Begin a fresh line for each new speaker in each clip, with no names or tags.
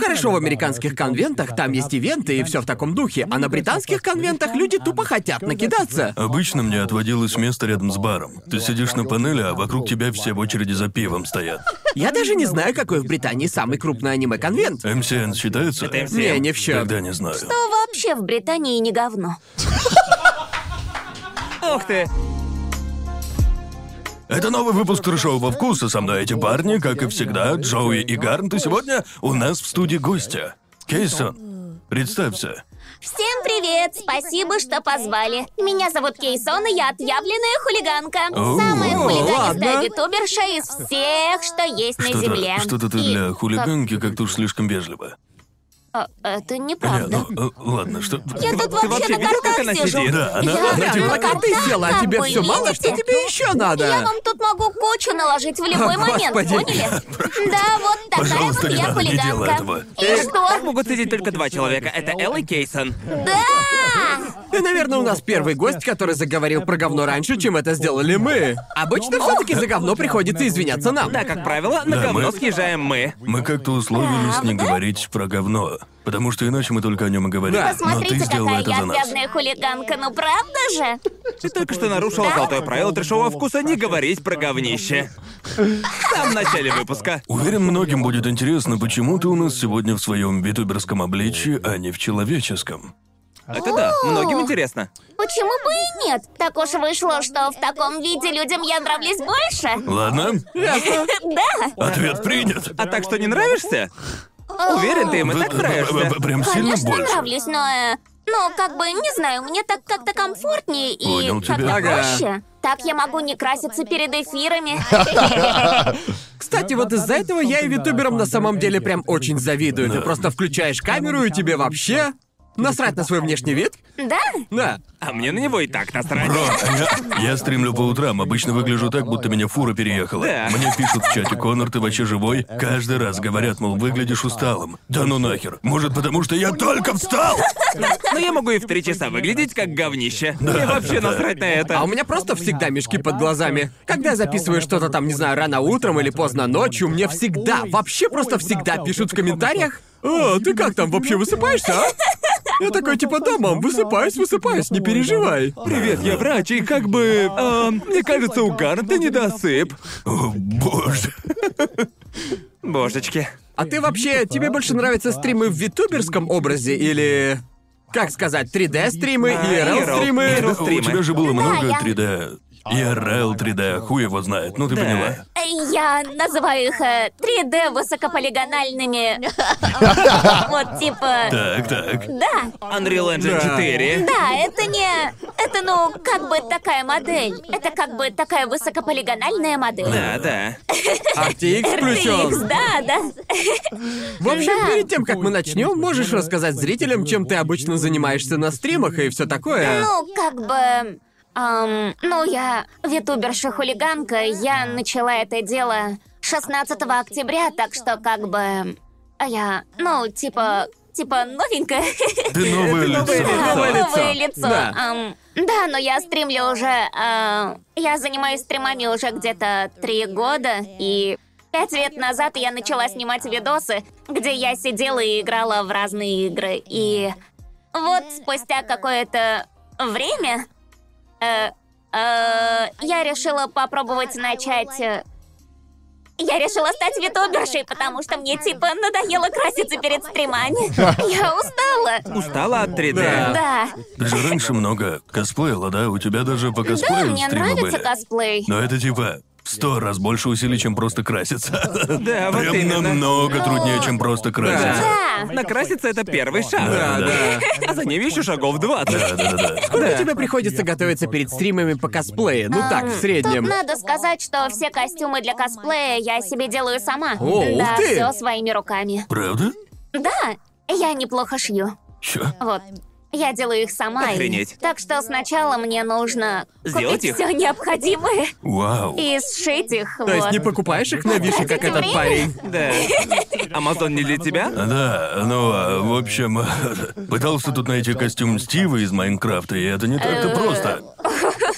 Хорошо, в американских конвентах там есть ивенты и все в таком духе, а на британских конвентах люди тупо хотят накидаться.
Обычно мне отводилось место рядом с баром. Ты сидишь на панели, а вокруг тебя все в очереди за пивом стоят.
Я даже не знаю, какой в Британии самый крупный аниме-конвент.
МСН считается?
Это МСН.
Не, не в счет.
Тогда не знаю.
То вообще в Британии не говно.
Ух ты!
Это новый выпуск «Трешоу по вкусу». Со мной эти парни, как и всегда, Джоуи и Гарнт. И сегодня у нас в студии гостя. Кейсон, представься.
Всем привет! Спасибо, что позвали. Меня зовут Кейсон, и я отъявленная хулиганка.
О,
Самая
о,
хулиганистая
ладно.
ютуберша из всех, что есть на земле.
Что-то, что-то ты
И
для
как-
хулиганки как-то уж слишком вежливо.
А, Это
Не,
неправда.
ну, э, ладно, что...
Я тут
Ты
вообще
вообще
на
видел, как
картах
она
сижу.
сидит?
Да, она,
Я-
она
Да,
типа-
на коты села, а тебе
Вы
все мало, что
видите?
тебе еще
Я
надо.
вам тут могу кучу наложить в любой момент,
Господи.
поняли? Да, вот такая
Пожалуйста,
вот
не
я
надо, не делай
хулиганка.
этого. Ну,
И что?
Могут сидеть только два человека. Это Элла и Кейсон.
Да!
И, наверное, у нас первый гость, который заговорил про говно раньше, чем это сделали мы. Обычно все-таки за говно приходится извиняться нам.
Да, как правило, на
Да,
говно
мы-
съезжаем мы.
Мы как-то условились не
Правда?
говорить про говно, потому что иначе мы только о нем и говорим.
Да.
Но ты
Посмотрите,
сделала
какая
это за
я
нас.
грязная хулиганка, ну правда же?
Ты только что нарушила золотое правило трешового вкуса не говорить про говнище. В самом начале выпуска.
Уверен, многим будет интересно, почему ты у нас сегодня в своем витуберском обличии, а не в человеческом.
Это да, многим интересно.
Почему бы и нет? Так уж вышло, что в таком виде людям я нравлюсь больше.
Ладно?
Э,
Да,
Ответ принят.
А так что не нравишься? Уверен, ты им и так
Вы- б-
нравишься.
б- Прям сильно
конечно,
больше.
нравлюсь, но... э, Ну, как бы, не знаю, мне так как-то комфортнее и
Понял тебя.
как-то
Ага.
проще. Так я могу не краситься перед эфирами.
Кстати, вот из-за этого я и витуберам на самом деле прям очень завидую. Ты
Да.
просто включаешь камеру, и тебе вообще насрать на свой внешний вид?
Да?
Да.
А мне на него и так насрать.
Бро, я, я стримлю по утрам, обычно выгляжу так, будто меня фура переехала.
Да.
Мне пишут в чате, Конор, ты вообще живой? Каждый раз говорят, мол, выглядишь усталым. Да ну нахер. Может, потому что я только встал?
Но я могу и в три часа выглядеть как говнище. Мне вообще насрать на
А у
это.
меня просто всегда мешки под глазами. Когда я записываю что-то там, не знаю, рано утром или поздно ночью, мне всегда, вообще просто всегда пишут в комментариях «О, ты как там вообще высыпаешься, а?» Я такой типа «Да, мам, высыпаюсь, высыпаюсь, не переживай».
Привет, я врач, и как бы...
а,
эм, мне кажется, у Гарнта недосып.
О, боже.
Божечки.
А ты вообще, тебе больше нравятся стримы в витуберском образе или... Как сказать, 3D-стримы,
А, IRL.
IRL-стримы?
IRL.
У
Стримы.
тебя же было много
я-
3D. IRL 3D, хуй его знает, ну ты
Да.
поняла.
Э, Я называю их э, 3D высокополигональными. Вот типа...
Так, так.
Да,
Unreal Engine 4.
да, это не... Это, ну, как бы такая модель. Это как бы такая высокополигональная модель.
Да, да.
RTX
RTX,
А включен.
да, да.
В общем, перед тем, как мы начнем, можешь рассказать зрителям, чем ты обычно занимаешься на стримах и все такое.
Ну, как бы... эм, ну, я витуберша-хулиганка, я начала это дело 16 октября, так что как бы... а Я, ну, типа... Типа новенькая.
Ты
новое
новое лицо.
лицо. Новое
лицо.
Новое лицо.
Да.
Эм, да, но я стримлю уже... э, я занимаюсь стримами уже где-то три года, и... Пять лет назад я начала снимать видосы, где я сидела и играла в разные игры, и... Вот спустя какое-то время э, э, я решила попробовать начать. э, Я решила стать витубершей, потому что мне типа надоело краситься перед стримами. Я устала.
Устала от 3D.
Да.
Да.
Ты же раньше много косплеила, да? У тебя даже по
Да,
косплею
мне
стримы
нравится
были.
косплей.
Но это типа в сто раз больше усилий, чем просто краситься.
Да, А вот
Прям
именно.
намного труднее, чем просто краситься.
Да.
Накраситься — это первый шаг.
Да, да.
А за ним еще шагов 20.
Да, да, да.
Сколько
Да.
тебе приходится готовиться перед стримами по косплею? Ну так, в
Тут
среднем.
надо сказать, что все костюмы для косплея я себе делаю сама.
О, ух
да,
ты.
все своими руками.
Правда?
Да, я неплохо шью.
Чё?
Вот. Я делаю их сама. и-
Охренеть.
Так что сначала мне нужно
Сделать их?
все необходимое
Вау.
и сшить их.
То есть
вот.
не покупаешь их на више, как
Тратите
этот
время?
парень?
Да. Амазон не для тебя?
Да, ну, а, в общем,
Э,
пытался тут найти костюм Стива из Майнкрафта, и это не так-то просто.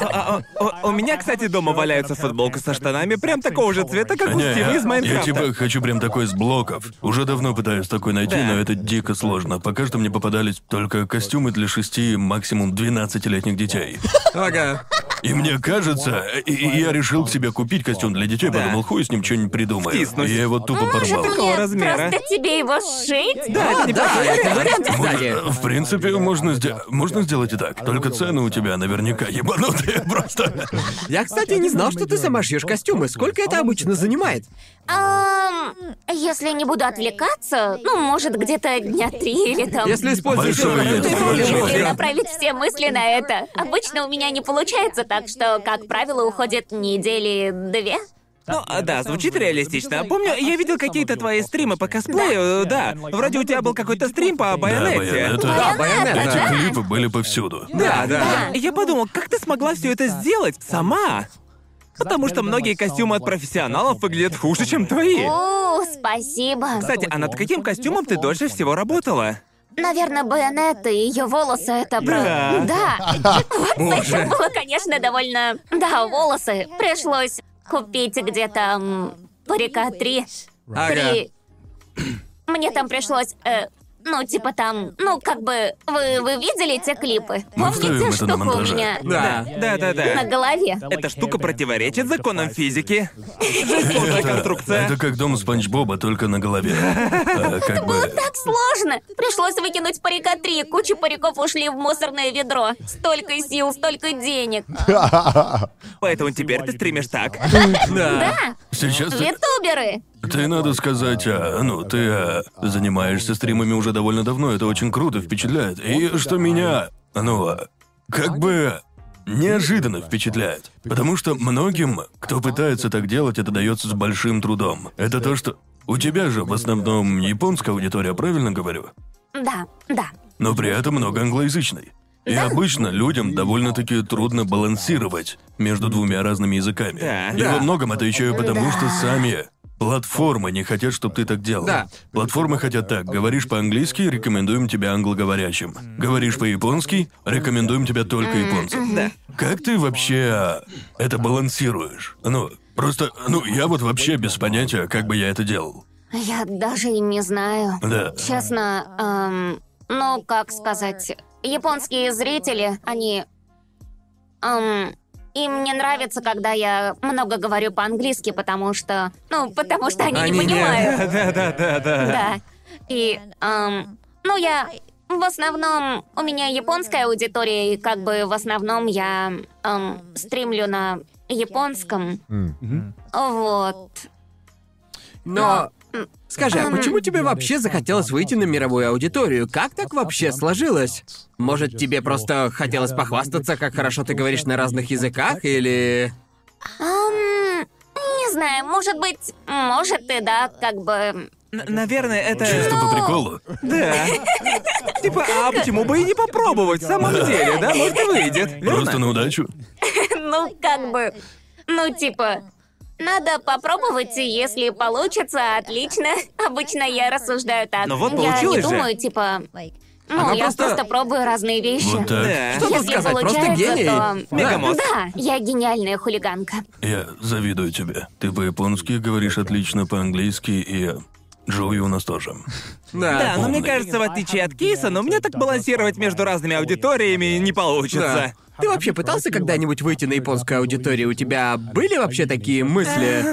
А, а, У у меня, кстати, дома валяются футболка со штанами прям такого же цвета, как у
Не,
Стива из
я, я
Майнкрафта.
типа хочу прям такой из блоков. Уже давно пытаюсь такой найти,
Да.
но это дико сложно. Пока что мне попадались только костюмы для шести, максимум 12-летних детей.
Ага.
И мне кажется, и, и я решил к себе купить костюм для детей,
Да.
подумал, хуй с ним что-нибудь придумаю.
Втиснуть.
И я его тупо
Может,
порвал.
мне
размера.
просто тебе его сшить?
Да, это
А,
не
да,
плохой
это
вариант.
вариант, кстати.
Можно- в принципе, можно, сдел- можно сделать и так. Только цены у тебя наверняка ебанутые просто.
Я, кстати, не знал, что ты сама шьешь костюмы. Сколько это обычно занимает?
Ам, если не буду отвлекаться, ну, может, где-то дня три или там...
Если используешь...
Большой
это,
вес,
это
большой
можно.
вес.
И направить все мысли на это. Обычно у меня не получается, так что, как правило, уходит недели две.
Ну, а, да, звучит реалистично. Помню, я видел какие-то твои стримы по косплею, да. Вроде у тебя был какой-то стрим по
Байонетта.
байонете.
Да,
Байонетта,
байонет,
Эти
да.
клипы были повсюду.
да. Да, да.
Да.
Я подумал, как ты смогла все это сделать сама? Потому что многие костюмы от профессионалов выглядят хуже, чем твои.
О, спасибо.
Кстати, а над каким костюмом ты дольше всего работала?
Наверное, байонеты и ее волосы это про...
Да.
Да. Вот с этим было, конечно, довольно... Да, волосы. Пришлось купить где-то м, парика три.
Ага.
Три. Мне там пришлось... э, ну, типа там, ну, как бы, вы, вы видели те клипы?
Мы вставим это
Помните
на
штуку у
монтаже.
меня
Да.
Да, да,
на
да.
голове?
Эта штука противоречит законам физики. Сложная
Это
конструкция.
как дом Спанч Боба, только на голове. А, Как бы...
Так сложно! Пришлось выкинуть парика три, куча париков ушли в мусорное ведро. Столько сил, столько денег.
Поэтому теперь ты стримишь так.
Да,
Сейчас ты,
ютуберы!
ты, надо сказать, а, ну, ты а, занимаешься стримами уже довольно давно, это очень круто, впечатляет. И что меня, ну, а, как бы неожиданно впечатляет. Потому что многим, кто пытается так делать, это дается с большим трудом. Это то, что... У тебя же в основном японская аудитория, правильно говорю?
Да, да.
но при этом много англоязычной. И обычно людям довольно-таки трудно балансировать между двумя разными языками.
Да.
И
Да.
во многом это еще и потому, что сами платформы не хотят, чтобы ты так делал.
Да.
Платформы хотят так. Говоришь по-английски, рекомендуем тебя англоговорящим. Говоришь по-японски, рекомендуем тебя только японцам.
Да.
Как ты вообще это балансируешь? Ну, просто, ну, я вот вообще без понятия, как бы я это делал.
Я даже и не знаю.
Да.
Честно, эм, ну, как сказать, японские зрители, они... эм, им не нравится, когда я много говорю по-английски, потому что... Ну, потому что они,
Они
не
не-
понимают.
Да, да, да, да.
Да. И, эм, ну, я... В основном у меня японская аудитория, и как бы в основном я эм, стримлю на японском. Вот.
Но... Скажи, а почему тебе вообще захотелось выйти на мировую аудиторию? Как так вообще сложилось? Может, тебе просто хотелось похвастаться, как хорошо ты говоришь на разных языках, или...
Эм, не знаю, может быть, может и да, как бы...
Н- Наверное,
Чисто
это...
по приколу.
Да. Типа, а почему бы и не попробовать в самом деле, да? Может, и выйдет.
Просто
Верно?
на удачу.
Ну, как бы... Ну, типа... Надо попробовать, и если получится, отлично. Обычно я рассуждаю так.
Но Ну вот
я не
получилось же.
думаю, типа... Ну,
Она
я
просто-
просто... пробую разные вещи.
Вот так.
Да.
Что тут
Если
сказать, просто
получается,
гений.
то-
Мегамозг.
Да, я гениальная хулиганка.
Я завидую тебе. Ты по-японски говоришь отлично, по-английски и... Джоуи у нас тоже.
Да,
Да.
но мне кажется, в отличие от Кейса, но мне так балансировать между разными аудиториями не
Да.
получится.
Ты вообще пытался когда-нибудь выйти на японскую аудиторию? У тебя были вообще такие
Э.
мысли?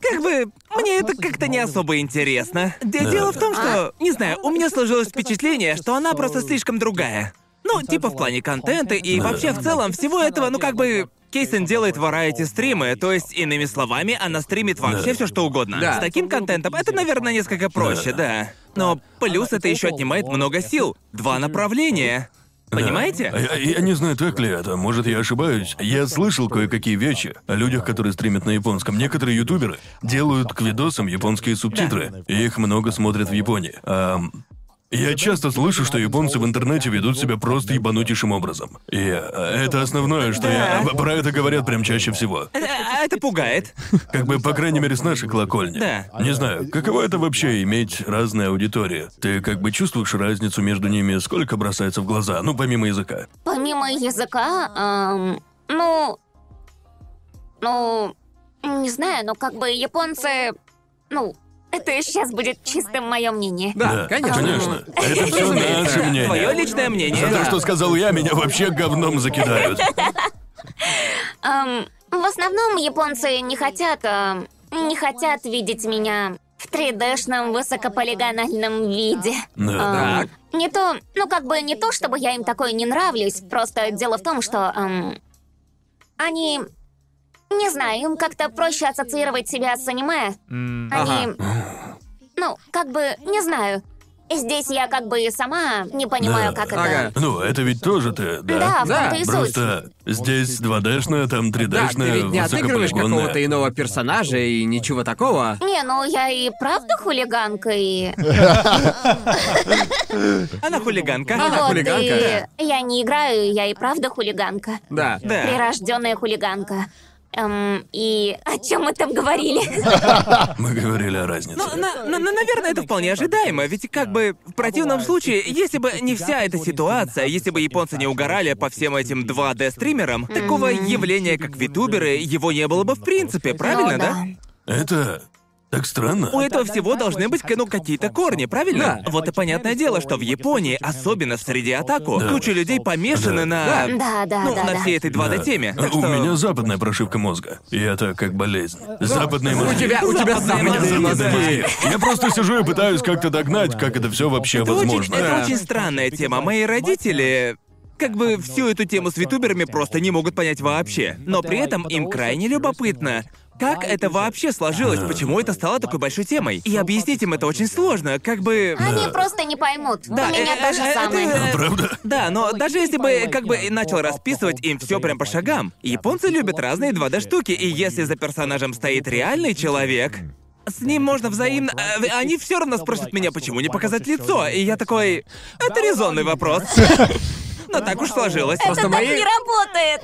Как бы, мне это как-то не особо интересно. Д- Дело в том, что, не знаю, у меня сложилось впечатление, что она просто слишком другая. Ну, типа в плане контента и вообще в целом всего этого, ну как бы... Кейсон делает варайти стримы, то есть, иными словами, она стримит вообще все что угодно.
Да.
С таким контентом это, наверное, несколько проще, да. Но плюс это еще отнимает много сил. Два направления. Понимаете?
А Я, я не знаю, так ли это. Может, я ошибаюсь. Я слышал кое-какие вещи о людях, которые стримят на японском. Некоторые ютуберы делают к видосам японские субтитры. И их много смотрят в Японии. Ам, Я часто слышу, что японцы в интернете ведут себя просто ебанутейшим образом. И э, это основное, что я...
Да.
Про это говорят прям чаще всего.
Э, э, Это пугает.
Как бы, по крайней мере, с нашей колокольни.
Да.
Не знаю, каково это вообще иметь разные аудитории? Ты как бы чувствуешь разницу между ними, сколько бросается в глаза, ну, помимо языка.
Помимо языка, эм, Ну... Ну... Не знаю, но как бы японцы... Ну, это сейчас будет чистым мое мнение.
Да,
Да,
конечно.
Конечно. Это все
Разумеется.
наше
Твое
мнение.
личное мнение.
За то, что сказал я, меня вообще говном закидают.
Эм, в основном японцы не хотят... эм, не хотят видеть меня в 3D-шном высокополигональном виде.
Да.
Эм, не то... Ну, как бы не то, чтобы я им такой не нравлюсь, просто дело в том, что... эм, они... Не знаю, им как-то проще ассоциировать себя с аниме. Они... Ну, как бы, не знаю. Здесь я как бы и сама не понимаю,
Да.
как это...
Ага.
Ну, это ведь тоже ты,
Да,
да?
в
Да,
том-то и суть.
Просто здесь 2D-шная, там
Да, а ты
3D-шная,
ведь не отыгрываешь какого-то
высокополигонная.
иного персонажа и ничего такого.
Не, ну я и правда хулиганка и...
Она хулиганка.
Она
Вот,
хулиганка,
и Я не играю, я и правда хулиганка.
Да.
Да.
Прирожденная хулиганка. Эм, и о чем мы там говорили?
Мы говорили о разнице.
Ну, на- на- на- наверное, это вполне ожидаемо, ведь как бы в противном случае, если бы не вся эта ситуация, если бы японцы не угорали по всем этим 2D-стримерам, такого явления, как витуберы, его не было бы в принципе, правильно,
Ну
да?
Это так странно.
У этого всего должны быть, ну, какие-то корни, правильно?
Да.
Вот и понятное дело, что в Японии, особенно в среде атаку,
Да.
куча людей помешаны
Да.
на...
Да, да,
ну,
да,
на
да.
всей этой
Да.
2D-теме.
У меня западная прошивка мозга. И это как болезнь. Западные
У
мозги.
тебя, у тебя
Западные
западные
мозги,
мозги.
Я просто сижу и пытаюсь как-то догнать, как это все вообще
Это
Это очень-
возможно.
Это
Да.
очень странная тема. Мои родители как бы всю эту тему с витуберами просто не могут понять вообще. Но при этом им крайне любопытно, как это вообще сложилось, почему это стало такой большой темой. И объяснить им это очень сложно, как бы...
Они просто не поймут.
Да,
У меня
э,
то
э,
же
э,
самое.
это-
А Правда?
Да, но даже если бы как бы и начал расписывать им все прям по шагам, японцы любят разные 2D штуки, и если за персонажем стоит реальный человек, с ним можно взаимно. э, Они все равно спросят меня, почему не показать лицо, и я такой. Это резонный вопрос. Но так уж сложилось.
Это так
Просто мои-
не работает.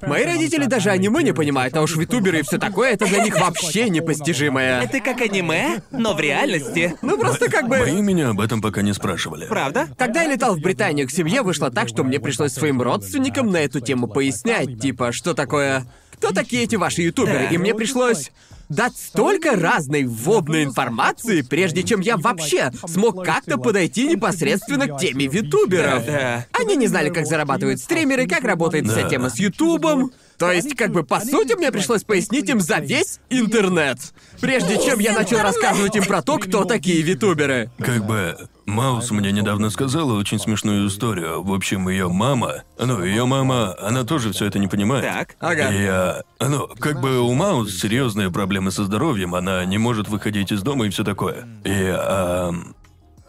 Да.
Мои родители даже аниме не понимают, а уж витуберы и все такое, это для них вообще непостижимое.
Это как аниме, но в реальности.
Ну просто как бы...
Мои меня об этом пока не спрашивали.
Правда?
Когда я летал в Британию к семье, вышло так, что мне пришлось своим родственникам на эту тему пояснять, типа, что такое... Кто такие эти ваши ютуберы?
Да.
И мне пришлось дать столько разной вводной информации, прежде чем я вообще смог как-то подойти непосредственно к теме ютуберов.
Да.
Они не знали, как зарабатывают стримеры, как работает вся
Да.
тема с Ютубом. То есть, как бы, по сути, мне пришлось пояснить им за весь интернет. Прежде чем я начал рассказывать им про то, кто такие витуберы.
Как бы Маус мне недавно сказала очень смешную историю. В общем, ее мама, ну, ее мама, она тоже все это не понимает.
Так.
Ага.
И Я, ну, как бы у Маус серьезные проблемы со здоровьем, она не может выходить из дома и все такое. И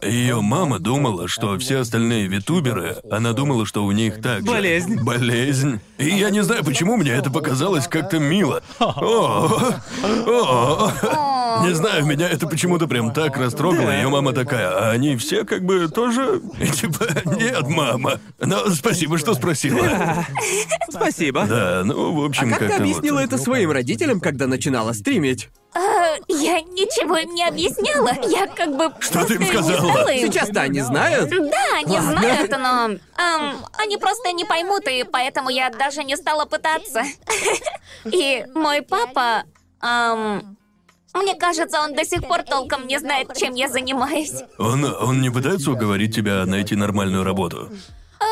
ее мама думала, что все остальные витуберы, она думала, что у них так же.
Болезнь.
Болезнь. И я не знаю, почему мне это показалось как-то мило. О, о, не знаю, меня это почему-то прям так растрогало. Ее мама такая, а они все как бы тоже... И Типа, нет, мама. Но спасибо, что спросила.
Спасибо.
Да, ну, в общем,
А Как ты
как-то вот.
объяснила это своим родителям, когда начинала стримить?
Э, Я ничего им не объясняла. Я как бы...
Что ты им
просто не
сказала?
знала им.
Сейчас-то они знают.
Да, они
А.
знают, но эм, они просто не поймут, и поэтому я даже не стала пытаться. И мой папа, эм, мне кажется, он до сих пор толком не знает, чем я занимаюсь.
Он, он не пытается уговорить тебя найти нормальную работу?
Э,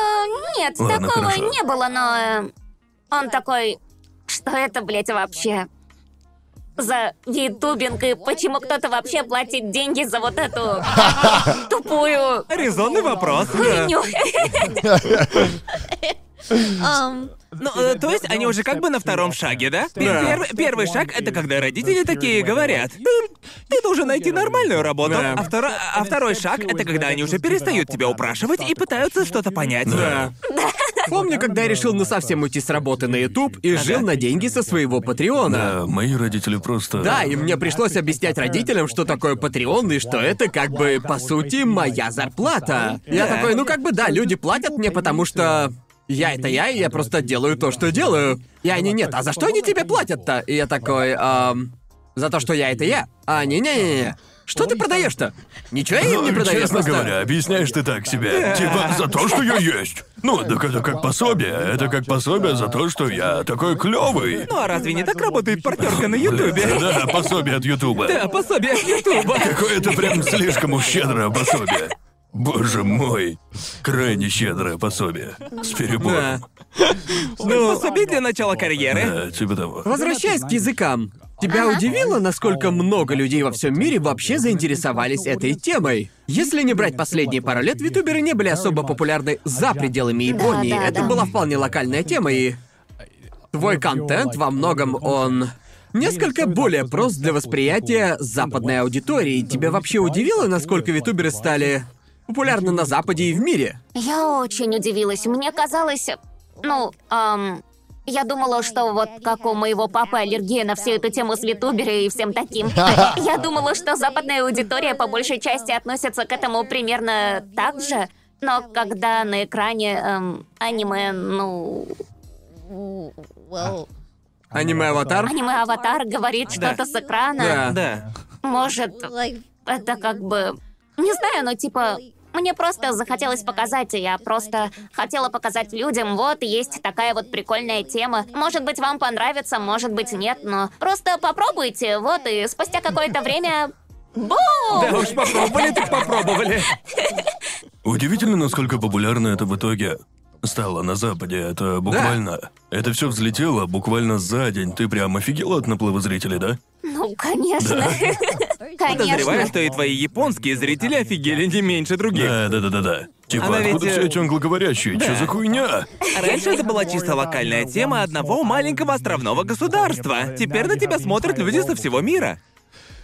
нет,
Ладно,
такого
хорошо.
не было, но эм, он такой, что это, блядь, вообще? За витубинг и почему кто-то вообще платит деньги за вот эту тупую
Резонный вопрос.
хуйню? Эм,
Ну, э, то есть они уже как бы на втором шаге, да? Пе-
Да.
пер- первый шаг это когда родители такие говорят. Ты, ты должен найти нормальную работу.
Да.
А, второ- а второй шаг это когда они уже перестают тебя упрашивать и пытаются что-то понять.
Да.
Помню, когда я решил насовсем уйти с работы на YouTube и жил на деньги со своего Патреона.
Да, мои родители просто...
Да, и мне пришлось объяснять родителям, что такое Patreon и что это как бы, по сути, моя зарплата. Я
Да.
такой, ну как бы да, люди платят мне, потому что я это я, и я просто делаю то, что делаю. И они, нет, а за что они тебе платят-то? И я такой, ам, За то, что я это я. А, не-не-не. Что ты продаешь-то? Ничего я им не
Ну,
продаю.
честно
просто-
говоря, объясняешь ты так себе. Типа, за то, что я есть. Ну, так это как пособие. Это как пособие за то, что я такой клевый.
Ну а разве не так работает партнерка на Ютубе?
Да, пособие от Ютуба.
Да, пособие от Ютуба.
Какое-то прям слишком уж щедрое пособие. Боже мой, крайне щедрое пособие. С перебором.
Ну, пособие для начала карьеры.
Да, типа того.
Возвращаясь к языкам. Тебя удивило, насколько много людей во всем мире вообще заинтересовались этой темой? Если не брать последние пару лет, витуберы не были особо популярны за пределами Японии.
да,
Это
да.
была вполне локальная тема, и твой контент во многом он несколько более прост для восприятия западной аудитории. Тебя вообще удивило, насколько витуберы стали популярны на Западе и в мире?
Я очень удивилась. Мне казалось, ну, эм, я думала, что вот как у моего папы аллергия на всю эту тему с витуберы и всем таким. Я думала, что западная аудитория по большей части относится к этому примерно так же, но когда на экране эм, аниме, ну,
Аниме-аватар?
аниме-аватар говорит что-то с экрана,
Да.
Да.
может, А. это как бы... Не знаю, но типа... Мне просто захотелось показать, и я просто хотела показать людям, вот есть такая вот прикольная тема. Может быть, вам понравится, может быть, нет, но просто попробуйте, вот, и спустя какое-то время... Бум!
Да уж попробовали, так попробовали.
Удивительно, насколько популярно это в итоге стало на Западе. Это буквально... Это все взлетело буквально за день. Ты прям офигела от наплыва зрителей, да?
Ну, конечно.
Подозреваю,
Конечно.
что и твои японские зрители офигели не меньше других.
Да, да, да, да, да. Э, Типа,
Она ведь,
откуда
э,
все эти англоговорящие? Чё за хуйня?
Раньше это была чисто локальная тема одного маленького островного государства. Теперь на тебя смотрят люди со всего мира.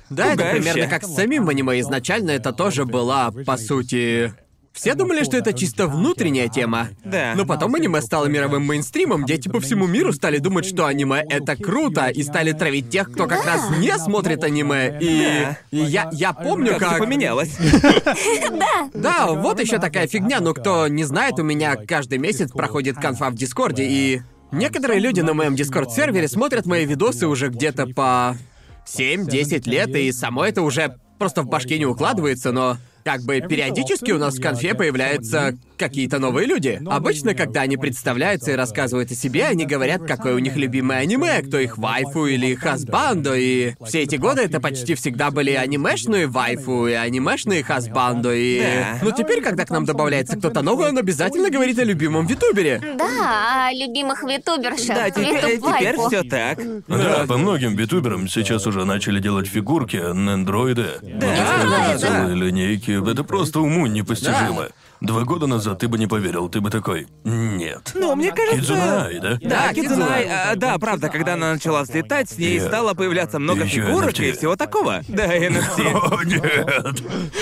Да, это
Пугающе.
примерно как с самим аниме. Изначально это тоже была, по сути... Все думали, что это чисто внутренняя тема.
Да.
Но потом аниме стало мировым мейнстримом, дети по всему миру стали думать, что аниме — это круто, и стали травить тех, кто как раз не смотрит аниме. И, и я, я помню,
Как,
как...
все поменялось.
Да, вот еще такая фигня, но кто не знает, у меня каждый месяц проходит конфа в Дискорде, и некоторые люди на моем Дискорд-сервере смотрят мои видосы уже где-то по 7-10 лет, и само это уже просто в башке не укладывается, но как бы периодически у нас в конфе появляются какие-то новые люди. Обычно, когда они представляются и рассказывают о себе, они говорят, какое у них любимое аниме, кто их вайфу или хасбандо, и все эти годы это почти всегда были анимешные вайфу и анимешные хасбандо, и...
Да.
Но Ну, теперь, когда к нам добавляется кто-то новый, он обязательно говорит о любимом витубере.
Да, о любимых витубершах.
Да, теперь, теперь
Витуб-вайпу.
все так.
Да, по многим ютуберам сейчас уже начали делать фигурки на андроиды.
да, да.
Целые линейки. Это просто уму непостижимо. Два года назад ты бы не поверил, ты бы такой. Нет.
Ну, мне кажется...
Кидзунай, да?
Да,
Да,
Кидзунай,
Кидзунай.
а, да, правда, когда она начала взлетать, с ней
Я-
стало появляться много
И ещё
фигурок
NFT.
и всего такого. Да, NFT.
О, нет.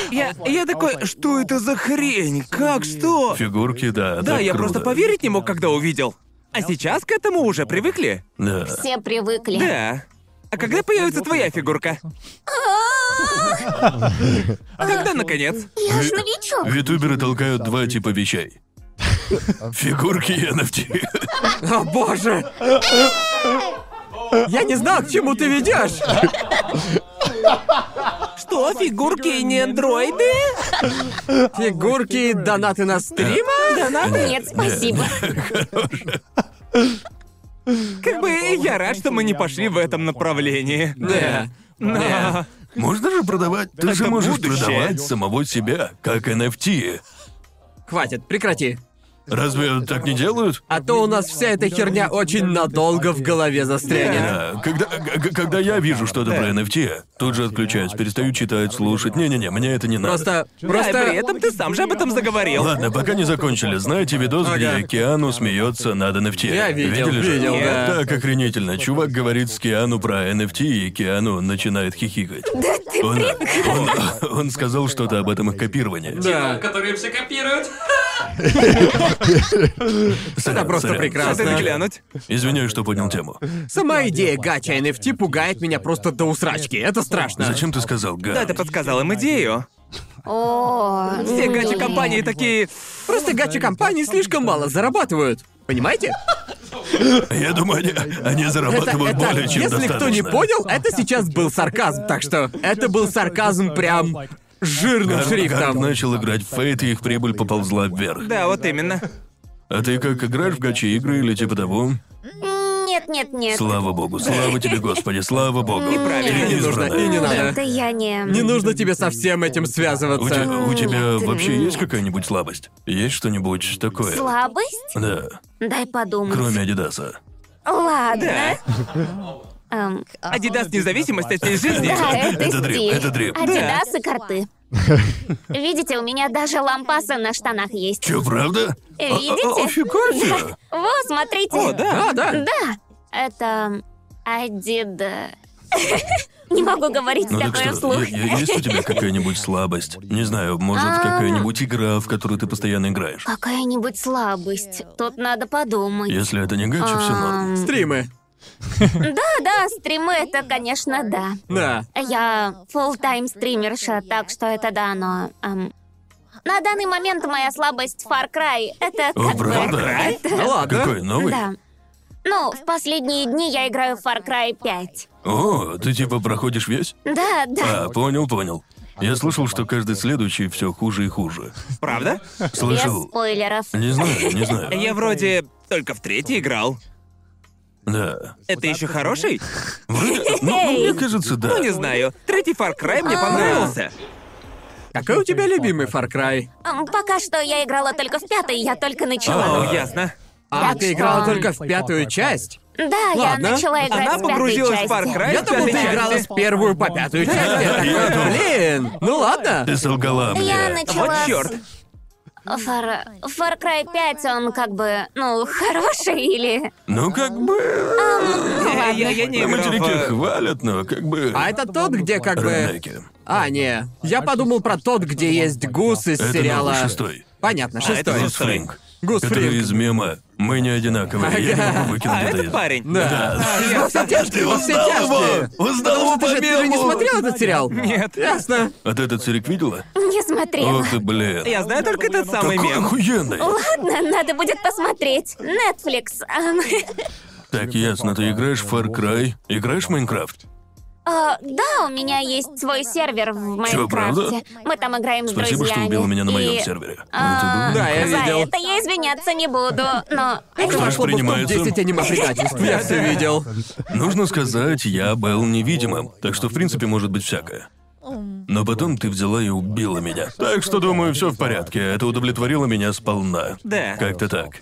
Я, я такой, что это за хрень? Как, что?
Фигурки, да,
Да,
так
я
круто.
просто поверить не мог, когда увидел. А сейчас к этому уже привыкли.
Да.
Все привыкли.
Да. А когда появится твоя фигурка? А Когда, наконец?
Я ж новичок.
Витуберы толкают два типа вещей. Фигурки и NFT.
О боже! Я не знал, к чему ты ведешь.
Что, фигурки и не андроиды?
Фигурки, и донаты на стрима?
Нет, спасибо.
Как бы я рад, что мы не пошли в этом направлении.
Да.
Но...
Можно же продавать? Ты же можешь
будущее.
продавать самого себя, как NFT.
Хватит, прекрати.
Разве так не делают?
А то у нас вся эта херня очень надолго в голове застрянет.
Да, когда, к- к- когда я вижу что-то про NFT, тут же отключаюсь, перестаю читать, слушать. Не-не-не, мне это не надо.
Просто,
Просто... при
просто...
этом ты сам же об этом заговорил.
Ладно, пока не закончили. Знаете видос, где
Ага.
Киану смеется над NFT?
Я видел,
Видели же?
видел,
Это
да.
Так охренительно. Чувак говорит с Киану про NFT, и Киану начинает хихикать. Да ты он, он, он сказал что-то об этом их копировании.
Да.
которые все копируют.
Сорян,
Это просто
сорян.
прекрасно.
Надо глянуть.
Извиняюсь, что поднял тему.
Сама идея гача NFT пугает меня просто до усрачки. Это страшно.
Зачем ты сказал Га?
Да, ты подсказал им идею.
О, ну,
Все
блин.
гачи-компании такие...
Просто гачи-компании слишком мало зарабатывают. Понимаете?
Я думаю, они, они зарабатывают
Это- это-
более чем
если
достаточно.
кто не понял, это сейчас был сарказм, так что это был сарказм прям жирным
Гарн- Гарн
шрифтом.
начал играть в Фейт, и их прибыль поползла вверх.
Да, вот именно.
А ты как, играешь в гачи-игры или типа того?
Нет, нет, нет.
Слава богу, слава тебе, Господи, слава богу.
И правильно.
Не
Ты
нужно,
избранная.
и не надо.
Это я не.
Не нужно тебе совсем этим
У, те-
связываться.
у тебя вообще есть какая-нибудь слабость? Есть что-нибудь такое?
Слабость?
Да,
Дай подумать.
кроме Адидаса.
Ладно.
Да.
Эм,
Э,
Адидас независимость от всей жизни.
да, это,
Это дрип,
стиль.
это дрип.
Адидас и корты. Видите, у меня даже лампасы на штанах есть. Э,
Чё, правда? А- а-
Видите?
а, Фига себе!
Вот, смотрите.
О, да.
А, да.
Да, это Адида. Не могу говорить
Ну так
такое
что,
вслух.
е- е- есть у тебя какая-нибудь слабость? Не знаю, может,
А.
какая-нибудь игра, в которую ты постоянно играешь?
Какая-нибудь слабость. Тут надо подумать.
Если это не гачи, все норм.
Стримы.
Да, да, стримы это, конечно, да.
Да.
Я full-time стримерша, так что это да, но... эм, на данный момент моя слабость Far Cry. Это
О,
как бы...
правда?
Ну ладно.
Какой, новый?
Да. Ну, в последние дни я играю в Far Cry 5.
О, ты типа проходишь весь?
Да, да.
А, понял, понял. Я слышал, что каждый следующий все хуже и хуже.
Правда?
Без
Слышал?
спойлеров.
Не знаю, не знаю.
Я вроде только в третий играл.
Да.
Это еще хороший?
Вроде- ну, ну, мне кажется, да.
Ну, не знаю. Третий Far Cry
А.
мне понравился.
Какой у тебя любимый Far Cry?
Эм, Пока что я играла только в пятый, я только начала.
А.
О, Ну, ясно.
А,
Так
ты
что-
играла только в пятую часть?
Да, я
Ладно.
начала играть
Она
в пятой
погрузилась
части.
в Far Cry.
Я
в
думал, ты
пятой
играла
части.
с первую по пятую часть. Я
я
такой,
тоже.
блин, ну ладно.
Ты солгала мне.
Я начала
Вот
с-
черт.
Far... Far Cry 5, он как бы, ну, хороший или...
Ну, как бы...
Я, я- я не
На
играл
материке
в-
хвалят, но как бы...
А это тот, где как бы...
Ремейки.
А, не. Я подумал про тот, где есть гус из
Это
сериала...
новый шестой. А,
Понятно,
это
шестой.
Гус Фринг.
Гус
Который
Фринг.
из мема «Мы не одинаковые». Я не могу выкинуть
А,
это
этот
из-
парень.
Да.
А,
Во
я-
все тяжкие, во все
Узнал его!
тяжкие.
Узнал его
Ты же, ты же не
по мему!
смотрел этот сериал?
Нет.
Ясно.
А ты этот сирик видела?
Не смотрела.
Ох ты, блин.
Я знаю только этот самый
Какой
мем.
охуенный!
Ладно, надо будет посмотреть. Netflix. эм, э, Ам,
Так, ясно, ты играешь в Far Cry, играешь в Майнкрафт.
а, да, у меня есть свой сервер в
Чё, правда?
Майнкрафте. Мы там играем с
Спасибо,
друзьями.
что убила меня на моем
и,
сервере. Ну,
а,
это было
Да, я
за
видел.
это я извиняться не буду, но...
Это
Что
вошло бы в
воспринимается?
топ-10 аниме-предательств. Я все видел.
Нужно сказать, я был невидимым, так что, в принципе, может быть всякое. Но потом ты взяла и убила меня. Так что, думаю, все в порядке. Это удовлетворило меня сполна.
Да.
Как-то так.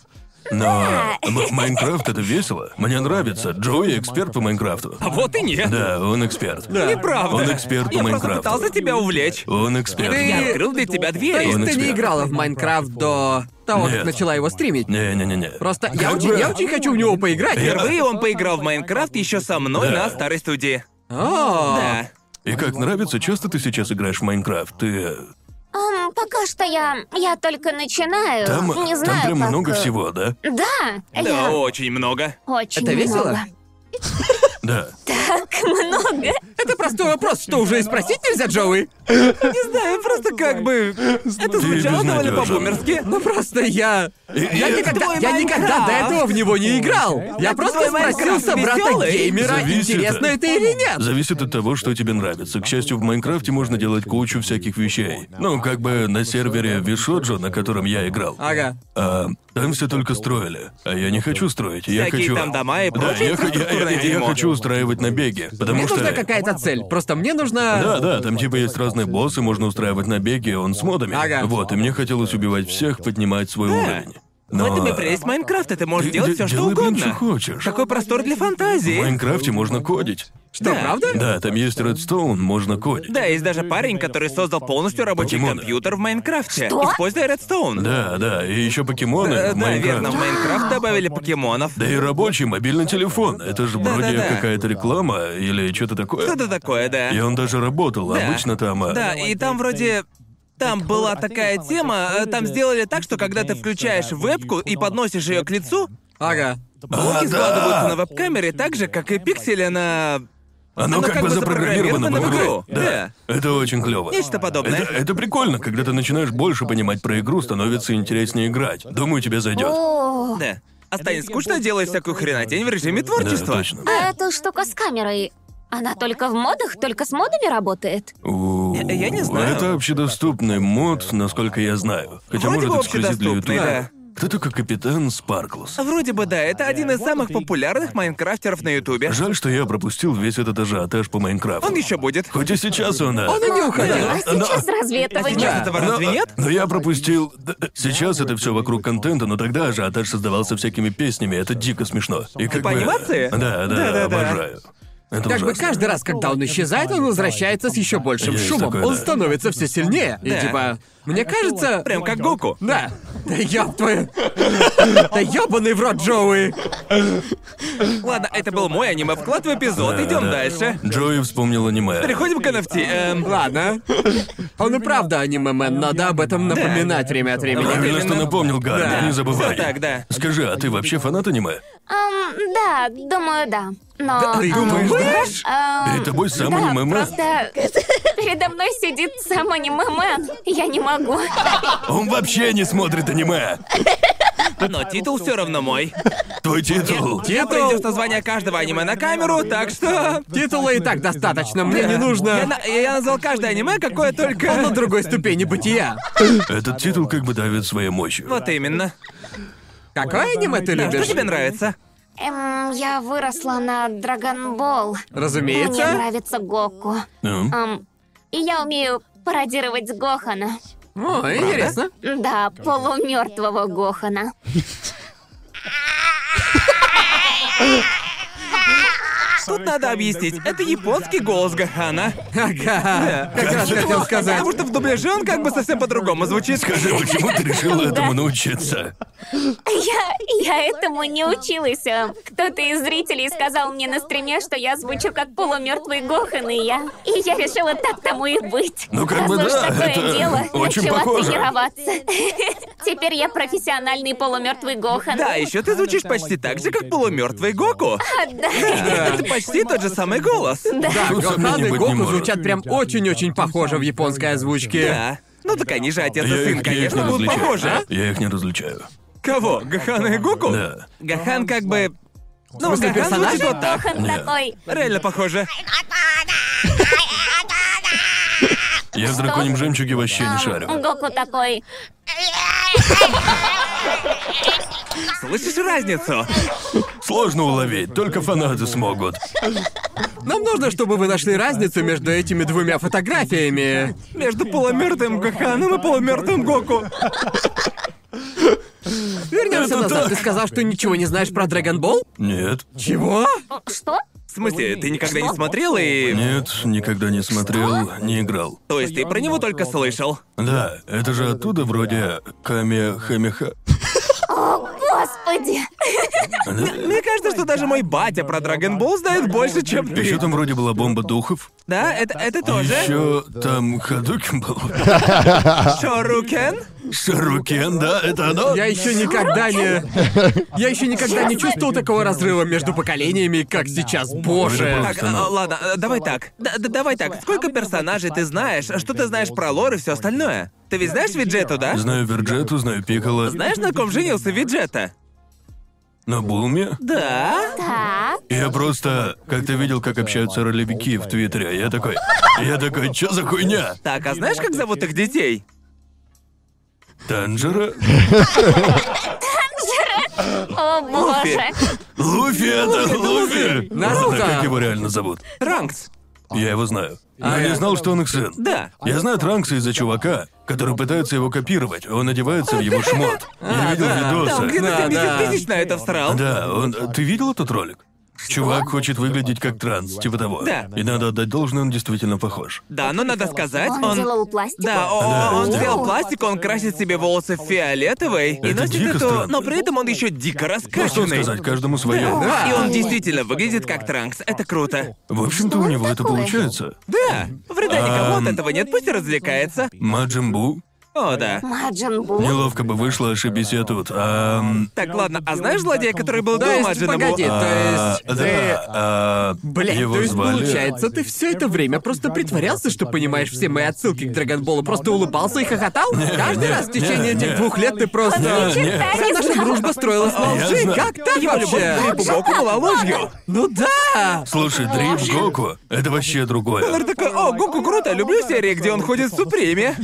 Но М- Майнкрафт это весело. Мне нравится. Джои эксперт по Майнкрафту.
А вот и нет.
Да, он эксперт.
Неправда.
Он эксперт по
Я просто
Майнкрафту.
пытался тебя увлечь.
Он
Ты-
Я
эксперт.
открыл для тебя
То
дверь.
есть
Он
ты не
эксперт.
играла в Майнкрафт до того, как
Нет.
начала его стримить?
Не-не-не-не.
Просто я очень, я очень хочу в него поиграть.
Впервые он поиграл в Майнкрафт еще со мной
Да.
на
А.
старой студии.
О,
Да.
И как нравится, часто ты сейчас играешь в Майнкрафт? Ты... э,
Ам, эм, пока что я... Я только начинаю.
Там,
не
там
знаю,
прям
как... э,
много всего, да?
Да,
Да,
я
очень много.
очень
Это весело?
много.
Да.
Это простой вопрос, что уже и спросить нельзя, Джоуи?
Не знаю, просто как бы... Это звучало довольно
безнадёжен.
по-бумерски.
Ну просто я... Я никогда,
Твой
я никогда до
Майнкрафт.
этого в него не играл. Я
Это
просто
твой
спросил
Майнкрафт
собрата
весёлый?
геймера,
Зависит
интересно
от-
это или нет.
Зависит от того, что тебе нравится. К счастью, в Майнкрафте можно делать кучу всяких вещей. Ну, как бы на сервере Вишоджо, на котором я играл.
Ага.
а, там все только строили. А я не хочу строить. Я
Всякие
хочу.
там дома и
Да,
прочее
я, хо- я- я-
инфраструктурное
я
дерьмо.
хочу устраивать набеги. Потому
Мне
что.
нужна какая-то цель. Просто мне нужно...
Да, да, там типа есть разные боссы, можно устраивать набеги, он с модами.
Ага.
Вот, и мне хотелось убивать всех, поднимать свой уровень.
В
Но...
этом и прелесть Майнкрафта, ты
Ты
можешь делать
де-
все, что
делай, блин,
угодно.
что хочешь.
Такой простор для
В
фантазии.
Майнкрафте можно кодить.
Что,
Да.
правда?
Да, там есть Redstone, можно кодить.
Да, есть даже парень, который создал полностью рабочий
Покемоны.
компьютер в Майнкрафте,
Что?
используя редстоун.
Да, да, и еще покемоны
Э,
в
да,
Майнкрафте.
верно, в Майнкрафт добавили покемонов.
Да и рабочий мобильный телефон. Это же вроде
Да-да-да.
какая-то реклама или что-то такое.
Что-то такое, да.
И он даже работал,
Да.
обычно там... а,
Да, и там вроде... Там была такая тема, э, там сделали а так, что когда ты включаешь вебку и подносишь ее к лицу,
Ага.
А,
блоки складываются
да!
на веб-камере так же, как и пиксели на...
Оно, А ну, как, бы запрограммировано в игру.
Да.
Это очень клево.
Нечто подобное.
Это, это прикольно, когда ты начинаешь больше понимать про игру, становится интереснее играть. Думаю, тебе зайдет.
О,
Да. А станет скучно, делай всякую хренотень в режиме
Да,
творчества.
точно.
А эта штука с камерой, она только в модах, только с модами работает?
У,
Я- я не знаю.
Это общедоступный мод, насколько я знаю. Хотя,
Вроде
может,
бы
эксклюзив для
общедоступный,
Ютуба.
да.
Кто только капитан Спарклс.
Вроде бы да, это один из самых популярных майнкрафтеров на Ютубе.
Жаль, что я пропустил весь этот ажиотаж по Майнкрафту.
Он еще будет.
Хоть и сейчас он... а,
Он и не
А
уходил.
сейчас разве этого
сейчас
нет?
этого разве
но-
нет?
Но Ну, я пропустил... да, Сейчас это все вокруг контента, но тогда ажиотаж создавался всякими песнями, это дико смешно. И как
Типа
бы-
анимации?
Да, да,
Да-да-да.
обожаю. Это
Как бы
ужасно.
каждый раз, когда он исчезает, он возвращается с еще большим
Есть
шумом.
такое,
он
да.
становится все сильнее. И
Да.
типа, мне кажется...
Прям как Гоку.
Да. Да ёб твою... Да ёбаный в рот, Джоуи!
Ладно, это был мой аниме-вклад в эпизод,
Да,
идем
да.
дальше.
Джои вспомнил аниме.
Переходим к NFT. эм,
Ладно. Он и правда аниме-мен, надо об этом напоминать время от времени.
Правильно, что напомнил, Гарри,
Да.
не забывай.
Всё так, да.
Скажи, а ты вообще фанат аниме?
Эм, да, думаю, да. Но...
Ты
эм,
думаешь, да?
эм,
Перед тобой сам
да,
аниме-мен.
просто передо мной сидит сам аниме-мен. Я не могу.
Он вообще не смотрит аниме.
Но титул все равно мой.
Твой титул.
Титул...
Придёт название каждого аниме на камеру, так что...
Титула и так достаточно, мне не
Я,
нужно...
на- я назвал каждое аниме, какое
Он на
только...
другой ступени бытия.
Этот титул как бы давит своей мощью.
Вот именно.
Какое аниме ты
Да, что
любишь?
тебе нравится?
Эм, я выросла на Драгонбол. Мне
Разумеется.
нравится Гоку.
М?
Эм, и я умею пародировать Гохана.
О, интересно.
Да, полумертвого Гохана.
Тут надо объяснить. Это японский голос Гахана.
Ага. Как раз хотел сказать.
Потому что в дубляже он как бы совсем по-другому звучит.
Скажи, почему ты решила этому научиться?
Я, я этому не училась. а. Кто-то из зрителей сказал мне на стриме, что я звучу как полумертвый Гохан, и я... И я решила так тому и быть.
Ну, как бы
Раз уж
да,
такое
это
дело,
очень
начала
похоже.
тренироваться. Теперь я профессиональный полумертвый Гохан.
Да, еще ты звучишь почти так же, как полумертвый Гоку. Это почти тот же самый голос.
Да,
Тут
Гохан
сомнений
и
быть не
Гоку
может.
звучат прям очень-очень похоже в японской озвучке.
Да. Ну так они же отец и сын,
Я их, я их не
конечно, будут
различаю.
похожи. а?
Я их не различаю.
Кого? Гахана и Гоку?
Да.
Гахан как бы... Ну,
смысле,
Гахан звучит
персонажа?
вот так.
Гохан
Нет.
такой.
Реально похоже.
Я в драконьем жемчуге вообще не шарю.
Гоку такой.
Слышишь разницу?
Сложно уловить, только фанаты смогут.
Нам нужно, чтобы вы нашли разницу между этими двумя фотографиями.
Между полумертвым Гаханом и полумертвым Гоку.
Вернемся
Это
назад.
так.
Ты сказал, что ничего не знаешь про Dragon Ball?
Нет.
Чего?
Что?
В смысле, ты никогда не смотрел и...
Нет, никогда не смотрел, не играл.
То есть ты про него только слышал?
Да, это же оттуда вроде Каме Хамеха.
Господи!
Мне кажется, что даже мой батя про Драгонбол знает больше, чем
Еще
ты.
там вроде была бомба духов.
Да, это, это тоже.
Еще там Хадукин был.
Шорукен?
Шарукен, да, это оно?
Я еще никогда не... Я еще никогда не чувствовал такого разрыва между поколениями, как сейчас. Боже.
Так, а,
ну.
а, ладно, а, давай так. Да, да, давай так. Сколько персонажей ты знаешь? Что ты знаешь про лор и все остальное? Ты ведь знаешь Виджету, да?
Знаю Верджету, знаю Пикала.
Знаешь, на ком женился Виджета?
На Булме?
Да.
Так.
Я просто как-то видел, как общаются ролевики в Твиттере. Я такой, я такой, чё за хуйня?
Так, а знаешь, как зовут их детей?
Танжера?
О боже.
Луфи это Луфи!
Наруто!
Да, Как его реально зовут?
Транкс.
Я его знаю. Я не знал, что он их сын.
Да.
Я знаю Транкса из-за чувака, который пытается его копировать. Он одевается в его шмот. Я видел
Да, он
видосы.
Да,
где-то 70
да.
ну тысяч на это всрал.
Да, он. Ты видел этот ролик? Чувак хочет выглядеть как транс, типа того.
Да.
И надо отдать должное, он действительно похож.
Да, но надо сказать,
Он
он...
делал пластику?
Да, о- о- он
Да.
сделал пластик, он красит себе волосы фиолетовой и
Это
носит
дико
эту...
странно.
Но при этом он еще дико
Ну, Что
раскачанный.
сказать, каждому свое.
И он действительно выглядит как Транкс. Это круто.
В общем-то, у него это
такое?
получается.
Да, вреда никому от
Ам.
этого нет, пусть развлекается.
Маджимбу
О, да.
Маджин Бу?
Неловко бы вышло, ошибись я тут. Ам,
Так, ладно, а знаешь злодея, который был
То
до
есть,
Маджина Бу?
погоди,
а,
то есть...
да,
ты-
а,
Блядь,
его
то есть
звали...
получается, ты все это время просто притворялся, что понимаешь все мои отсылки к Драгонболу, просто улыбался и хохотал? Каждый
не,
раз в течение
не,
этих
не.
двух лет ты просто...
Да,
Ни черта
нет.
не
Вся наша
знала.
дружба строилась на
Я
лжи,
знаю.
как так
Его любовь
вообще?
к Дрипу Гоку была ложью.
Ну да!
Слушай, Дрип Гоку, это вообще другое.
Конор такой, о, Гуку круто, люблю серии, где он ходит в Суприме.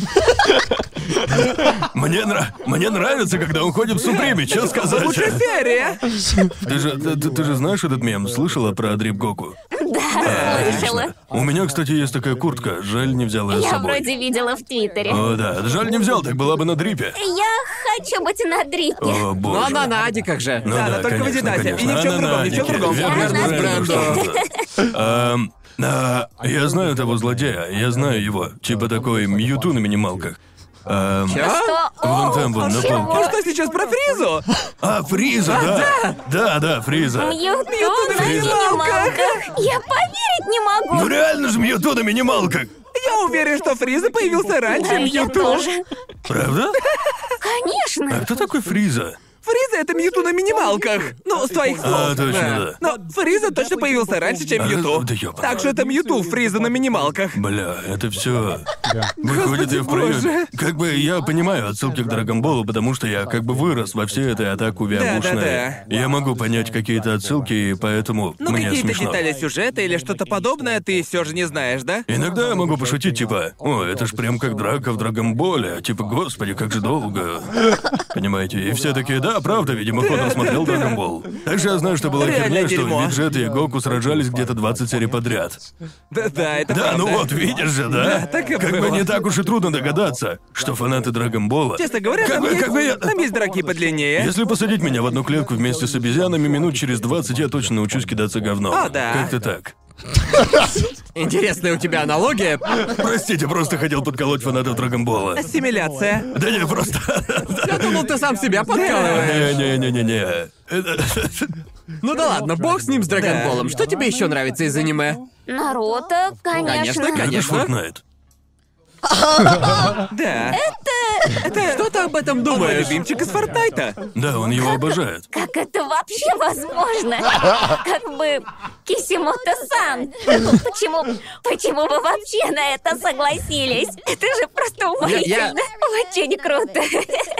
Мне, нра- Мне нравится, когда он ходит в Суприме, чё сказать.
Лучшая серия.
Ты же, ты, ты- ты же знаешь этот мем? Слышала про Дрип Гоку?
Да, слышала.
Отлично. У меня, кстати, есть такая куртка. Жаль, не взял ее с
Я
собой.
вроде видела в Твиттере.
О, да. Жаль, не взял, так была бы на дрипе.
Я хочу быть на дрипе.
О,
Ну
боже.
она на Адиках же.
Ну
Да, но только в
конечно,
Адидасе.
конечно.
И ни в чём
Она
другом,
на
ни в чём
Адике.
другом.
Я
Она
просто
с
знаю,
брендом.
что это. Эм, а, Я знаю того злодея, я знаю его. Типа такой Мьюту на минималках. Эм,
Чё?
Что?
Вон там,
О,
вон, на
чего?
полке.
Ну что сейчас про Фризу?
А, Фриза, да! Да, да, Фриза.
Мьютон
Мьютон
на
на
минималках. Я поверить не могу.
Ну реально же Мьюту на минималках!
Я уверен, что Фриза появился
Да,
раньше
я
Мьюту.
тоже.
Правда? А
Конечно.
кто такой Фриза?
Фриза — это Мьюту на минималках. Ну, с твоих «Э». слов.
А, точно, да.
Но Фриза точно появился раньше, чем
А,
Мьюту.
да ёпта.
Так что это Мьюту, Фриза на минималках.
Бля, это все. Выходит, я в
боже.
проеме. Как бы я понимаю отсылки к Драгонболу, потому что я как бы вырос во всей этой атаку
Да,
виабушной. Я могу понять какие-то отсылки, и поэтому
Ну,
мне
какие-то
смешно.
детали сюжета или что-то подобное ты все же не знаешь, да?
Иногда я могу пошутить, типа, «О, это ж прям как драка в Драгонболе», типа, «Господи, как же долго». Понимаете? И все такие, «Да, правда, видимо, кто-то смотрел Драгонбол». Также я знаю, что была
Реальное
херня, что
дерьмо.
Виджет и Гоку сражались где-то 20 серий подряд.
Да, да, это
Да,
правда.
ну вот, видишь же, да?
Да, так и
как бы
было.
не так уж и трудно догадаться, что фанаты Драгонбола...
Честно говоря,
как
там,
бы,
есть,
как бы я...
там есть драки подлиннее.
Если посадить меня в одну клетку вместе с обезьянами минут через 20, я точно научусь кидаться говном.
А, да.
Как-то так.
Интересная у тебя аналогия.
Простите, просто хотел подколоть фанатов Драгонбола.
Ассимиляция.
Да не, просто... Э,
Я думал, ты сам себя подкалываешь.
Не-не-не-не-не.
Ну да ладно, бог с ним, с Драгонболом. Что тебе еще нравится из аниме?
Наруто,
Конечно,
конечно.
Это ж
Конечно.
Fortnite.
Да.
Что ты об этом
Мой
думаешь?
любимчик из Фортнайта.
Да, он его обожает.
Как это вообще возможно? Как бы Кисимото-сан. Почему, почему вы вообще на это согласились? Это же просто
я-
уморительно. Очень круто.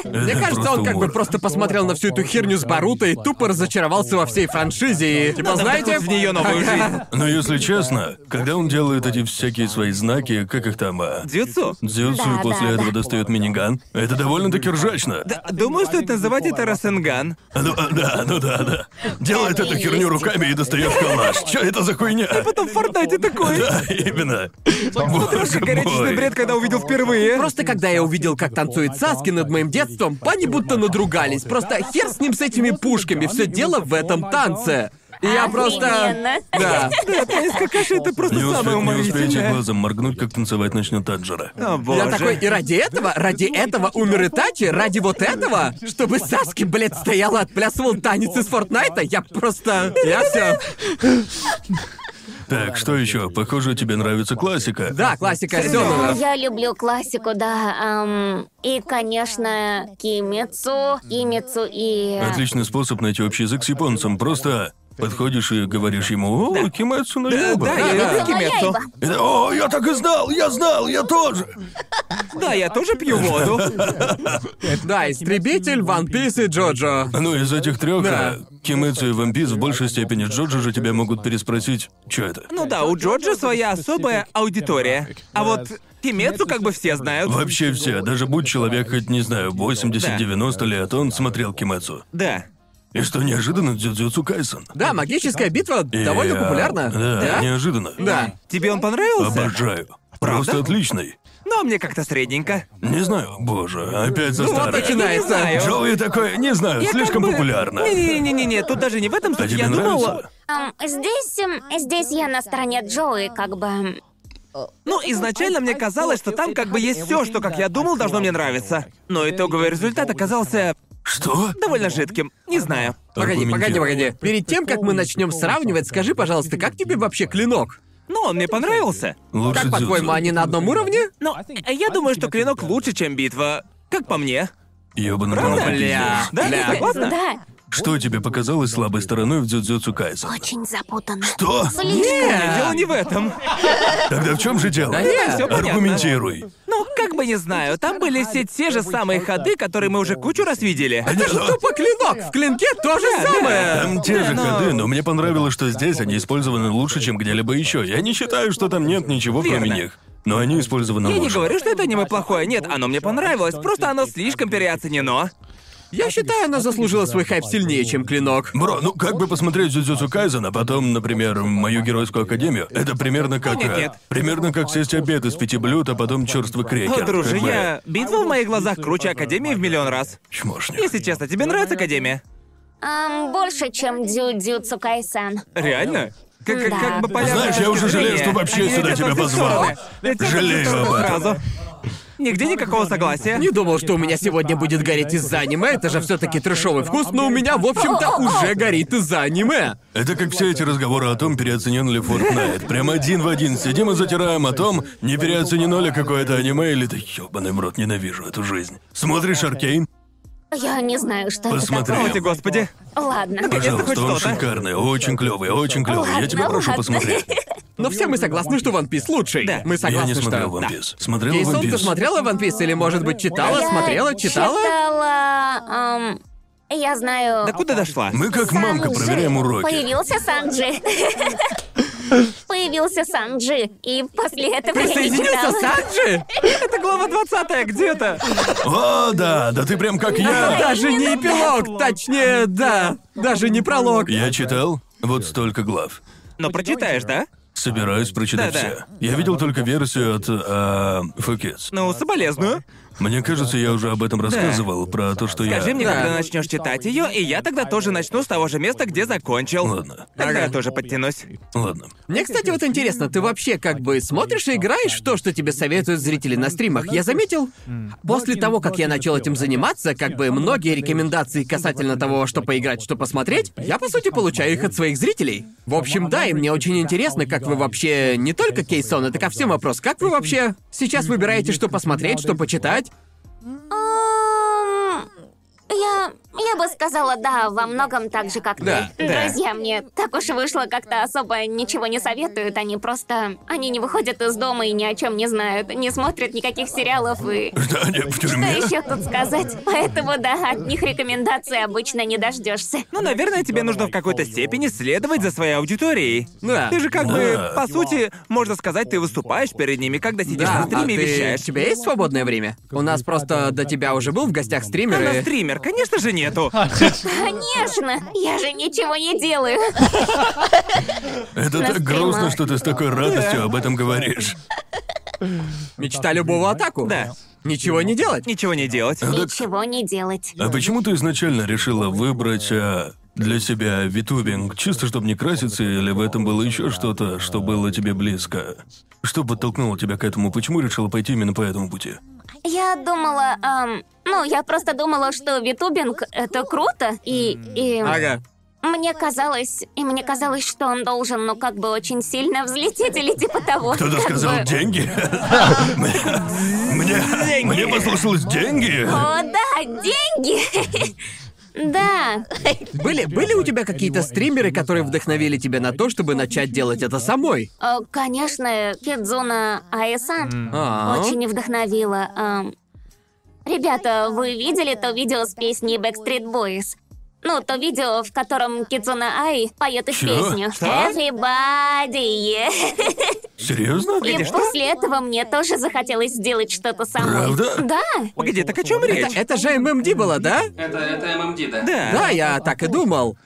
Мне
Это
кажется, он как бы
Э, умор.
просто посмотрел на всю эту херню с Баруто и тупо разочаровался во всей франшизе и...
А
Типа, знаете...
вдохнуть в неё новую
Ага.
жизнь.
Но если честно, когда он делает эти всякие свои знаки, как их там, а,
Дзюцу.
Дзюцу
Да,
и после
да,
этого
да.
достает миниган. Это довольно-таки ржачно.
Да, Думаю, стоит называть это Расенган.
Ну, а, да, ну да, да. Делает эту херню руками и достает калаш. Чё это за хуйня?
Потом Ну, в Фортнайте такой.
Да, именно.
Просто
Боже
горячечный
мой.
бред, когда увидел впервые.
Просто когда я увидел, как танцует Саски над моим детством, пани будто надругались. Просто хер с ним с этими пушками, все дело в этом танце. И я просто...
Охрененно.
Да.
Да, Тайс Какаши, это просто
Не
самое
успе- не успеете
уморительное.
глазом моргнуть, как танцевать начнет Таджера.
О, боже.
Я такой, и ради этого, ради этого умер Итачи, ради вот этого, чтобы Саски, блядь, стояла, отплясывал танец из Фортнайта, я просто... Я все.
Так, что еще? Похоже, тебе нравится классика.
Да, классика
Да,
Сёнэна.
я люблю классику, да. Ам, и, конечно, Кимицу, Имицу и... э,
Отличный способ найти общий язык с японцем. Просто подходишь и говоришь ему, о, Кимецу на
Да, да,
Ну,
я люблю Кимецу.
Аяйба.
О, я так и знал, я знал, я тоже.
Да, я тоже пью воду.
Да, Истребитель, Ван Пис и Джоджо.
Ну, из этих э, трех,
Да.
Кимецу и Вампис в большей степени Джоджи же тебя могут переспросить, что это.
Ну да, у Джорджа своя особая аудитория. А вот Кимецу как бы все знают.
Вообще все, даже будь человек хоть, не знаю, 80-90 лет, он смотрел Кимецу.
Да.
И что неожиданно, Дзюдзюцу Кайсон.
Да, магическая битва
И,
довольно
Э,
а,
популярна.
Да, неожиданно.
Да.
Тебе он понравился?
Обожаю. Просто отличный.
Но мне как-то средненько.
Не знаю, боже, опять за
Ну вот
старое.
начинается.
знаю.
Джоуи такой, не знаю,
Я как
слишком
бы-
популярно.
Не-не-не-не, тут даже не в этом
А
случае.
тебе
Я думала...
нравится?
Ам, здесь, эм, здесь я на стороне Джои, как бы.
Ну, изначально мне казалось, что там как бы есть все, что, как я думал, должно мне нравиться. Но итоговый результат оказался
Что?
довольно жидким. Не знаю.
Погоди, погоди, погоди. Перед тем, как мы начнем сравнивать, скажи, пожалуйста, как тебе вообще клинок?
но Ну, он мне понравился.
Лучше
Как, по-твоему,
дзюдзю.
они на одном уровне?
Но я думаю, что клинок лучше, чем битва. Как по мне.
Ёбаный
Правда?
мамонт,
Бля,
пиздец.
Да?
бля.
Согласна?
Да,
Что тебе показалось слабой стороной в Дзюдзюцу Кайсен?
очень запутанно.
То?
Слишком.
Нет, Э, дело не в этом.
Тогда в чем же дело?
Да нет,
всё понятно.
Аргументируй.
Ну, как бы не знаю, там были все те же самые ходы, которые мы уже кучу раз
А
видели.
Это
ну,
же тупо клинок! В клинке то же самое!
Там те
Да,
же
но-
ходы, но мне понравилось, что здесь они использованы лучше, чем где-либо еще. Я не считаю, что там нет ничего, кроме
Верно.
них. Но они использованы
Я не
лучше.
говорю, что это аниме плохое, нет, оно мне понравилось, просто оно слишком переоценено.
Я считаю, она заслужила свой хайп сильнее, чем клинок.
Бро, ну как бы посмотреть Джуджутсу Кайзен, а потом, например, мою геройскую академию, это примерно как...
Нет,
э,
нет.
Примерно как сесть обед из пяти блюд, а потом черствый крекер.
О, друже,
Как бы-
я... Битва в моих глазах круче Академии в миллион раз.
Чмошник.
Если честно, тебе нравится Академия?
Ам, больше, чем Дзюдзю Цукай-сан.
Реально? Как, как, как бы полярная
Знаешь, я
точка
уже жалею,
зрения.
что вообще
Они
сюда
летят
тебя
во все
позвал.
стороны. Летят во все
Жалею
стороны
об этом.
сразу. Нигде никакого согласия.
Не думал, что у меня сегодня будет гореть из-за аниме, это же все таки трешовый вкус, но у меня, в общем-то, уже горит из-за аниме.
Это как все эти разговоры о том, переоценен ли Fortnite. Прям один в один сидим и затираем о том, не переоценено ли какое-то аниме или ты ёбаный в рот, ненавижу эту жизнь. Смотришь Аркейн?
Я не знаю, что
Посмотри.
это
О, ты, господи.
такое. Ладно.
Пожалуйста,
хоть
он
что-то.
шикарный, очень клевый, очень клевый. Я
Ладно,
тебя прошу
ладно.
посмотреть.
Но все мы согласны, что One Piece лучший.
Да.
Мы
Я
согласны,
не смотрел
что...
One
Да.
Piece. Смотрел
Кейсон,
One
ты
Piece.
смотрела One Piece или, может быть, читала,
Я
смотрела, читала?
читала, ам, я знаю...
Да куда дошла?
Мы как мамка
Санджи.
проверяем уроки.
Появился Санджи. Появился Санджи, и после этого я не
Присоединился
читала.
Санджи?
Это глава 20 где-то.
О, да, да ты прям как
Это
я.
даже не эпилог, точнее, да, даже не пролог.
Я читал вот столько глав.
Но прочитаешь, да?
Собираюсь прочитать все.
Да-да.
Я видел только версию от э, Fuck Kids.
Ну, соболезную.
Мне кажется, я уже об этом рассказывал, про то, что я...
Скажи мне,
Да.
когда начнешь читать ее, и я тогда тоже начну с того же места, где закончил.
Ладно.
Тогда
Ага.
я тоже подтянусь.
Ладно.
Мне, кстати, вот интересно, ты вообще как бы смотришь и играешь в то, что тебе советуют зрители на стримах? Я заметил, после того, как я начал этим заниматься, как бы многие рекомендации касательно того, что поиграть, что посмотреть, я, по сути, получаю их от своих зрителей. В общем, да, и мне очень интересно, как вы вообще... Не только Кейсон, это ко всем вопрос. Как вы вообще сейчас выбираете, что посмотреть, что почитать?
Ам, Я, я бы сказала, да, во многом так же, как
Да,
ты.
да.
Друзья мне так уж вышло, как-то особо ничего не советуют. Они просто... Они не выходят из дома и ни о чем не знают. Не смотрят никаких сериалов и...
Да, они в
Что
тюрьме.
еще тут сказать? Поэтому, да, от них рекомендаций обычно не дождешься.
Ну, наверное, тебе нужно в какой-то степени следовать за своей аудиторией.
Да.
Ты же как бы,
Да.
по сути, можно сказать, ты выступаешь перед ними, когда сидишь
Да,
на стриме
а
и
ты-
вещаешь.
У тебя есть свободное время? У нас просто до тебя уже был в гостях стример
Она
и...
А стример, конечно же, нету.
А.
Конечно, я же ничего не делаю.
Это так
стрима.
грустно, что ты с такой радостью об этом говоришь.
Мечта любого атаку.
Да.
Ничего не делать.
Ничего не делать.
Ничего не делать.
А почему ты изначально решила выбрать э, для себя витубинг, чисто чтобы не краситься, или в этом было еще что-то, что было тебе близко? Что подтолкнуло тебя к этому? Почему решила пойти именно по этому пути?
Я думала, ам, ну, я просто думала, что витубинг — это круто, и... и...
Ага.
Мне казалось, и мне казалось, что он должен, ну, как бы очень сильно взлететь или типа того.
Кто-то
Как
сказал
бы-
деньги. Мне, мне, мне послышалось деньги.
О, да, деньги! Да,
Были, были у тебя какие-то стримеры, которые вдохновили тебя на то, чтобы начать делать это самой?
Э, конечно, Кидзуна Аэсан
А.
очень вдохновила. эм. Ребята, вы видели то видео с песней Backstreet Boys? Ну, то видео, в котором Кидзуна Ай поет их
Чё?
песню. Everybody, yeah.
Серьезно?
И после этого мне тоже захотелось сделать что-то самой.
Правда?
Да,
Погоди, так о чем речь? Э,
Это, это же ММД было, да?
Это, это ММД, да?
Да, я так и думал.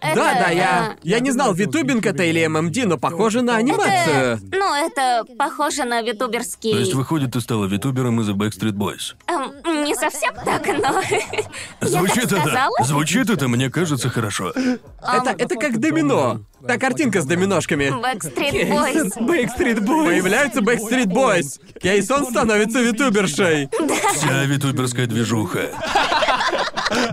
Это,
да, да, я.
э,
Я не знал, витубинг это или ММД, но похоже на анимацию.
ну это похоже на витуберский...
То есть, выходит, ты стала витубером из-за Backstreet Boys.
эм, не совсем так, но...
Звучит
так
это,
сказала?
звучит это, мне кажется, хорошо.
Это, это как домино. Та картинка с доминошками.
Backstreet Boys.
Бэкстрит Бой.
Появляется Backstreet Boys. Кейсон становится витубершей.
Вся витуберская движуха.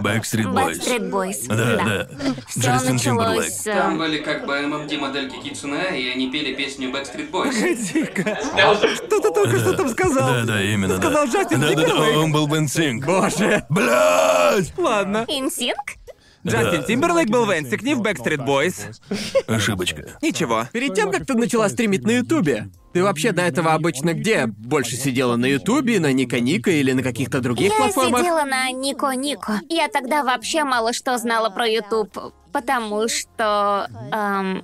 Backstreet Boys.
Backstreet Boys.
Да, да.
Все
Джастин Тимберлейк.
началось...
Там
э,
были как бы ММ-модельки Кицуне, и они пели песню Backstreet Boys.
Дико. Что ты только что там сказал?
Да, да, именно.
Ты сказал
да.
Джастин
Да, да, да,
Тимберлейк.
он был Бенсинг.
Боже.
Блять!
Ладно.
Инсинк?
Джастин Тимберлейк был в Энсик, не в Backstreet Boys.
Ошибочка.
Ничего.
Перед тем, как ты начала стримить на Ютубе, ты вообще до этого обычно где? Больше сидела на Ютубе, на Ника Ника или на каких-то других
Я
платформах?
сидела на Нико Нико. Я тогда вообще мало что знала про Ютуб, потому что... эм,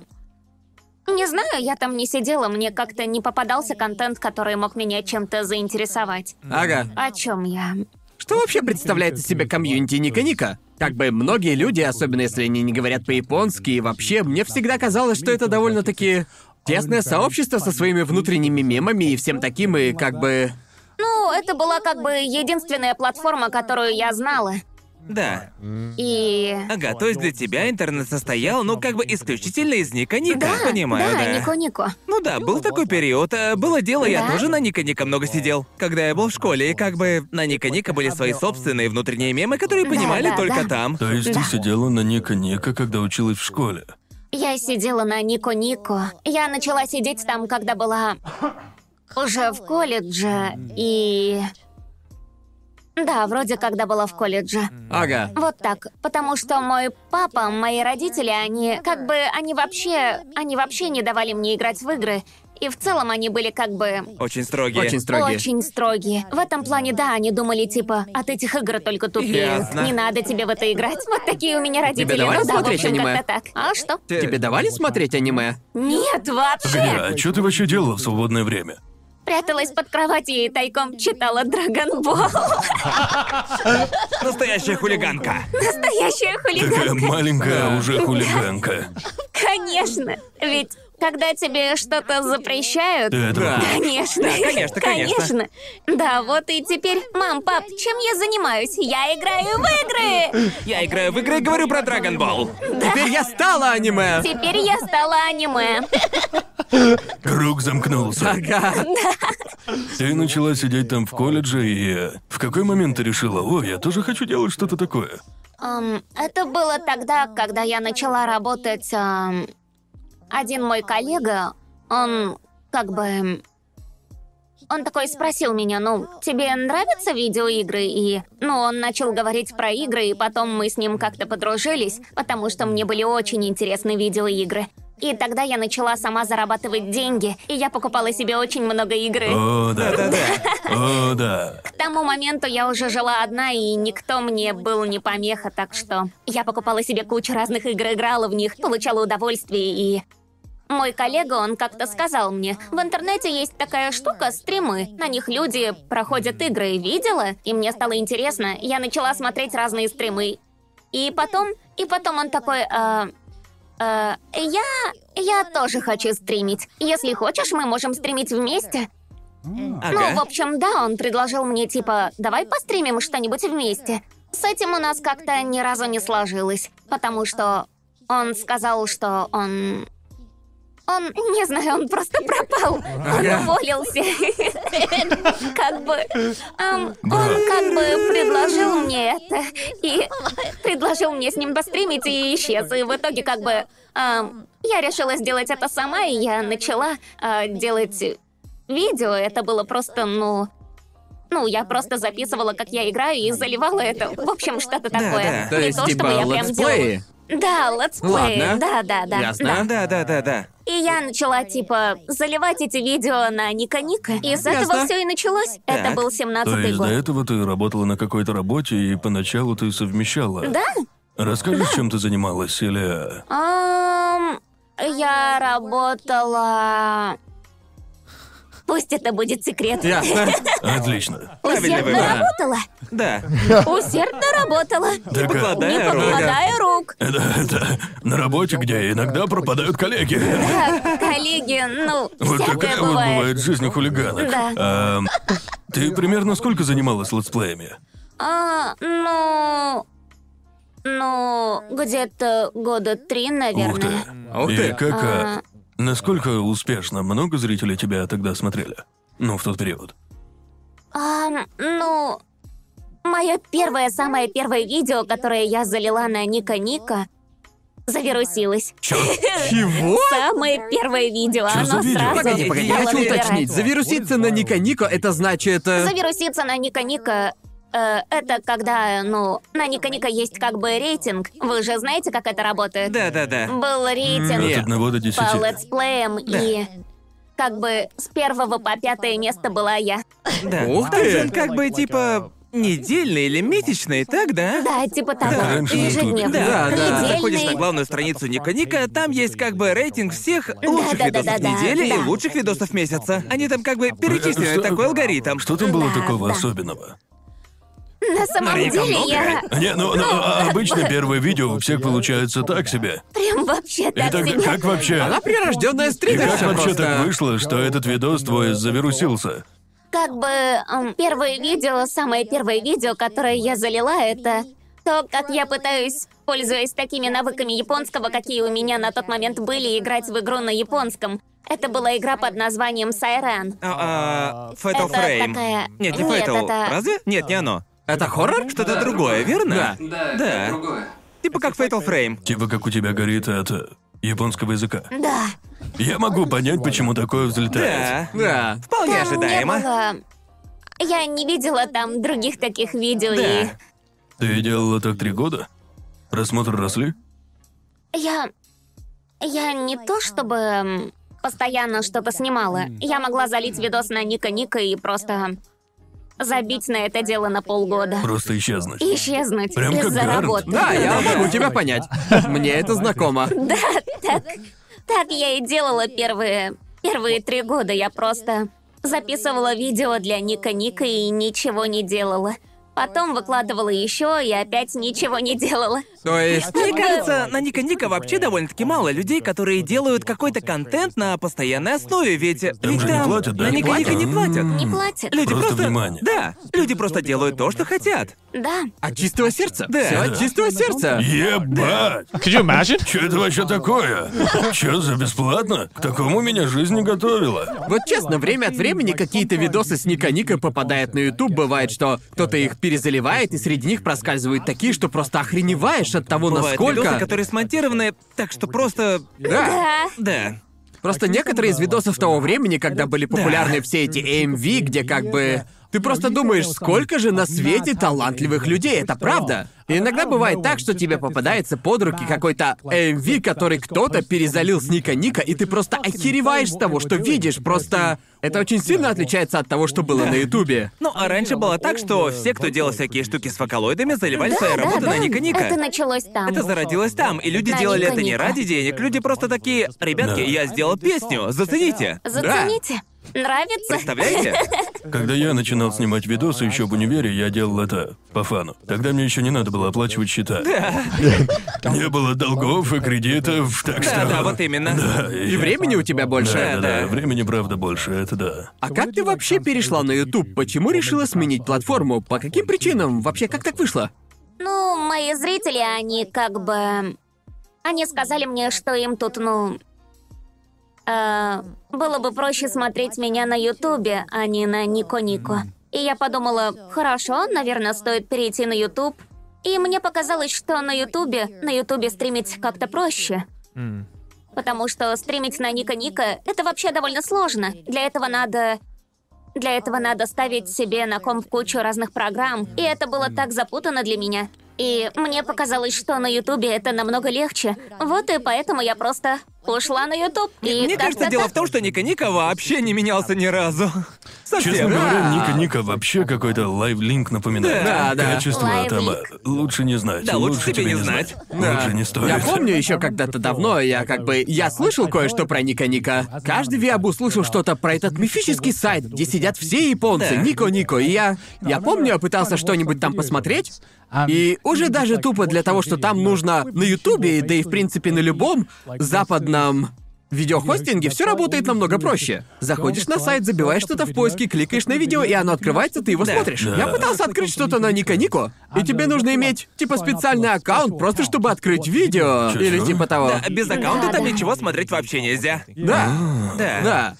не знаю, я там не сидела, мне как-то не попадался контент, который мог меня чем-то заинтересовать.
Ага.
О чем я?
Что вообще представляет из себя комьюнити Ника Ника? Как бы многие люди, особенно если они не говорят по-японски, и вообще, мне всегда казалось, что это довольно-таки тесное сообщество со своими внутренними мемами и всем таким, и как бы...
Ну, это была как бы единственная платформа, которую я знала.
Да.
И...
Ага, то есть для тебя интернет состоял, ну, как бы исключительно из Ника Ника,
Да,
понимаю,
да,
да.
Нико Нико.
Ну да, был такой период. э, Было дело, я
Да?
тоже на Ника Ника много сидел. Когда я был в школе, и как бы на Ника Ника были свои собственные внутренние мемы, которые понимали
да,
только
да.
там.
То есть ты сидела на Ника Ника, когда училась в школе?
Я сидела на Нико Нико. Я начала сидеть там, когда была уже в колледже и... Да, вроде когда была в колледже.
Ага.
Вот так. Потому что мой папа, мои родители, они как бы, они вообще, они вообще не давали мне играть в игры. И в целом они были как бы
Очень строгие.
Очень строгие.
очень строгие. В этом плане, да, они думали, типа, от этих игр только тупеют.
Ясно.
Не надо тебе в это играть. Вот такие у меня родители.
давали
ну да, в
смотреть
общем,
аниме?
как-то так. А что?
Те-
Тебе давали смотреть аниме?
Нет, вообще.
Гля, а что ты вообще делала в свободное время?
Пряталась под кроватью и тайком читала Драгонбол.
Настоящая хулиганка.
Настоящая
Такая
хулиганка.
маленькая уже хулиганка.
Конечно. Ведь когда тебе что-то запрещают...
Ты этого
Да.
хочешь?
Конечно.
конечно, конечно.
Конечно. Да, вот и теперь, мам, пап, чем я занимаюсь? Я играю в игры.
Я играю в игры и говорю про Dragon Ball.
Теперь я стала аниме!
Теперь я стала аниме.
Круг замкнулся.
Ага.
Ты начала сидеть там в колледже, и э, в какой момент ты решила, о, я тоже хочу делать что-то такое?
Эм, это было тогда, когда я начала работать. эм, один мой коллега, он как бы... эм, Он такой спросил меня, ну, тебе нравятся видеоигры? И, ну, он начал говорить про игры, и потом мы с ним как-то подружились, потому что мне были очень интересны видеоигры. И тогда я начала сама зарабатывать деньги, и я покупала себе очень много игры.
О, да. О, да.
К тому моменту я уже жила одна, и никто мне был не помеха, так что... Я покупала себе кучу разных игр, играла в них, получала удовольствие, и... Мой коллега, он как-то сказал мне, в интернете есть такая штука, стримы, на них люди проходят игры, видела? И мне стало интересно, я начала смотреть разные стримы. И потом, и потом он такой, «Э, э, я, я тоже хочу стримить. Если хочешь, мы можем стримить вместе. Ну, в
Ага.
общем, да, он предложил мне типа, давай постримим что-нибудь вместе. С этим у нас как-то ни разу не сложилось, потому что он сказал, что он... Он, не знаю, он просто пропал. Он уволился. Как бы... эм, Он как бы предложил мне это. И предложил мне с ним достримить и исчез. И в итоге как бы... эм, Я решила сделать это сама, и я начала э, делать видео, это было просто, ну... Ну, я просто записывала, как я играю, и заливала это. В общем, что-то такое.
да.
То
Не
есть,
то, чтобы
типа,
я прям делала.
летсплеи?
Да, летсплеи.
Ладно.
Да, да, да.
Ясно.
А, Да, да, да, да.
И я начала, типа, заливать эти видео на Ника Ника. И с этого
Ясно.
все и началось. Это
Так.
был
То
17-й
есть до
год.
этого ты работала на какой-то работе, и поначалу ты совмещала.
Да?
Расскажешь, чем ты занималась, или...
Ам, Я работала... Пусть это будет секрет.
Ясно.
Отлично.
Правильный
Усердно
выбор.
работала.
Да.
Усердно работала.
Так, а,
Не
Покладая руку.
покладая рук.
да, да. на работе, где иногда пропадают коллеги.
Так, коллеги, ну,
Вот
всякое
такая вот
бывает.
бывает жизнь у хулиганок.
Да.
Эм, ты примерно сколько занималась летсплеями?
А, ну... Ну, где-то года три,
Ух ты.
наверное.
Ух
И
ты.
как... а, Насколько успешно? Много зрителей тебя тогда смотрели? Ну, в тот период.
Ам, ну... Мое первое, самое первое видео, которое я залила на Ника Ника, завирусилось.
Чего?
Самое первое видео,
Чё за
оно
видео?
сразу
Погоди, погоди, я
стало
хочу
выбирать.
уточнить. Завируситься на Ника Нико это значит... э,
Завируситься на Ника Ника э, это когда, ну, на Ника Ника есть как бы рейтинг. Вы же знаете, как это работает?
Да-да-да.
Был рейтинг
От одного до
по
десяти. Э,
летсплеям, и как бы с первого по пятое место была я.
Да.
Ух
Там
ты.
же он как бы типа недельный или месячный, так, да?
Да, типа
Да,
того.
раньше на Ютубе.
Ежедневно.
Да, да.
Когда
Недельный.
заходишь на главную страницу Ника Ника, там есть как бы рейтинг всех лучших
да, да,
видосов
да,
недели
да.
и лучших видосов месяца. Они там как бы перечислены,
Что-
такой алгоритм.
Что там было
Да,
такого
да.
особенного?
На самом
Мария, там
деле
много?
я
Не, ну, ну, а обычно первое видео у всех получается так себе.
прям вообще
И
так
так
себе.
как вообще?
Она прирожденная
И как
стримерша
вообще так
просто.
вышло, что этот видос твой завирусился?
Как бы эм, первое видео, самое первое видео, которое я залила, это то, как я пытаюсь, пользуясь такими навыками японского, какие у меня на тот момент были, играть в игру на японском. Это была игра под названием Сайран.
А, а, Fatal
Это
Frame.
такая-
Нет, не
Нет,
Fatal.
это-
Разве? Нет, не оно.
Это хоррор?
Что-то другое, верно?
Да,
Да.
это другое.
Типа как Fatal Frame.
Типа как у тебя горит от э, японского языка.
Да.
Я могу понять, почему такое взлетает.
Да.
Да.
Вполне
Там не
ожидаемо.
было- Я не видела там других таких видео,
Да.
Ты делала так три года? Просмотры росли?
и я... Я не то чтобы м, постоянно что-то снимала. Я могла залить видос на Ника Ника и просто забить на это дело на полгода.
Просто исчезнуть.
И исчезнуть
Прям как
из-за
Гарнт.
работы.
Да, я могу тебя понять. Мне это знакомо.
Так я и делала первые... Первые три года я просто записывала видео для Ника Ника и ничего не делала. Потом выкладывала еще и опять ничего не делала.
То есть...
Мне кажется, на Ника Ника вообще довольно-таки мало людей, которые делают какой-то контент на постоянной основе, ведь... ведь
же не
там
платят, да?
На
Не
Ника Ника не
платят?
платят.
Не платят.
Люди
Просто
просто...
внимание.
Да, люди просто делают то, что хотят.
Да.
От чистого сердца?
Да.
Все от чистого сердца.
Ебать!
Could you imagine?
Че это вообще такое? Че за бесплатно? К такому меня жизнь не готовила.
Вот честно, время от времени какие-то видосы с Ника Ника попадают на YouTube. Бывает, что кто-то их перезаливает, и среди них проскальзывают такие, что просто охреневаешь от того,
Бывают видосы,
насколько...
которые смонтированы, так что просто...
Да.
Да.
Да.
Просто некоторые из видосов того времени, когда были популярны все эти AMV, где как бы...
Ну,
Ты просто думаешь, сколько же на свете талантливых людей, это правда.
А
И иногда бывает так, что тебе попадается под руки какой-то AMV, который кто-то перезалил с Ника Ника, и ты просто охереваешь с того, что видишь, просто... Это очень сильно отличается от того, что было на Ютубе.
Ну, а раньше было так, что все, кто делал всякие штуки с фокалоидами, заливали свои работы на Ника Ника.
Это началось там.
Это зародилось там, и люди
На
делали
Ника
это не
Ника.
ради денег, люди просто такие, ребятки,
Да.
я сделал песню, зацените.
Зацените. Нравится?
Представляете?
Когда я начинал снимать видосы еще в универе, я делал это по фану. Тогда мне еще не надо было оплачивать счета. Не было долгов и кредитов, так что...
Да, да, вот именно.
Да,
И времени у тебя больше.
Да, да, да,
да.
времени правда больше, это да.
А как ты вообще перешла на YouTube? Почему решила сменить платформу? По каким причинам? Вообще, как так вышло?
Ну, мои зрители, они как бы... Они сказали мне, что им тут, ну... э, было бы проще смотреть меня на Ютубе, а не на Нико-Нико. И я подумала, хорошо, наверное, стоит перейти на Ютуб. И мне показалось, что на Ютубе, на Ютубе стримить как-то проще. Потому что стримить на Ника Ника это вообще довольно сложно. Для этого надо. Для этого надо ставить себе на комп кучу разных программ. И это было так запутано для меня. И мне показалось, что на Ютубе это намного легче. Вот и поэтому я просто ушла на Ютуб. И
Мне
как-то
кажется, дело
так.
в том, что Ника Ника вообще не менялся ни разу.
Честно
Совсем.
говоря, Ника Ника вообще какой-то лайв-линк напоминает.
Да, да.
Качество там э, лучше не знать.
Да, лучше тебе
тебе
не
не
знать.
Лучше не стоит.
Я помню еще когда-то давно, я как бы... Я слышал кое-что про Ника Ника. Каждый Виабу слышал что-то про этот мифический сайт, где сидят все японцы,
Да.
Нико-Нико. И я... Я помню, я пытался что-нибудь там посмотреть, и уже даже тупо для того, что там нужно на Ютубе, да и в принципе на любом западном видеохостинге все работает намного проще. Заходишь на сайт, забиваешь что-то в поиске, кликаешь на видео, и оно открывается, ты его
Да.
смотришь.
Да.
Я пытался открыть что-то на Ника Нико, и тебе нужно иметь типа специальный аккаунт, просто чтобы открыть видео.
Чё,
Или
чё?
типа того.
А без аккаунта
Да,
там
да.
ничего смотреть вообще нельзя.
Да.
Да.
Да.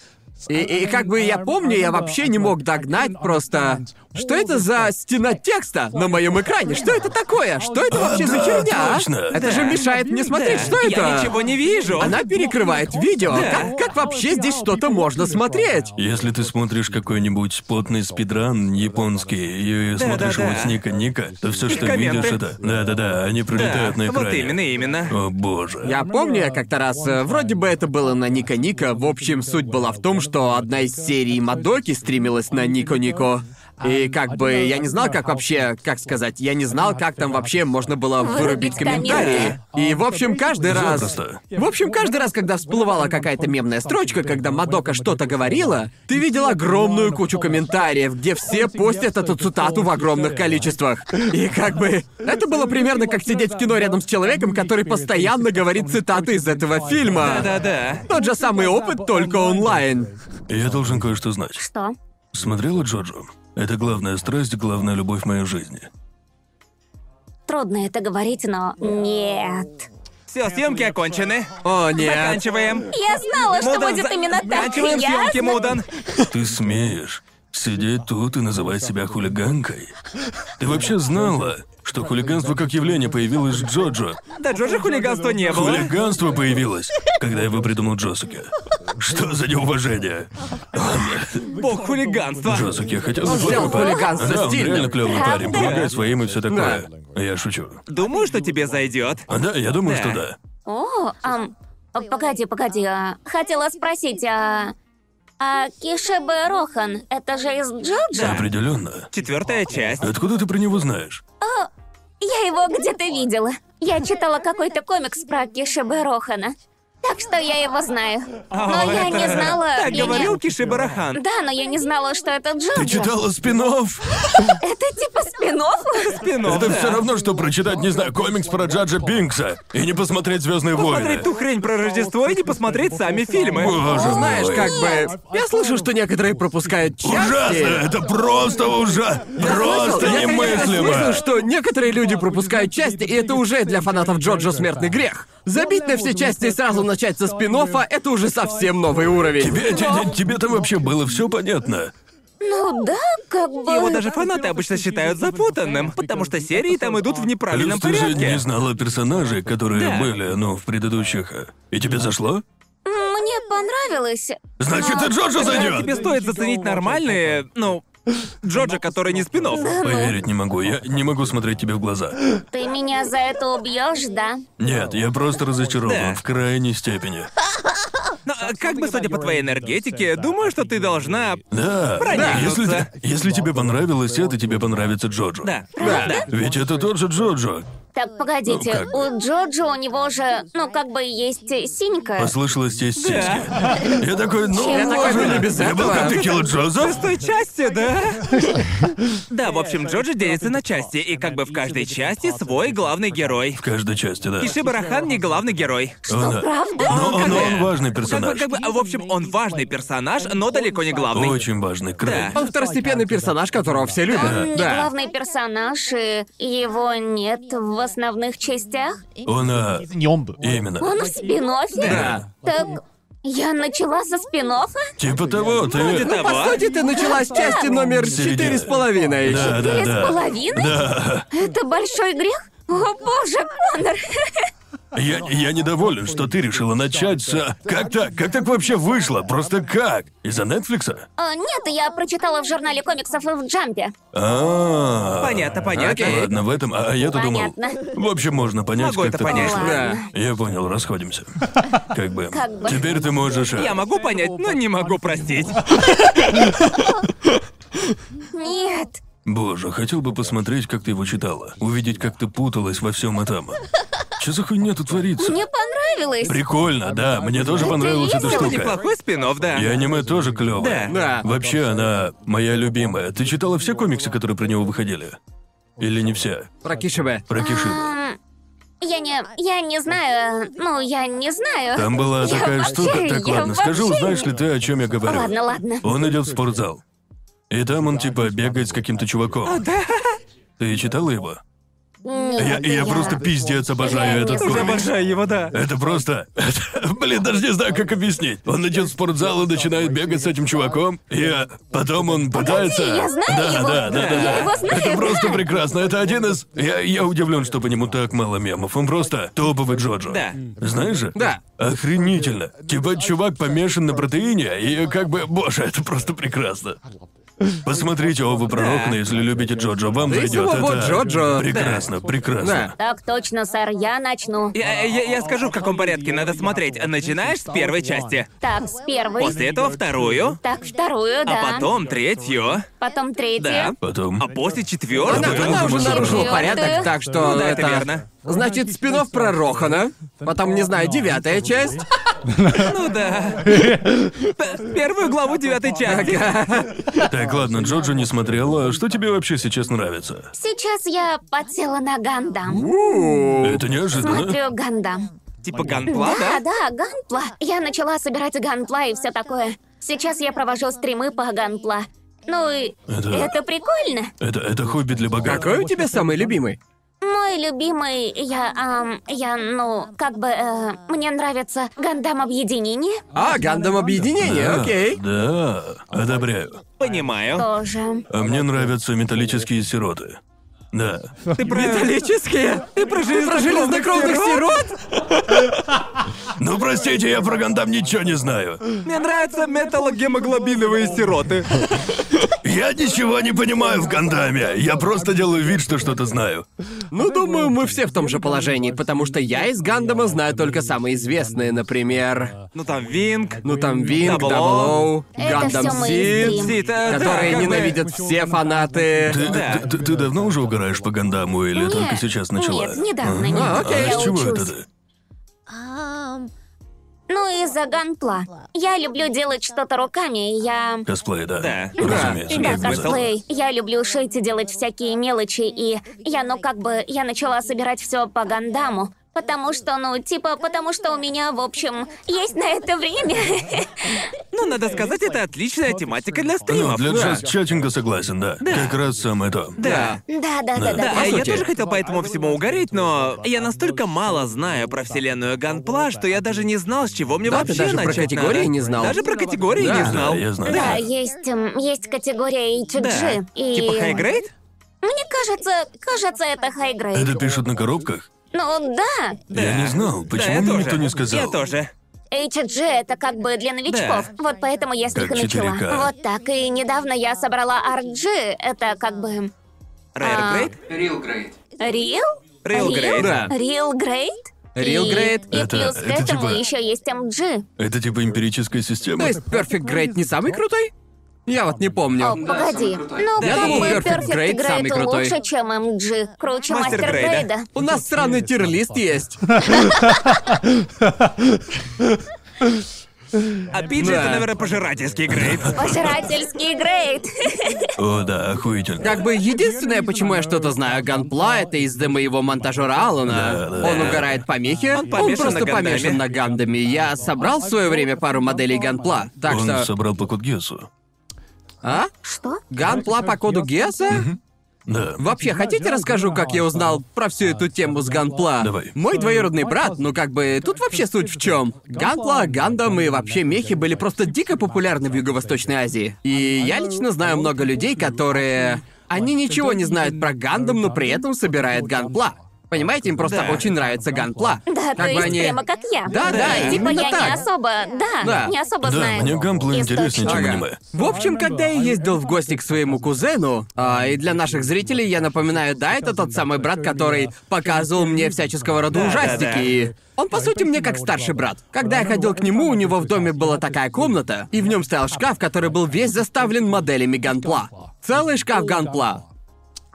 И, и как бы я помню, я вообще не мог догнать просто, Что это за стена текста на моем экране? Что это такое? Что это вообще за
да,
херня? а?
точно.
Это же мешает мне смотреть,
Да,
что это?
Я ничего не вижу.
Она перекрывает видео.
Да.
Как, как вообще здесь что-то можно смотреть?
Если ты смотришь какой-нибудь потный спидран японский и
Да,
смотришь
да,
его
да.
с ника Ника, то все, что
комменты.
видишь, это. Да-да-да, они
Да,
пролетают на экране.
вот именно, именно.
О боже.
Я помню, я как-то раз, э, вроде бы это было на Ника Ника, в общем, суть была в том, что одна из серий Мадоки стримилась на Нико Нико. И как бы я не знал, как вообще, как сказать, я не знал, как там вообще можно было вырубить
Вырубить
комментарии. И в общем каждый раз,
Запросто.
в общем каждый раз, когда всплывала какая-то мемная строчка, когда Мадока что-то говорила, ты видел огромную кучу комментариев, где все постят эту цитату в огромных количествах. И как бы это было примерно как сидеть в кино рядом с человеком, который постоянно говорит цитаты из этого фильма.
Да-да.
Тот же самый опыт, только онлайн.
Я должен кое-что знать.
Что?
Смотрела Джоджо? Это главная страсть, главная любовь в моей жизни.
Трудно это говорить, но нет.
Все, съемки окончены.
О, нет.
Заканчиваем.
Я знала, что
Мудан,
будет
Ну за-
именно так.
Заканчиваем съемки,
ясно?
Мудан.
Ты смеешь сидеть тут и называть себя хулиганкой? Ты вообще знала, что хулиганство как явление появилось в Джоджо?
Да Джорджа хулиганства не было.
Хулиганство появилось, когда его придумал Джосуке. Что за неуважение?
Бог хулиганства.
Джосуке, я хотел за
сделал
клёвый парень.
хулиганство
Да, он
стильным.
реально клевый парень,
Правда?
помогай своим и все такое. Я шучу.
Думаю, что тебе зайдет.
А, Да, я думаю,
Да.
что да.
О, ам, а, погоди, погоди. а, Хотела спросить, а... А Кишебе Рохан, это же из Джорджа?
Определенно.
Четвертая
Э,
часть.
Откуда ты про него знаешь?
Я его где-то видела. Я читала какой-то комикс про Кишебе Рохана. Так что я его знаю. Но я не знала...
А, Так
я не-
говорил Киши Барахан.
Да, но я не знала, что это
Ты
Джорджа.
читала спинов?
Это типа спин
Спинов,
Это
да.
все равно, что прочитать, не знаю, комикс про Джаджа Бинкса и не посмотреть Звездные войны.
Смотреть ту Ну, хрень про Рождество и не посмотреть сами фильмы.
Боже
Знаешь,
мой.
как бы... Я слышал, что некоторые пропускают
Ужасно!
части.
Это просто ужасно! Просто
Я, конечно, слышал,
немыслимо!
что некоторые люди пропускают части, и это уже для фанатов Джорджа смертный грех. Забить на все части и сразу начать со спин это уже совсем новый уровень.
Тебе, тебе, тебе там вообще было все понятно.
Ну да, как бы...
Его даже фанаты обычно считают запутанным, потому что серии там идут в неправильном
Плюс ты же не
порядке.
знала персонажей, которые
Да.
были, ну, в предыдущих. э. И тебе зашло?
Мне понравилось.
Значит, и Джорджа
Да, Тебе
зайдет!
стоит заценить нормальные, ну, Джорджа, который не спинов.
Поверить не могу, я не могу смотреть тебе в глаза.
Ты меня за это убьешь, да?
Нет, я просто разочарован
Да.
в крайней степени.
Но а, как бы, судя по твоей энергетике, думаю, что ты должна...
Да,
Проникнуться.
если, ты- если тебе понравилось это, тебе понравится Джорджо.
Да.
Ведь это тот же Джорджо.
Так, погодите,
Ну,
у Джорджа у него же, ну, как бы есть синька.
Послышалось тесть сиськи.
Да.
Я такой, ну,
Я такой,
ладно.
ну, не без
Я был
этого.
как текила Джозеф.
Шестой части, да? Да, в общем, Джорджи делится на части, и как бы в каждой части свой главный герой.
В каждой части, да.
Киши Барахан не главный герой.
Он, да.
Правда?
Но он, но он важный
Как бы,
персонаж.
как бы, а, в общем, он важный персонаж, но далеко не главный.
Очень важный, крайне.
Да.
Он второстепенный персонаж, которого все
Не
любят. Да.
главный персонаж, и его нет в основных частях?
Он, а, именно.
Он в спин
Да.
Так, я начала со спин
Типа того, ты...
Вроде
Ну, по
того.
сути, ты начала с части номер
Середина.
четыре с половиной.
Да, да,
Три с
да.
половиной? Это большой грех? О боже, Конор!
Я, я недоволен, что ты решила начать с... а, Как так? Как так вообще вышло? Просто как? Из-за Нетфликса?
А, Нет, я прочитала в журнале комиксов и в Джампе.
А.
Понятно, понятно.
Ладно, в этом, а я-то думал...
Понятно.
В общем, можно понять,
Могу
как
это
так
понять.
вышло.
Да.
Я понял, расходимся. Как бы.
Как бы.
Теперь ты можешь... а,
Я могу понять, но не могу простить.
Нет.
Боже, хотел бы посмотреть, как ты его читала. Увидеть, как ты путалась во всем этом. Что за хуйня тут творится?
Мне понравилось.
Прикольно, да, мне тоже понравилась эта
есть?
Это
штука.
неплохой спинов, да.
И аниме тоже клево.
Да.
Да.
Вообще, она моя любимая. Ты читала все комиксы, которые про него выходили? Или не все?
Про Кишибе.
Про Кишида.
М, Я не... Я не знаю. э, Ну, я не знаю.
Там была
Я
такая
вообще-
штука. Так,
я
ладно, скажи,
вообще
узнаешь
не-
ли ты, о чем я говорю?
Ладно, ладно.
Он идет в спортзал.
А,
И там он типа бегает с каким-то чуваком. Ты читала его?
Нет,
Я, я просто пиздец обожаю
Я
этот
не
Тоже
комик.
обожаю его, да.
Это просто... это- Блин, даже не знаю, как объяснить. Он идет в спортзал и начинает бегать с этим чуваком, и потом он пытается...
я знаю
да,
его.
да, да, да.
Я его знаю,
Это просто
да.
прекрасно. Это один из... Я, я удивлен, что по нему так мало мемов. Он просто топовый Джоджо.
Да.
Знаешь же?
Да.
Охренительно. Типа чувак помешан на протеине, и как бы... Боже, это просто прекрасно. Посмотрите оба пророка,
Да.
если любите Джоджо, вам
Да и
зайдет.
самого
это
Джоджо.
Прекрасно, прекрасно.
Да.
Так точно, сэр, я начну.
Я, я, я скажу, в каком порядке надо смотреть. Начинаешь с первой части,
Так, с первой.
после этого вторую,
Так, вторую, да.
а потом третью,
Потом третью.
да,
Потом...
а после
Она,
Да,
четвертую.
она
да,
уже
да.
нарушила
Да.
порядок, так что
Ну да, это верно.
Значит, спинов про Рохана, потом, не знаю, девятая часть.
Ну да. П- Первую главу девятой части.
Так, ладно, Джоджо не смотрела. Что тебе вообще сейчас нравится?
Сейчас я подсела на Гандам.
Это неожиданно.
Смотрю Гандам.
Типа ганпла, да?
Да, да, Ганпла. Я начала собирать Ганпла и все такое. Сейчас я провожу стримы по Ганпла. Ну и
Это-
это прикольно.
Это, это хобби для богатых.
Какой у тебя самый любимый?
Мой любимый, я, ам, я, ну, как бы, э, мне нравится Гандам Объединение
А, Гандам Объединение,
Да,
окей.
Да, одобряю.
Понимаю.
тоже.
А мне нравятся металлические сироты. Да.
Ты про металлические? Ты про
Про железнокровных сирот?
Ну простите, я про гандам ничего не знаю.
Мне нравятся металлогемоглобиновые сироты.
Я ничего не понимаю в гандаме. Я просто делаю вид, что что-то знаю.
Ну, думаю, мы все в том же положении, потому что я из Гандама знаю только самые известные, например...
Ну там Винг.
Ну, там Винг,
Double O.
Дабл
Это
Гандам
всё мы
Сид,
из Dream.
Сита, да,
которые
как бы-
ненавидят все фанаты.
Ты,
Да.
ты- ты- ты давно уже угораешь по гандаму или
Нет,
только сейчас начала?
нет, недавно,
Ага.
недавно.
А,
Окей.
с чего
Я
это
учусь.
ты?
Ну и за Ганпла. Я люблю делать что-то руками, и я...
Косплей, да.
Да.
Разумеется.
Да,
как бы.
косплей. Я люблю шить и делать всякие мелочи, и я, ну, как бы, я начала собирать все по Гандаму. Потому что, ну, типа, потому что у меня, в общем, есть на это время.
Ну, надо сказать, это отличная тематика для
Ну,
стримов.
для
Да.
чатинга согласен, да. Как раз самое то.
Да.
Да, да, да,
Да,
да.
я
сути.
тоже хотел по этому всему угореть, но я настолько мало знаю про вселенную Ганпла, что я даже не знал, с чего мне
Да, ты
вообще
даже про
начать
категории
надо.
не знал.
Даже про категории
Да.
не
Да,
знал.
Да, я знаю.
Да, есть, эм, есть категория
Да.
HG, и...
Типа хайгрейд?
Мне кажется, кажется, это хайгрейд.
Это пишут на коробках?
Ну да,
Я не знал,
Да, я
почему мне
тоже.
никто не сказал.
Я тоже.
HG это как бы для новичков. Вот поэтому я с
Как
них и начала.
4К.
Вот так. И недавно я собрала RG, это как бы...
Rare Grade?
Real Grade.
Real?
Real Grade.
Да.
Real Grade?
Real
И-
Grade?
И,
Это-
плюс к
это
этому
типа-
еще есть MG.
Это типа эмпирическая
То
система.
есть Perfect Grade не самый крутой? Я вот не
О,
помню.
Да,
погоди.
самый крутой.
Ну,
Я
как
думал,
бы
Perfect Grade
Perfect
самый
Grade
крутой.
лучше, чем MG. Круче
Мастер
Мастер
Грейда.
Грейда.
У нас странный тирлист есть.
А Пиджи
Да.
это, наверное, пожирательский грейд.
Пожирательский Грейд.
О, да, охуительно.
Как бы единственное, почему я что-то знаю о Ганпла, это из-за моего монтажера Алана.
Да, да.
Он угорает помехи, он,
помешан
просто
на Гандаме.
помешан на гандами. Я собрал в свое время пару моделей Ганпла, так
Он
что...
собрал по Кудгесу.
А?
Что?
Ганпла по коду Гесса?
Да.
Вообще, хотите расскажу, как я узнал про всю эту тему с Ганпла?
Давай.
Мой двоюродный брат, ну как бы, тут вообще суть в чем. Ганпла, Гандам и вообще мехи были просто дико популярны в Юго-Восточной Азии. И я лично знаю много людей, которые... Они ничего не знают про Гандам, но при этом собирают Ганпла. Понимаете, им просто
Да.
очень нравится Ганпла.
Да, то
бы
есть
они-
прямо как я.
Да, да,
Типа
именно
я не
так.
особо, да,
Да.
не
Да,
особо знаю.
мне гамплы интереснее, чем
Ага.
аниме.
В общем, когда я ездил в гости к своему кузену, а, и для наших зрителей я напоминаю, да, это тот самый брат, который показывал мне всякого рода
Да, да,
ужастики.
да.
и Он, по сути, мне как старший брат. Когда я ходил к нему, у него в доме была такая комната, и в нем стоял шкаф, который был весь заставлен моделями Ганпла. Целый шкаф Ганпла.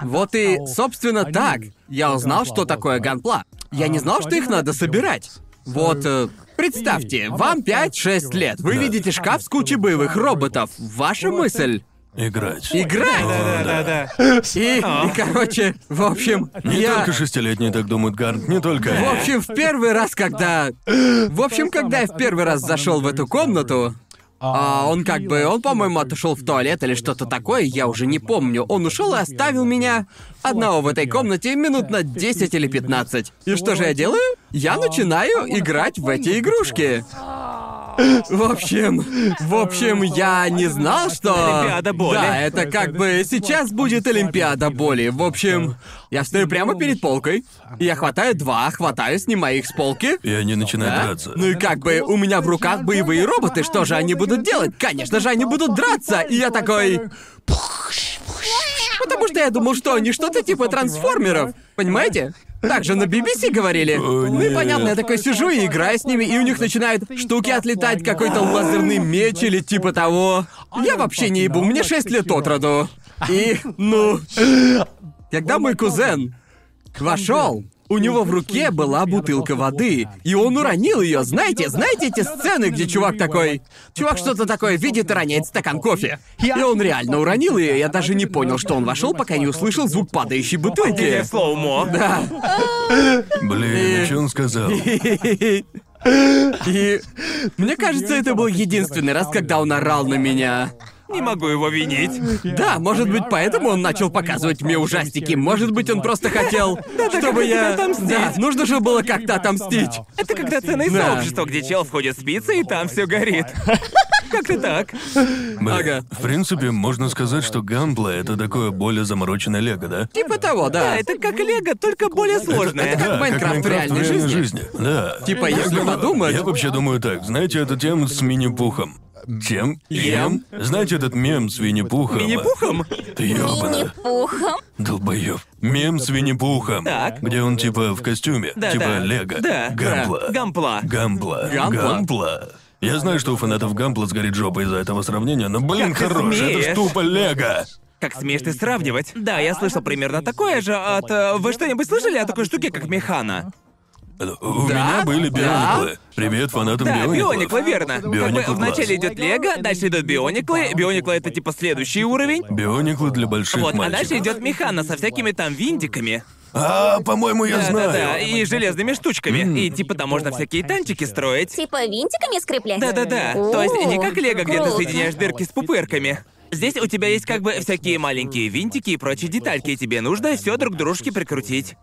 Вот и, собственно, так. Я узнал, что такое ганпла. Я
А,
не знал, что их надо собирать. Вот, э, представьте, вам 5-6 лет. Вы
Да.
видите шкаф с кучей боевых роботов. Ваша мысль
Играть.
— играть!
Да-да-да.
И, и, короче, в общем,
Не
я...
только шестилетние так думают, Гарнт, не только
В
они.
общем, в первый раз, когда... В общем, когда я в первый раз зашел в эту комнату, А он как бы, он, по-моему, отошел в туалет или что-то такое, я уже не помню. Он ушел и оставил меня одного в этой комнате минут на 10 или 15. И что же я делаю? Я начинаю играть в эти игрушки. В общем, в общем, я не знал, что...
Олимпиада боли.
Да, это как бы сейчас будет Олимпиада боли. В общем, я стою прямо перед полкой. Я хватаю два, хватаю, снимаю их с полки.
И они начинают
Да.
драться.
Ну и как бы у меня в руках боевые роботы, что же они будут делать? Конечно же, они будут драться. И я такой... Потому что я думал, что они что-то типа трансформеров. Понимаете? Так же на BBC говорили.
О,
ну и
нет.
понятно, я такой сижу и играю с ними, и у них начинают штуки отлетать, какой-то лазерный меч или типа того. Я вообще не ебу, мне 6 лет от роду. И, ну... Когда мой кузен вошел, у него в руке была бутылка воды, и он уронил ее. Знаете, знаете эти сцены, где чувак такой... Чувак что-то такое видит и роняет стакан кофе. И он реально уронил ее, я даже не понял, что он вошел, пока не услышал звук падающей бутылки.
Или слоумо. Да.
Блин, а что он сказал?
И мне кажется, это был единственный раз, когда он орал на меня.
Не могу его винить.
Да, может быть, поэтому он начал показывать мне ужастики. Может быть, он просто хотел, чтобы я... Да, нужно же было как-то отомстить.
Это когда ценное
Да.
сообщество, где чел входит спицы, и там все горит. Как-то так.
Блин,
Ага.
В принципе, можно сказать, что гамплей это такое более замороченное лего, да?
Типа того, да.
А это как Лего, только более сложное.
это как Майнкрафт в реальной жизни.
Да.
Типа, если подумать...
Я вообще думаю так, знаете, это тем с Винни-Пухом. Тем? Ем? Знаете этот мем с Винни-Пухом?
Винни-Пухом?
Ты ёбана.
Винни-Пухом.
Долбоёб. Мем с Винни-Пухом.
Так.
Где он типа в костюме.
Да,
типа
да.
Лего.
Да.
Гампла.
Гампла.
Гампла.
Гампла?
Я знаю, что у фанатов Гампла сгорит жопа из-за этого сравнения, но, блин,
Как ты
хорош, это ж
смеешь?
тупо Лего.
Как смеешь ты сравнивать? Да, я слышал примерно такое же от... э, Вы что-нибудь слышали о такой штуке, как Механа?
У
Да?
меня были
Да?
биониклы. Привет фанатам
Да,
биониклов.
Бионикла, верно.
Бионикла
Как бы вначале идет Лего, а дальше идут Биониклы. Бионикла это типа следующий уровень.
Биониклы для больших
Вот, а
мальчиков.
дальше идет Механа со всякими там винтиками.
А, по-моему, я знаю.
Да-да-да, и железными штучками. И типа там можно всякие танчики строить.
Типа винтиками скреплять?
Да-да-да. То есть не как лего, где ты
круто.
соединяешь дырки с пупырками. Здесь у тебя есть как бы всякие маленькие винтики и прочие детальки, и тебе нужно все друг к дружке прикрутить.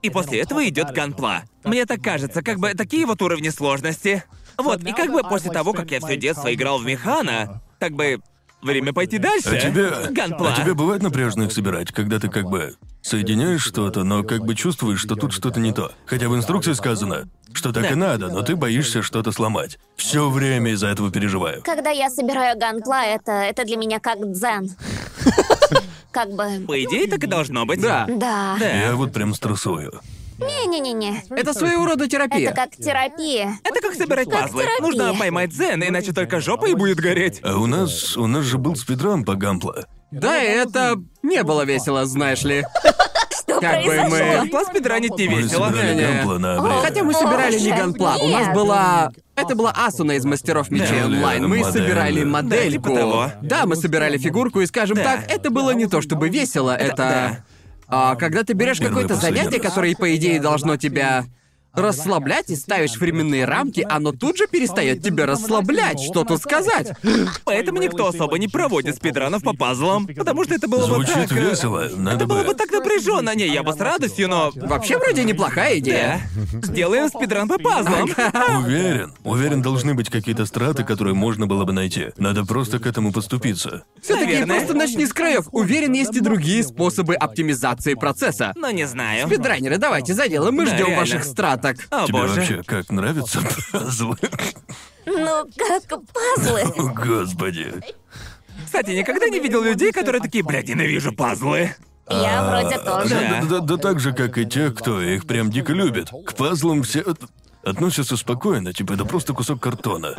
И после этого идет ганпла. Мне так кажется, как бы такие вот уровни сложности. Вот, и как бы после того, как я все детство играл в механа, как бы время пойти дальше.
А тебе...
Ганпла.
А тебе бывает напряжно их собирать, когда ты как бы соединяешь что-то, но как бы чувствуешь, что тут что-то не то. Хотя в инструкции сказано, что так и надо, но ты боишься что-то сломать. Все время из-за этого переживаю.
Когда я собираю ганпла, это, это для меня как дзен. Как бы...
По идее, так и должно быть.
Да.
Да.
Я вот прям стрессую.
Не-не-не-не.
Это своего рода терапия.
Это как терапия.
Это как собирать пазлы.
терапия.
Нужно поймать дзен, иначе только жопа и будет гореть.
А у нас... у нас же был спидран по Гампла.
Да, и это не было весело, знаешь ли.
Что
Как бы
произошло?
мы-
Ганпла спидранить не
Мы
весело.
собирали
Не-не.
Гампла на
О,
обряд.
Хотя мы собирали не
Боже,
ганпла, у нас
нет.
была... Это была Асуна из мастеров мечей
Да.
онлайн. Мы
Модель.
собирали
Да,
модельку.
типа того.
Да, мы собирали фигурку, и скажем
Да.
так, это было не то чтобы весело, это. А, когда ты берешь
ну
Первый
какое-то
последний
занятие,
раз.
которое, по идее, должно тебя расслаблять и ставишь временные рамки, оно тут же перестает тебя расслаблять, что тут сказать.
Поэтому никто особо не проводит спидранов по пазлам, потому что это было бы
Звучит
так... э,
весело, надо
Было
бы...
бы так напряженно, не, я бы с радостью, но...
Вообще вроде неплохая
Да.
идея.
Сделаем спидран по пазлам.
Уверен, уверен, должны быть какие-то страты, которые можно было бы найти. Надо просто к этому поступиться.
Все-таки
Наверное.
просто начни с краев. Уверен, есть и другие способы оптимизации процесса.
Но Ну, не знаю.
Спидранеры, давайте за дело, мы
Да,
ждем
реально.
ваших страток.
О
Тебе
боже.
вообще как нравятся пазлы?
Ну, как пазлы.
О, господи.
Кстати, никогда не видел людей, которые такие, блядь, ненавижу пазлы.
Я
А,
вроде
Да,
тоже.
да, да, да так же, как и те, кто их прям дико любит. К пазлам все от- относятся спокойно, типа это просто кусок картона.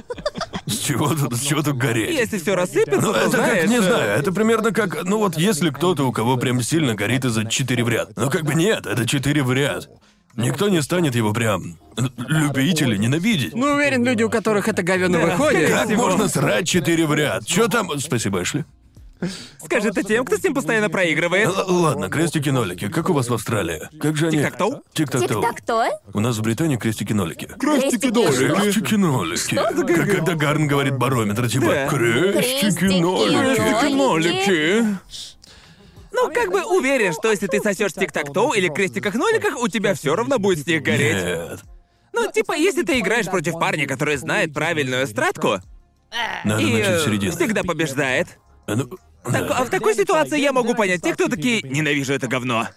С чего тут, с чего тут гореть?
Если все рассыпется,
Ну,
то
это как,
знаешь...
не
э,
знаю, это примерно как, ну вот если кто-то, у кого прям сильно горит из-за четыре в ряд. Но как бы нет, это четыре в ряд. Никто не станет его прям л- любить или ненавидеть.
Ну, уверен, люди, у которых это говенно выходит.
Как можно срать четыре в ряд? Чё там... Спасибо, Эшли.
Скажи это тем, кто с ним постоянно проигрывает.
Л- Ладно, крестики-нолики. Как у вас в Австралии? Как же они...
Тик-так-тоу?
Типа,
Тик-так-тоу.
Тик-так-то?
У нас в Британии крестики-нолики.
Крестики-нолики.
Крестики-нолики. Как когда Гарн говорит барометр,
Да.
типа крестики-нолики.
Крестики-нолики.
Крестики-нолики. Ну, как бы уверен, что если ты сосешь в тик-так-тоу или крестиках-ноликах, у тебя все равно будет снег гореть.
Нет.
Ну, типа, если ты играешь против парня, который знает правильную стратку,
Надо
и
начать с
э,
середины.
всегда побеждает.
Ну,
Так- а в такой ситуации я могу понять тех, кто такие «ненавижу это говно».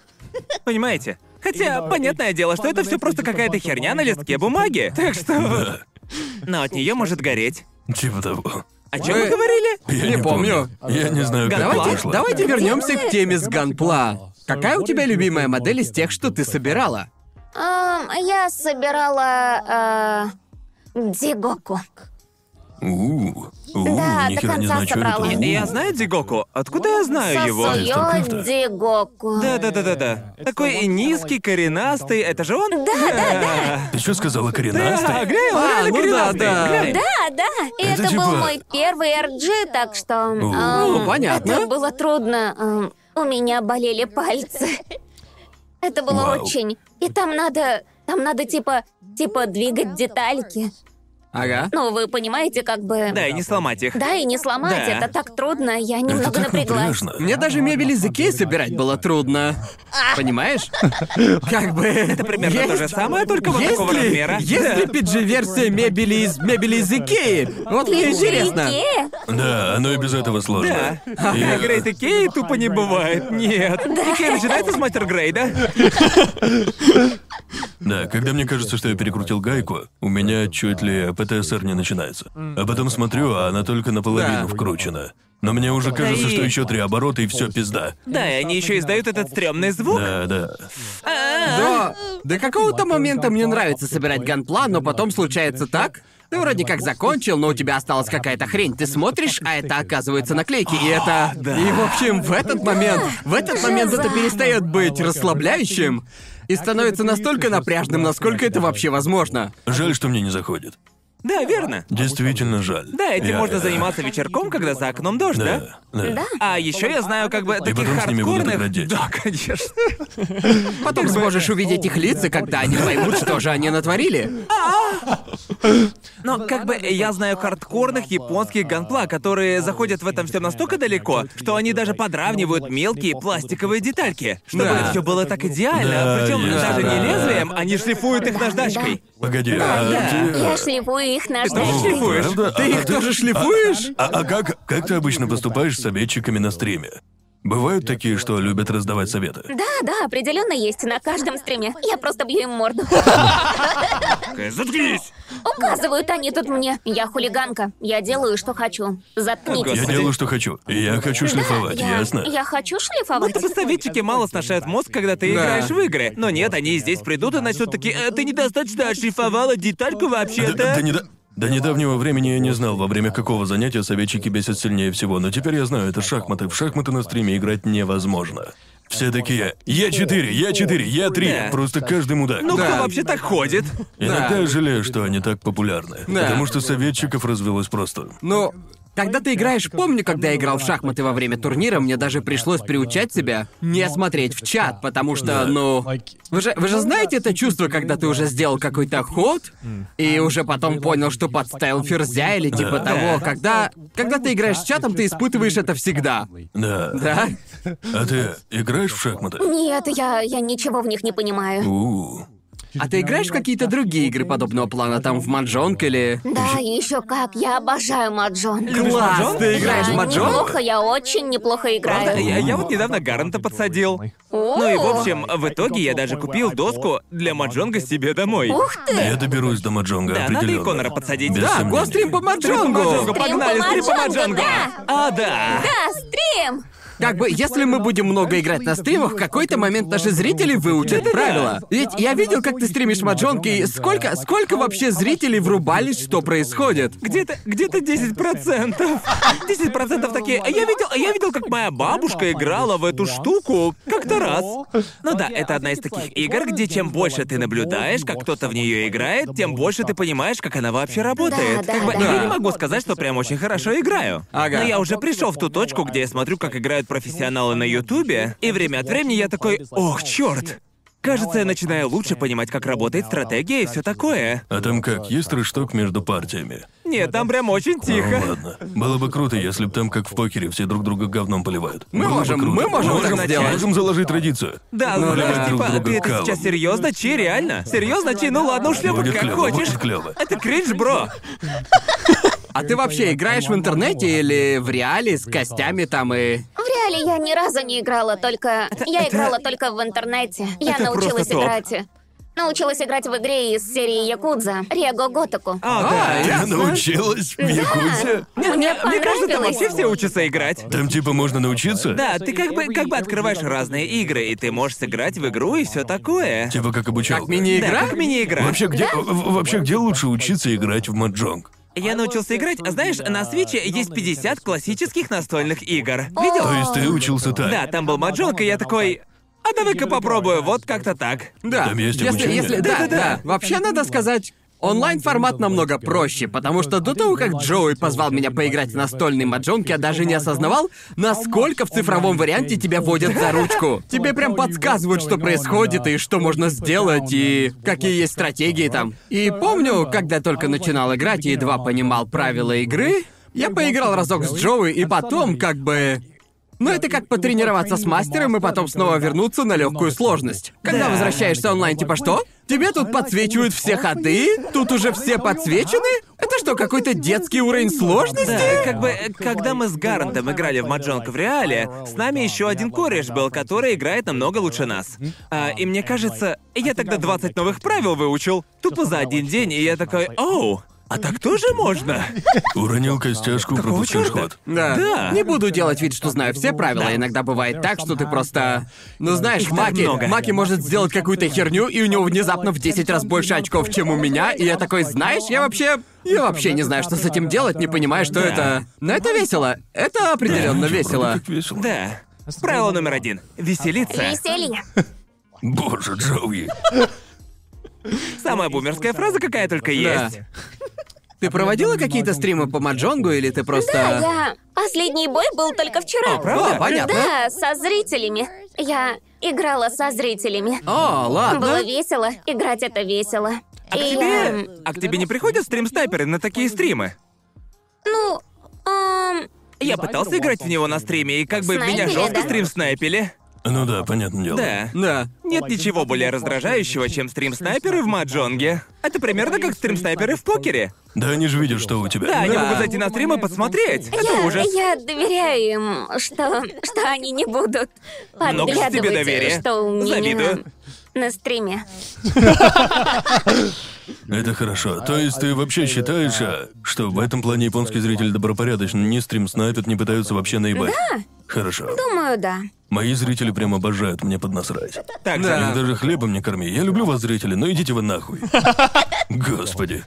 Понимаете? Хотя, понятное дело, что это все просто какая-то херня на листке бумаги. Так что... Но от нее может гореть.
Типа того.
О чем мы
Э,
говорили?
Я
Не помню.
Я не знаю,
Давайте-
как это
Давайте,
вышло.
давайте
Дело
вернемся
это-
к теме с Ганпла. Какая у тебя любимая модель из тех, что ты собирала?
Эм, я собирала... э, Дигоку.
У, у,
Да,
нихера
до
не
конца
знаю, что это.
собрала.
У.
Я знаю Дигоку. Откуда я
А,
знаю его?
Сосу-
Сосуё
Аристократа.
Дигоку.
Да-да-да-да-да. Такой низкий, коренастый. Это же он?
Ты что сказала,
Да,
коренастый?
глянь, он
А,
реально
ну да,
коренастый.
да.
Глянь.
Да, да. И
Это
это, был
типа-
мой первый RG, так что...
Ну,
эм,
понятно.
Это было трудно. эм, у меня болели пальцы. Это было
Вау.
очень. И там надо... Там надо типа... Типа двигать детальки.
Ага.
Ну, вы понимаете, как бы...
Да, и не сломать их.
Да, и не сломать,
Да.
это так трудно, я
Это
немного
так
напряглась.
напряжно.
Мне даже мебель из Икеи собирать было трудно. Понимаешь? Как бы... Это
примерно то же самое, только вот такого размера.
Если
Да.
PG-версия мебели из мебели из Икеи, вот мне интересно.
Икея?
Да, оно и без этого сложно.
Да. А Грейд Икеи тупо не бывает. Нет. Икея начинается с мастер Грейда.
Да, когда мне кажется, что я перекрутил гайку, у меня чуть ли ПТСР не начинается. А потом смотрю, а она только
Да.
наполовину вкручена. Но мне уже кажется,
и-
что еще три оборота и все пизда.
Да, и они еще издают этот стрёмный звук.
Да, да.
Да, до какого-то момента мне нравится собирать ганплан, но потом случается так. Ты вроде как закончил, но у тебя осталась какая-то хрень. Ты смотришь, а это оказывается наклейки, и это... И, в общем, в этот момент... В этот момент это перестает быть расслабляющим и становится настолько напряжным, насколько это вообще возможно.
Жаль, что мне не заходит.
Да, верно.
Действительно жаль.
Да, этим
Я- э,
можно заниматься вечерком, когда за окном дождь, да?
Да, да.
А еще я знаю, как бы таких
потом с ними будут
хардкорных-
играть дети.
Да, конечно.
Потом сможешь увидеть их лица, когда они поймут, что же они натворили.
Но как бы я знаю хардкорных японских ганпла, которые заходят в этом всем настолько далеко, что они даже подравнивают мелкие пластиковые детальки, чтобы
Да.
это все было так идеально.
Да,
Причем
есть
даже не
такое.
лезвием, они шлифуют их наждачкой.
Погоди, а ты...
Я шлифую их
Ты
наждачкой.
шлифуешь?
Правда?
Ты
А
их тоже шлифуешь?
А, а как, как ты обычно поступаешь с советчиками на стриме? Бывают такие, что любят раздавать советы.
Да, да, определенно есть на каждом стриме. Я просто бью им морду.
А,
Такая, Заткнись!
Указывают они тут мне. Я хулиганка. Я делаю, что хочу.
Я
Заткнитесь.
Господи.
делаю, что хочу. И Я хочу шлифовать, ясно?
Я хочу шлифовать.
Будто бы советчики мало сношают мозг, когда ты
Да.
играешь в игры. Но нет, они здесь придут и начнут такие, «Э, ты недостаточно ошлифовала детальку
Да- да
вообще-то.
не до- До недавнего времени я не знал, во время какого занятия советчики бесят сильнее всего, но теперь я знаю, это шахматы. В шахматы на стриме играть невозможно. Все такие «Я-4, Я-4,
Да.
Я-3». Просто каждый мудак.
Ну
Да.
кто вообще так ходит?
Иногда я жалею, что они так популярны.
Да.
Потому что советчиков развелось просто.
Ну, когда ты играешь, помню, когда я играл в шахматы во время турнира, мне даже пришлось приучать себя не смотреть в чат, потому что, ну... Вы же, вы же знаете это чувство, когда ты уже сделал какой-то ход, и уже потом понял, что подставил ферзя или типа
Да.
того. Когда, когда ты играешь с чатом, ты испытываешь это всегда.
Да.
Да?
А ты играешь в шахматы?
Нет, я, я ничего в них не понимаю.
У.
А ты играешь в какие-то другие игры подобного плана, там в Манжонг или...
Да, и еще как, я обожаю маджон.
Класс, ты играешь в
Я
Маджонг?
Неплохо, я очень неплохо
Правда,
играю.
А я, я вот недавно Гаррента подсадил.
О,
Ну и в общем, в итоге я даже купил доску для маджонга себе домой.
Ух ты!
Я доберусь до Маджонга
Да,
определенно.
надо и Конора подсадить.
Без
Да,
сомнений.
гострим по
Три по маджонгу,
Маджонгу!
Стрим по
погнали, стрим по
маджонгу,
маджонгу!
да.
А, да!
Да, стрим!
Как бы, если мы будем много играть на стримах, в какой-то момент наши зрители выучат
Это да.
правила. Ведь я видел, как ты стримишь маджонки, и сколько, сколько вообще зрителей врубались, что происходит.
Где-то, где-то 10%. 10% такие. «А Я видел, а я видел, как моя бабушка играла в эту штуку как-то раз. Ну да,
а
это одна из таких игр, где чем больше ты наблюдаешь, как кто-то в нее играет, тем больше ты понимаешь, как она вообще работает.
Да, да,
как бы
да.
я не могу сказать, что прям очень хорошо играю.
Ага.
Но я уже пришел в ту точку, где я смотрю, как играют профессионалы на Ютубе, и время от времени я такой, ох, черт! Кажется, я начинаю лучше понимать, как работает стратегия и все такое.
А там как, есть трэшток между партиями?
Нет, там прям очень тихо.
Ну, ладно. Было бы круто, если бы там, как в покере, все друг друга говном поливают.
Мы
Было бы
можем-
круто.
мы можем
можем
так сделать.
Можем заложить традицию.
Да,
Ну,
знаешь,
да.
типа,
Друг
ты
друга
это
калом.
сейчас серьезно, Чи, реально? Серьезно, Чи, ну ладно, ушлепок
Будет
как
клево,
хочешь.
будет клево.
Это кринж, бро.
А ты вообще играешь в интернете или в реале с костями там и...
В реале я ни разу не играла, только... Я играла только в интернете. Я
это
научилась
просто топ.
играть... Научилась играть в игре из серии Якудза. Рего Готаку.
А,
А,
да.
Ты
ясно.
научилась в Якузе?
Мне,
Мне кажется, там
понравилось.
вообще все учатся играть.
Там типа можно научиться?
Да, ты как бы как бы открываешь разные игры, и ты можешь сыграть в игру и все такое.
Типа как обучал.
Как мини-игра?
Да, как мини-игра.
Вообще, где, в- вообще, где лучше учиться играть в маджонг?
Я научился играть, а знаешь, на свече есть 50 классических настольных игр.
То
Видел?
есть ты учился так?
Да, там был маджонг, и я такой... А давай-ка попробую, вот как-то так.
Да.
Там есть
если,
обучение?
если- да, да,
Да-да-да.
Вообще, надо сказать, онлайн-формат намного проще, потому что до того, как Джоуи позвал меня поиграть в настольный маджонг, я даже не осознавал, насколько в цифровом варианте тебя водят за ручку. Тебе прям подсказывают, что происходит и что можно сделать, и какие есть стратегии там. И помню, когда только начинал играть и едва понимал правила игры, я поиграл разок с Джоуи, и потом как бы... Ну, это как потренироваться с мастером и потом снова вернуться на легкую сложность. Когда
Да.
возвращаешься онлайн, типа что? Тебе тут подсвечивают все ходы, тут уже все подсвечены? Это что, какой-то детский уровень сложности?
Да, как бы, э, когда мы с Гарантом играли в маджонг в реале, с нами еще один кореш был, который играет намного лучше нас. А, и мне кажется, я тогда 20 новых правил выучил, тупо за один день, и я такой, оу, а так тоже можно?
Уронил костяшку, пропускаешь
чёрта?
ход.
Да.
Да.
Не буду делать вид, что знаю все правила.
Да.
Иногда бывает так, что ты просто... Ну знаешь,
Их так
Маки...
много.
Маки может сделать какую-то херню, и у него внезапно в 10 раз больше очков, чем у меня. И я такой, знаешь, я вообще... Я вообще не знаю, что с этим делать, не понимаю, что
Да.
это... Но это весело. Это определенно весело.
Как весело.
Да. Правило номер один. Веселиться.
Веселье.
Боже, Джоуи.
Самая бумерская фраза, какая только
Да.
есть.
Ты проводила какие-то стримы по маджонгу, или ты просто...
Да, я... Последний бой был только вчера.
правда? О, понятно.
Да, со зрителями. Я играла со зрителями.
О,
Было
ладно.
весело. Играть это весело.
А к
И
тебе...
я-
А к тебе не приходят стрим-снайперы на такие стримы?
Ну... эм,
Я пытался играть в него на стриме, и как бы меня
Снайпили,
жестко
да?
стрим-снайпили.
Ну да, понятное дело.
Да.
Да.
Нет ничего более раздражающего, чем стрим-снайперы в маджонге. Это примерно как стрим-снайперы в покере.
Да они же видят, что у тебя.
Да, они
Да.
могут зайти на стрим и посмотреть. Это
я,
ужас.
я доверяю им, что, что они не будут
Много ж
подглядывать,
Ну, тебе доверия.
что у меня
Завидую.
на, на стриме.
Это хорошо. То есть ты вообще считаешь, а, что в этом плане японский зритель добропорядочный, не стрим снайпят, не пытаются вообще наебать? Да. Хорошо.
Думаю, да.
Мои зрители прям обожают мне поднасрать.
Так
Да.
же.
Их даже хлебом не корми. Я люблю вас, зрители, но идите вы нахуй. Господи.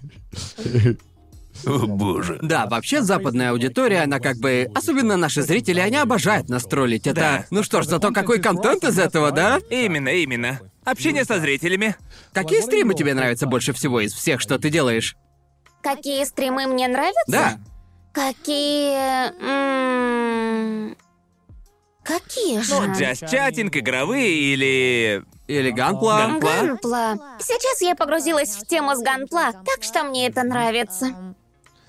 О боже.
Да, вообще западная аудитория, она как бы... Особенно наши зрители, они обожают нас троллить. Это...
Да.
Ну что ж, зато какой контент из этого, да?
Именно, именно. Общение со зрителями.
Какие стримы тебе нравятся больше всего из всех, что ты делаешь?
Какие стримы мне нравятся?
Да.
Какие... м, Какие же?
Ну, джаз-чатинг, игровые или...
Или Ганпла?
Ганпла.
Ганпла. Сейчас я погрузилась в тему с Ганпла, так что мне это нравится.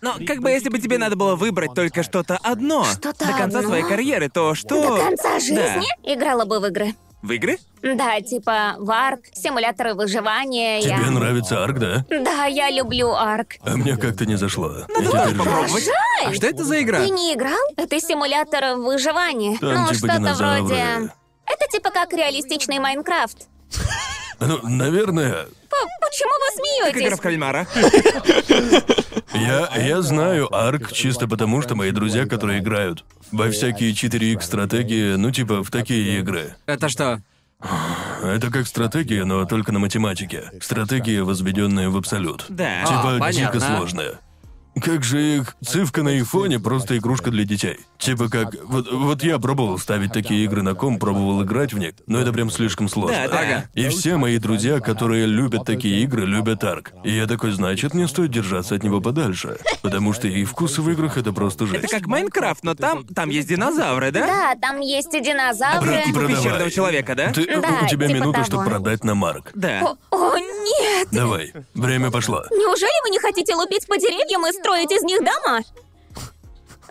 Но Ну, как бы если бы тебе надо было выбрать только что-то одно
Что-то
до конца
одно? а
своей карьеры, то что...
До конца жизни
Да.
играла бы в игры.
В игры?
Да, типа Варк, симуляторы выживания. я...
Тебе нравится арк, да?
Да, я люблю Арк.
А мне как-то не зашло.
Ну,
Я теперь жаль.
Пробовать?
А что это за игра?
Ты не играл? Это симулятор выживания.
Там
ну,
типа
что-то
динозавры.
вроде... Это типа как реалистичный Майнкрафт.
Ну, наверное,
П- Почему вы
Как игра в
смеетесь?
кальмара.
Я, я знаю арк чисто потому, что мои друзья, которые играют во всякие 4X стратегии, ну типа в такие игры.
Это что?
Это как стратегия, но только на математике. Стратегии, возведенные в абсолют.
Да.
Типа
А, понятно.
дико сложные. Как же их цифка на айфоне просто игрушка для детей. Типа как... Вот, вот я пробовал ставить такие игры на ком, пробовал играть в них, но это прям слишком сложно.
Да, да.
И все мои друзья, которые любят такие игры, любят арк. И я такой, значит, мне стоит держаться от него подальше. Потому что и вкусы в играх это просто жесть.
Это как Майнкрафт, но там, там есть динозавры, да?
Да, там есть и динозавры.
Обратно
Типа
Продавай.
пещерного человека, да?
Ты-
Да,
у тебя
типа
минута,
того.
чтобы продать на марк.
Да.
О, нет!
Давай, время пошло.
Неужели вы не хотите лупить по деревьям и строить из них дома?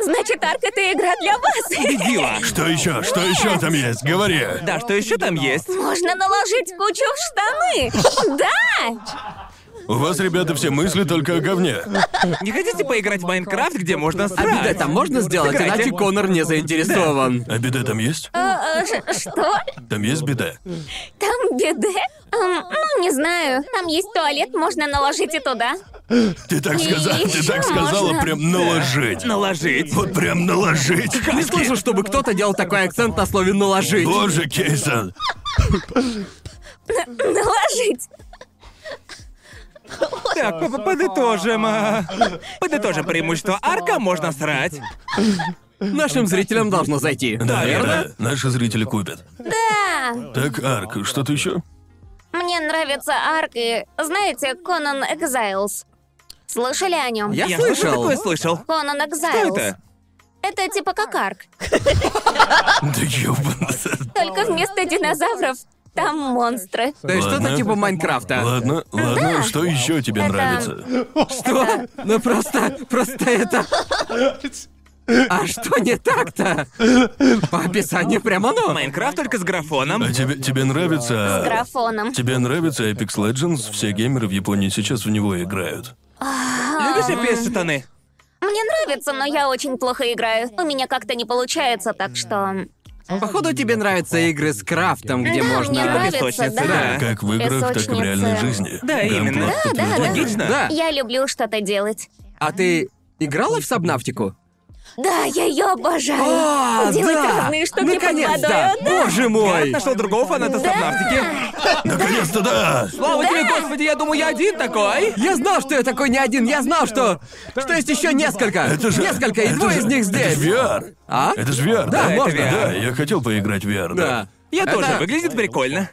Значит, арк — это игра для вас.
Дила.
Что еще? Что еще там есть? Говори.
Да, что еще там есть?
Можно наложить кучу в штаны. Да!
У вас, ребята, все мысли только о говне.
Не хотите поиграть в Майнкрафт, где можно срать?
Обида там можно сделать,
Сыграйте.
иначе Конор не заинтересован.
А беда там есть?
Э, э, ш- Что?
Там есть беда?
Там беде? Эм, Ну, не знаю. Там есть туалет, можно наложить и туда.
Ты так
И
сказала, ты
ещё
так сказала,
можно.
прям наложить.
Наложить.
Вот прям наложить.
Не слышу, чтобы кто-то делал такой акцент на слове «наложить».
Боже, Кейсон.
Наложить.
Так, п- п- подытожим. а. Подытожим преимущество арка, можно срать.
Нашим зрителям должно зайти.
Да, да, наши зрители купят.
Да.
Так, Арк, что-то еще?
Мне нравится арк и, знаете, Конан Exiles. Слышали о нем?
Я
что-то
слышал.
такое слышал.
Конан
Что
Exiles.
это?
Это типа как арк.
Да ёбаный.
Только вместо динозавров там монстры.
То есть что-то
Ладно.
типа Майнкрафта.
Ладно, ладно, что еще тебе нравится?
Что? Ну просто, просто это... А что не так-то? По описанию прямо оно.
Майнкрафт только с графоном.
А тебе, тебе нравится...
Графоном.
Тебе нравится Apex Legends? Все геймеры в Японии сейчас в него играют.
А.
Любишь FPS штаны?
Мне нравится, но я очень плохо играю. У меня как-то не получается, так что...
Походу, тебе нравятся игры с крафтом, где
Да, мне
можно...
нравится,
песочнице,
да.
Как в играх, так и в реальной
Песочница.
жизни.
Да, именно.
Гамплат
Да,
да,
подтверждает.
Логично.
Да.
Я люблю что-то делать.
А ты играла в Сабнавтику?
Да, я ее обожаю.
А,
Делать
да!
разные штуки под
Наконец-то!
водой,
Боже
Гард
мой!
нашел другого фаната Сабнавтики.
Наконец-то да!
Слава тебе, Господи, я думаю, я один такой.
Я знал, что я такой не один, я знал, что... Что есть еще несколько!
Это же...
несколько, и
это
двое
же-
из них
Это же
здесь!
VR.
А?
Это же VR.
Да,
да?
можно.
Да, Да, я хотел поиграть в VR, да.
Да.
Я
Это-
тоже, выглядит прикольно.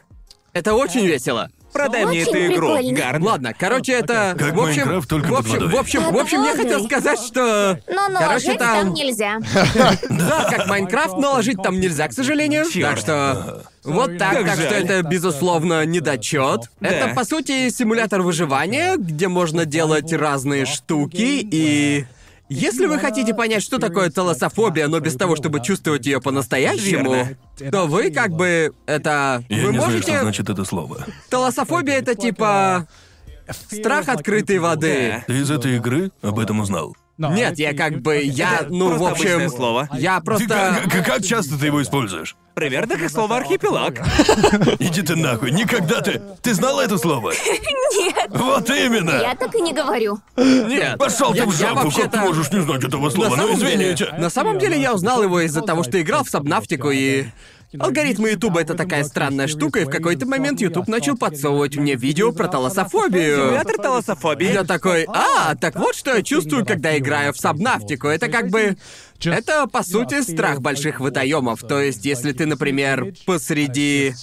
Это очень весело.
Продай мне
Очень
эту игру,
прикольно.
Гарн.
Ладно, короче, это...
Как
в общем,
Майнкрафт, только
в
под
общем,
водой.
в общем, в
Под
общем, я
водой.
хотел сказать, что...
Но
Короче,
наложить там
там...
нельзя.
Да, как Майнкрафт наложить там нельзя, к сожалению.
Чёрт.
Так что... Вот так,
Как
так что
жаль.
это, безусловно, недочет. Это, по сути, симулятор выживания, где можно делать разные штуки и... Если вы хотите понять, что такое толософобия, но без того, чтобы чувствовать ее по-настоящему, то вы как бы это.
Я
вы
не
можете.
знаю, что значит это слово.
Толософобия это типа страх открытой воды.
Ты из этой игры об этом узнал?
Нет, я как бы я, ну в
просто
общем,
обычное слово.
я
Ты
просто.
как, как- как часто ты его используешь?
Примерно как слово архипелаг.
Иди ты нахуй, никогда ты... Ты знал это слово? Нет. Вот именно!
Я так и не говорю.
Нет.
Пошел ты
я-
в
я
жопу, как
вообще-то-
ты можешь не знать этого слова? Ну
самом деле-
извините.
на самом деле А я узнал его из-за того, что играл в Сабнафтику и... Алгоритмы Ютуба это такая странная штука, и в какой-то момент Ютуб начал подсовывать мне видео про толософобию.
Симулятор
И
толософобии.
я такой, а, так вот что я чувствую, когда играю в Сабнафтику. Это как бы... Это, по сути, страх больших водоемов. То есть, если ты, например, посреди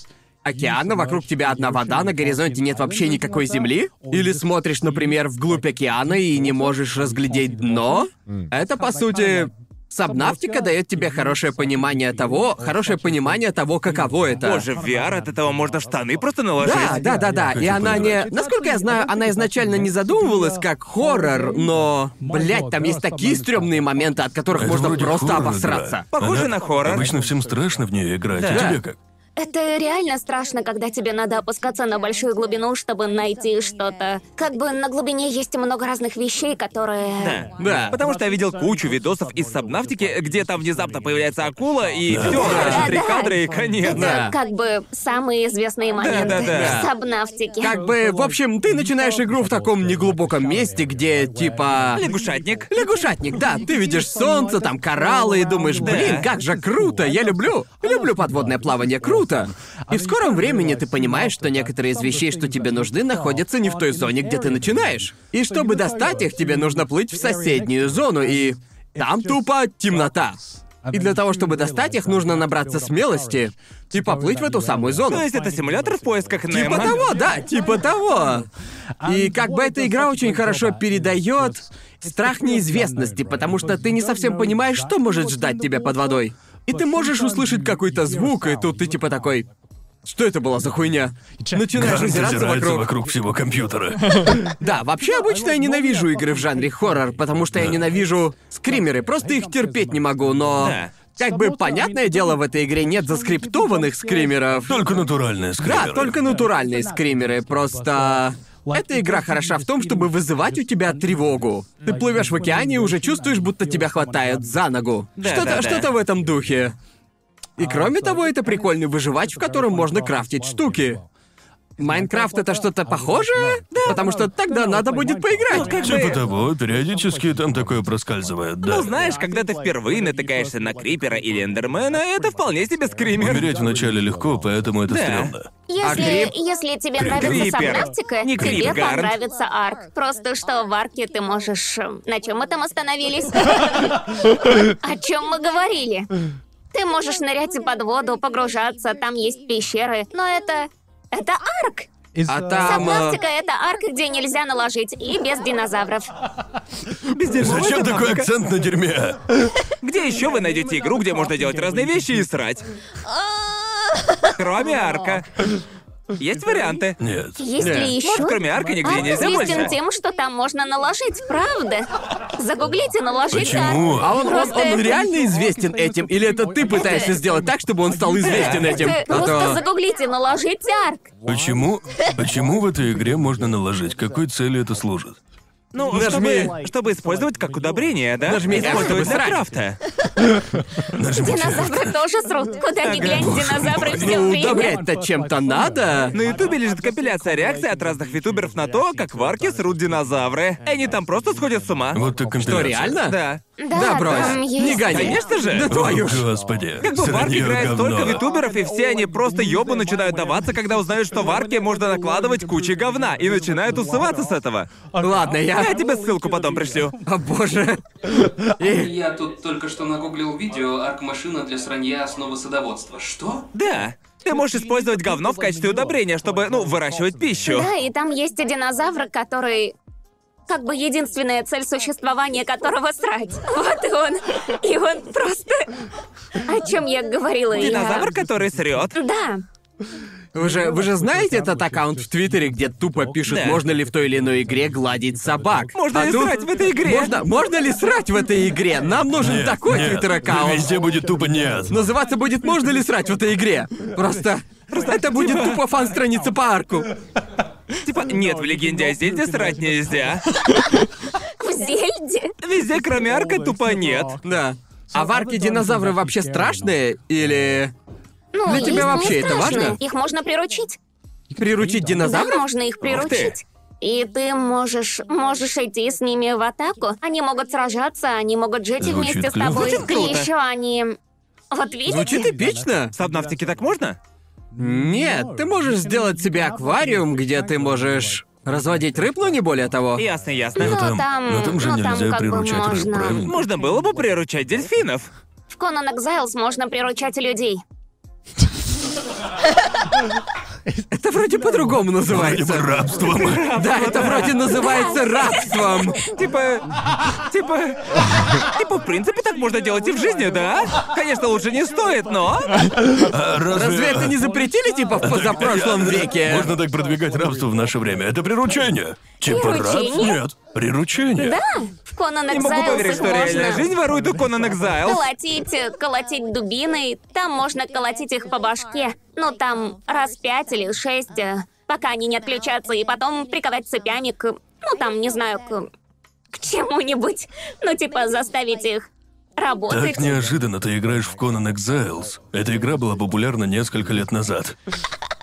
океана, вокруг тебя одна вода, на горизонте нет вообще никакой земли, или смотришь, например, вглубь океана и не можешь разглядеть дно, это, по сути, Сабнафтика дает тебе хорошее понимание того, хорошее понимание того, каково это.
Боже, в VR от этого можно штаны просто наложить.
Да, да, да, да. И
Хочу
она не.
поиграть.
Насколько я знаю, она изначально не задумывалась как хоррор, но. Блять, там есть такие стрёмные моменты, от которых
Это
можно
вроде
просто
хоррор-игра.
обосраться.
Похоже
Она-
на хоррор.
Обычно всем страшно в нее играть, а тебе как?
Это реально страшно, когда тебе надо опускаться на большую глубину, чтобы найти что-то. Как бы на глубине есть много разных вещей, которые...
Да.
Да.
Потому что я видел кучу видосов из Сабнавтики, где там внезапно появляется акула, и
Да.
все, короче, три
Да, да.
кадра и конец.
Это
Да.
как бы самые известные моменты
да.
в Сабнавтике.
Как бы, в общем, ты начинаешь игру в таком неглубоком месте, где типа...
Лягушатник.
Лягушатник, да, ты видишь солнце, там кораллы и думаешь,
Да.
блин, как же круто, я люблю, люблю подводное плавание, круто. И в скором времени ты понимаешь, что некоторые из вещей, что тебе нужны, находятся не в той зоне, где ты начинаешь. И чтобы достать их, тебе нужно плыть в соседнюю зону, и там тупо темнота. И для того, чтобы достать их, нужно набраться смелости и поплыть в эту самую зону.
То есть это симулятор в поисках Немо.
Типа того, да, А типа того. И как бы эта игра очень хорошо передает страх неизвестности, потому что ты не совсем понимаешь, что может ждать тебя под водой. И ты можешь услышать какой-то звук, и тут ты типа такой. Что это была за хуйня? Начинаешь
Грант
озираться
озирается
вокруг.
вокруг всего компьютера.
Да, вообще обычно я ненавижу игры в жанре хоррор, потому что я ненавижу скримеры, просто их терпеть не могу, но...
Да.
Как бы понятное дело, в этой игре нет заскриптованных скримеров.
Только натуральные скримеры.
Да, только натуральные скримеры, просто... Эта игра хороша в том, чтобы вызывать у тебя тревогу. Ты плывешь в океане и уже чувствуешь, будто тебя хватают за ногу.
Да,
что-то,
да, да.
что-то в этом духе. И кроме того, это прикольный выживач, в котором можно крафтить штуки. Майнкрафт это что-то похожее? Да. Потому что тогда надо будет поиграть.
Ну, как бы-
Типа того, периодически там такое проскальзывает, да.
Ну, знаешь, когда ты впервые натыкаешься на Крипера или Эндермена, это вполне себе скример.
Умереть вначале легко, поэтому это
Да.
стрёмно.
А
Если,
гриб?
если тебе нравится
Грипер.
Сабнавтика,
Не
тебе
Грипгард.
понравится Арк. Просто что в Арке ты можешь... эм, На чем мы там остановились? О чем мы говорили? Ты можешь нырять и под воду, погружаться, там есть пещеры. Но это... Это Арк!
А там... э,
Сабнавтика — это Арк, где нельзя наложить, и без динозавров.
Зачем
это
такой
мамка.
акцент на дерьме?
Где еще вы найдете игру, где можно делать разные вещи и срать? Кроме арка. Есть варианты.
Нет.
Есть
Да.
ли еще?
Может, кроме арка нигде
Арк
нельзя
известен
больше.
тем, что там можно наложить, правда? Загуглите, наложить Арк.
Почему?
А он, он,
Просто
он
это-
реально известен этим? Или это ты пытаешься сделать так, чтобы он стал известен этим? А
Просто, просто
то-
загуглите, наложить Арк.
Почему? Почему в этой игре можно наложить? Какой цели это служит?
Ну,
Нажми.
чтобы, чтобы использовать как удобрение, да?
Нажми F, чтобы
Использовать для
срать.
крафта.
Динозавры тоже срут. Куда ни глянь, динозавры все
Ну,
время.
удобрять-то чем-то надо.
На Ютубе лежит компиляция реакций от разных ютуберов на то, как в арке срут динозавры. И Они там просто сходят с ума.
Вот так
Что,
компиляция.
реально?
Да.
Да,
Да,
там
брось.
есть.
Не гони.
Конечно же.
Да
О,
твою ж.
господи.
Как бы в арке
Сранье
играет
говно.
столько ютуберов, и все они просто ёбы начинают даваться, когда узнают, что в арке можно накладывать кучу говна, и начинают усываться с этого.
Ладно,
Я
я...
тебе ссылку потом пришлю.
О боже. И-
Я тут только что нагуглил видео «Арк-машина для сранья основы садоводства». Что?
Да. Ты можешь использовать говно в качестве удобрения, чтобы, ну, выращивать пищу.
Да, и там есть и динозавр, который... Как бы единственная цель существования которого срать. Вот и он. И он просто... О чем я говорила? я-
Динозавр, который срет.
Да.
Вы же, вы же знаете этот аккаунт в Твиттере, где тупо пишут,
Да.
можно ли в той или иной игре гладить собак?
Можно
А
ли
тут-
срать в этой игре?
Можно, можно ли срать в этой игре? Нам нужен
Нет,
такой Ну,
нет,
Твиттер-аккаунт.
Везде будет тупо нет.
Называться будет «Можно ли срать в этой игре?» Просто... это будет тупо фан-страница по арку.
Типа, нет, в легенде о Зельде срать нельзя.
В Зельде.
Везде, кроме арка, тупо нет.
Да. А в арке динозавры вообще страшные? Или
Ну,
Для
и
тебя
не
вообще это
страшно.
важно?
Их можно приручить.
приручить
Да,
динозавров?
можно их приручить. И ты можешь, можешь идти с ними в атаку. Они могут сражаться, они могут жить
Звучит
вместе
клёво.
с тобой.
Звучит
и
круто.
еще они... Вот видите?
Звучит эпично.
В Сабнавтике так можно?
Нет, ты можешь сделать себе аквариум, где ты можешь разводить рыб, но не более того.
Ясно,
Ну,
ясно.
там-
там,
но там же
ну,
нельзя
как бы
приручать рыб,
можно.
правильно?
Можно было бы приручать дельфинов.
В Conan Exiles можно приручать людей.
Это вроде по-другому
Типа
называется.
рабством.
Да, это вроде называется рабством.
Типа... Типа... Типа, в принципе, так можно делать и в жизни, да? Конечно, лучше не стоит, но...
А
Разве это не запретили, типа, в позапрошлом веке?
Можно так продвигать рабство в наше время. Это приручение. Типа рад?
Приручение?
Нет. Приручение.
Да, в Conan
Не могу
Exiles
поверить,
их
что реальная
можно
жизнь ворует у Conan Exiles.
Колотить, э, колотить дубиной, там можно колотить их по башке, но там раз пять или шесть, э, пока они не отключатся, и потом приковать цепями к, ну там, не знаю, к, к чему-нибудь, ну типа заставить их работать.
Так неожиданно ты играешь в Conan Exiles. Эта игра была популярна несколько лет назад.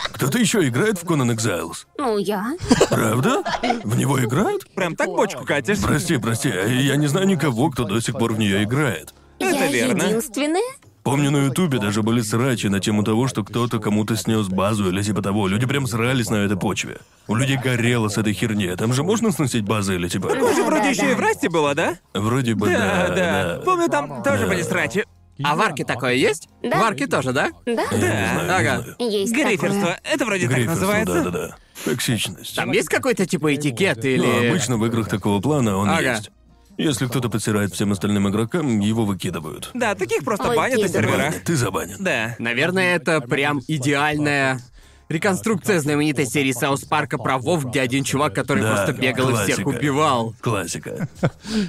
Кто-то еще играет в Conan Exiles?
Ну я.
Правда? В него играют?
Прям так бочку катишь.
Прости, прости, я не знаю никого, кто до сих пор в нее играет.
я
Это верно.
единственная?
Помню, на Ютубе даже были срачи на тему того, что кто-то кому-то снес базу или типа того. Люди прям срались на этой почве. У людей горело с этой херни. Там же можно сносить базы или типа...
Такое же
Да,
вроде
да,
еще
да.
и в Расте было, да?
Вроде бы да, да.
Помню, там тоже были срачи.
А в арке такое есть?
Да.
В арке тоже, да?
Да?
Я не знаю, не
Ага.
знаю.
Есть такое.
Гриферство. Это вроде так
Гриферство,
называется.
да-да-да. Токсичность.
Там есть какой-то типа этикет
Ну,
или...
обычно в играх такого плана он
Ага.
есть. Если кто-то подсирает всем остальным игрокам, его выкидывают.
Да, таких просто банят на
Выкидывают.
серверах.
Баня, Ты забанен.
Да.
Наверное, это прям идеальная реконструкция знаменитой серии Саус Парка про Вов, где один чувак, который
Да,
просто бегал и всех
классика.
убивал.
Классика.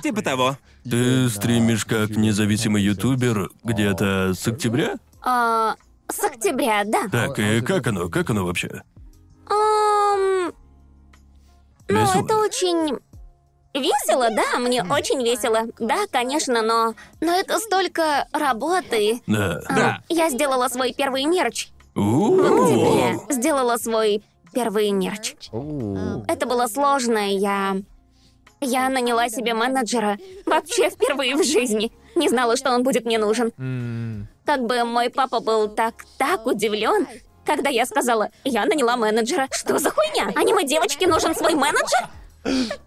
Типа того.
Ты стримишь как независимый ютубер где-то с октября?
А, с октября, да.
Так, и как оно? Как оно вообще?
Ам, Ну,
Весело?
это очень весело, да, мне очень весело. Да, конечно, но... Но это столько работы.
Да.
А,
Да.
Я сделала свой первый мерч.
У-у-у.
Я сделала свой первый мерч. Это было сложно, я... Я наняла себе менеджера вообще впервые в жизни. Не знала, что он будет мне нужен. Как бы мой папа был так, так удивлен, когда я сказала, я наняла менеджера. Что за хуйня? Аниме-девочке нужен свой менеджер?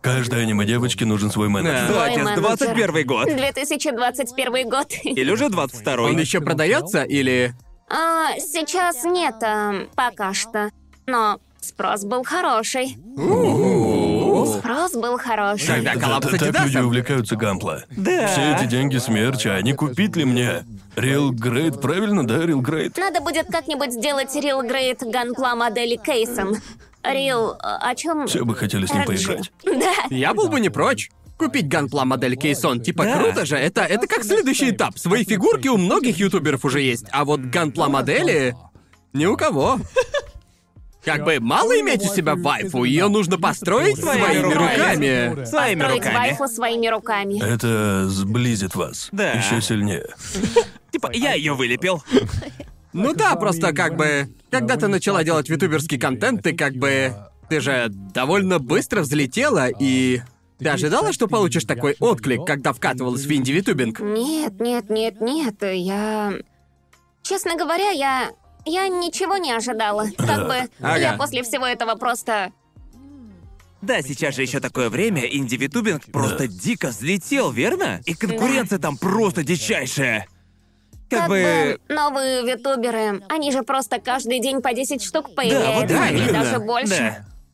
Каждой аниме-девочке нужен свой менеджер.
Твой
Отец,
менеджер.
21 год.
2021 год.
Или уже 22
Он еще продается или...
А, сейчас нет, а, пока что. Но спрос был хороший. Спрос был хороший.
Тогда коллапс
Т- Так люди
Адидаса.
увлекаются Гампла.
Да.
Все эти деньги смерча, а не купить ли мне? Real Great, правильно, да, Real Great?
Надо будет как-нибудь сделать Real Great Gunpla модели Кейсон. Рил, о чем?
Все бы хотели с ним поиграть.
Да,
Я был бы не прочь. Купить ганпла модель Кейсон, типа
Да.
круто же, это, это как следующий этап. Свои фигурки у многих ютуберов уже есть, а вот ганпла модели ни у кого. Как бы мало иметь у себя вайфу, ее нужно построить
Своими
своими
руками.
руками.
Своими
строить
руками.
вайфу своими
Э.
руками.
Это сблизит вас.
Да.
Еще сильнее.
Типа, я ее вылепил.
Ну да, просто как бы, когда ты начала делать ютуберский контент, ты как бы, ты же довольно быстро взлетела и... Ты ожидала, что получишь такой отклик, когда вкатывалась в инди-ютубинг?
Нет, нет, нет, нет, я... Честно говоря, я... Я ничего не ожидала. Как бы я
Ага.
после всего этого просто...
Да, сейчас же еще такое время, инди-витубинг просто дико взлетел, верно? И конкуренция там просто дичайшая. Как,
Как
бы...
бы новые ютуберы, они же просто каждый день по 10 штук
Да,
появляются,
вот да,
или
именно.
даже больше.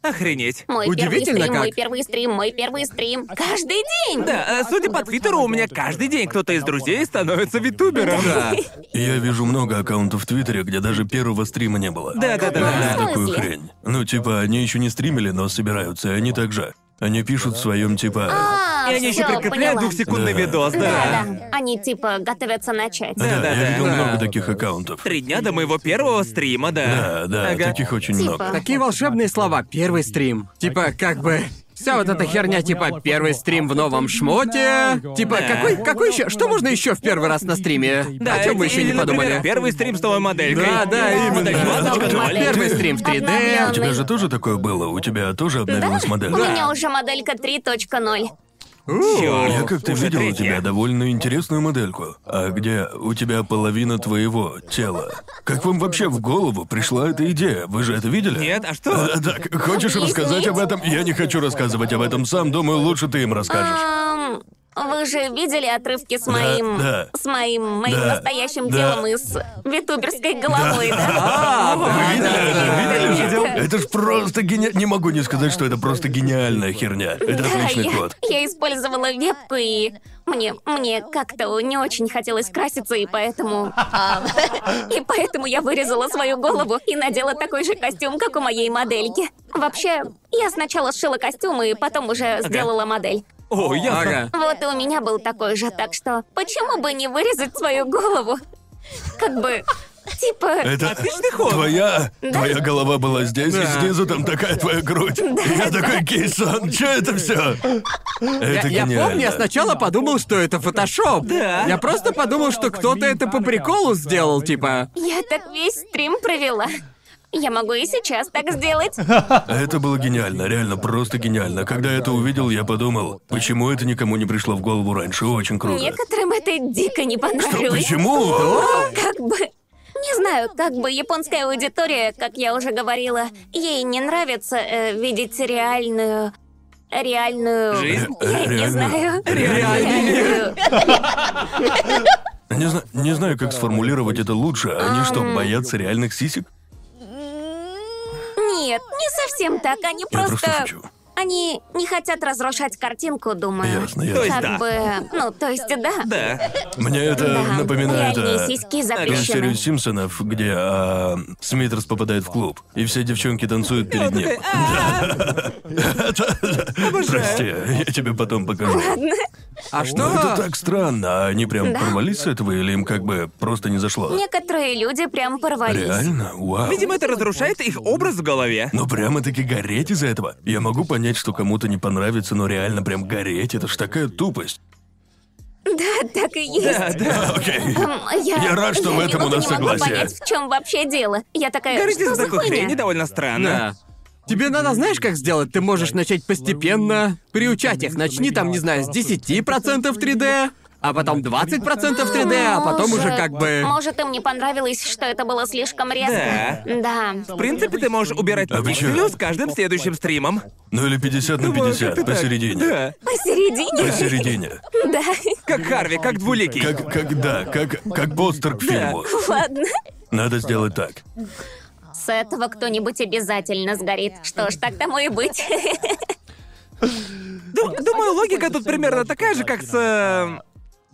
Да. Охренеть.
Мой
Удивительно,
первый стрим, мой
как.
первый стрим, мой первый стрим. Каждый день!
Да, э, судя по твиттеру, у меня каждый день кто-то из друзей становится витубером. Да.
Я вижу много аккаунтов в Твиттере, где даже первого стрима не было.
Да, да, да, да.
Есть такую
Смысле?
хрень. Ну, типа, они еще не стримили, но собираются, и они так же. Они пишут в своем типа.
А,
И они еще
всё,
прикрепляют
поняла.
двухсекундный
Да.
видос,
Да,
да.
да. Они типа готовятся начать.
Да,
да, да.
я видел
Да.
много таких аккаунтов.
Три дня до моего первого стрима, да.
Да, да,
Ага.
таких очень
Типа.
много.
Такие волшебные слова. Первый стрим. Типа, как бы... Вся вот эта херня, типа, первый стрим в новом шмоте. Типа,
Да.
какой, какой еще? Что можно еще в первый раз на стриме?
Да,
О чем А мы
или,
еще не
например,
подумали?
Первый стрим с новой моделькой.
Да, да, именно.
Модель 2.0.
Первый стрим в 3D.
У тебя же тоже такое было? У тебя тоже обновилась модель?
У меня уже моделька 3.0.
Чёрт.
А Я как-то
Уже
видел у
третья.
тебя довольно интересную модельку. А где у тебя половина твоего тела? Как вам вообще в голову пришла эта идея? Вы же это видели?
Нет, а что?
А, Так, хочешь рассказать об этом? Я не хочу рассказывать об этом сам, думаю, лучше ты им расскажешь.
Эм, Вы же видели отрывки с
Да,
моим...
да.
С моим... Моим
Да,
настоящим
да.
делом и с витуберской головой, да?
А,
Вы
да, да,
видели
да.
это? Видели же?
видел.
Это ж просто гениально. Не могу не сказать, что это просто гениальная херня. Это
Да,
отличный
я-
код.
Я использовала вепку и... Мне, мне как-то не очень хотелось краситься, и поэтому... И поэтому я вырезала свою голову и надела такой же костюм, как у моей модельки. Вообще, я сначала сшила костюм, и потом уже сделала модель.
О, я
Ага.
Вот и у меня был такой же, так что почему бы не вырезать свою голову? Как бы, типа,
Это
Отличный ход.
твоя, твоя голова была здесь, и
Да.
снизу там такая твоя грудь. И я такой, Кейсон, что это все? Это
Я помню, я
гениально.
сначала подумал, что это фотошоп.
Да.
Я просто подумал, что кто-то это по приколу сделал, типа.
я так весь стрим провела. Я могу и сейчас так сделать.
Это было гениально, реально просто гениально. Когда я это увидел, я подумал, почему это никому не пришло в голову раньше? Очень круто.
Некоторым это дико не понравилось.
Почему?
Как бы... Не знаю, как бы японская аудитория, как я уже говорила, ей не нравится э, видеть реальную... Реальную...
Жизнь?
Я не
Реальную-
знаю.
реальный
Реальную.
Не, зна- не знаю, как сформулировать это лучше. Они что, боятся реальных сисек?
Нет, не совсем так. Они
Я
просто...
просто шучу.
Они не хотят разрушать картинку, думаю.
Ясно,
То
ясно.
есть
Как
да.
бы... Ну, то есть да.
Да.
Мне это
Да.
напоминает
Реальные
э,
сиськи
ту серию
запрещены.
Симпсонов, где э, Смитерс попадает в клуб, и все девчонки танцуют перед ним.
Такой, «А,
Прости, я тебе потом покажу.
А
Но это
что?
так странно, а они прям
Да.
порвались с этого или им как бы просто не зашло?
Некоторые люди прям порвались.
Реально? Вау.
Видимо, это разрушает их образ в голове.
Но прямо-таки гореть из-за этого? Я могу понять, что кому-то не понравится, но реально прям гореть, это ж такая тупость.
Да, так и есть.
Да, да.
Окей.
Эм, Я,
Я рад, что
я
в этом
минуту
у нас
не могла
согласие.
понять, в чем вообще дело. Я такая,
Горите
что
за
за
такой
хуйня?
хрень, довольно странно.
Да. Тебе надо, знаешь, как сделать? Ты можешь начать постепенно приучать их. Начни там, не знаю, с 10% 3D, а потом 20% 3D, а потом уже как бы...
Может, им не понравилось, что это было слишком резко. Да.
В принципе, ты можешь убирать
А почему?
пикселю с каждым следующим стримом.
Ну или 50 на
Думаю, как-то
50,
так.
посередине.
Да.
Посередине.
Посередине.
Да.
Как Харви, как двуликий.
Как, как, да, как, как постер к фильму.
Ладно.
Надо сделать так.
С этого кто-нибудь обязательно сгорит. Что ж, так тому и быть.
Дум- думаю, логика тут примерно такая же, как с... э,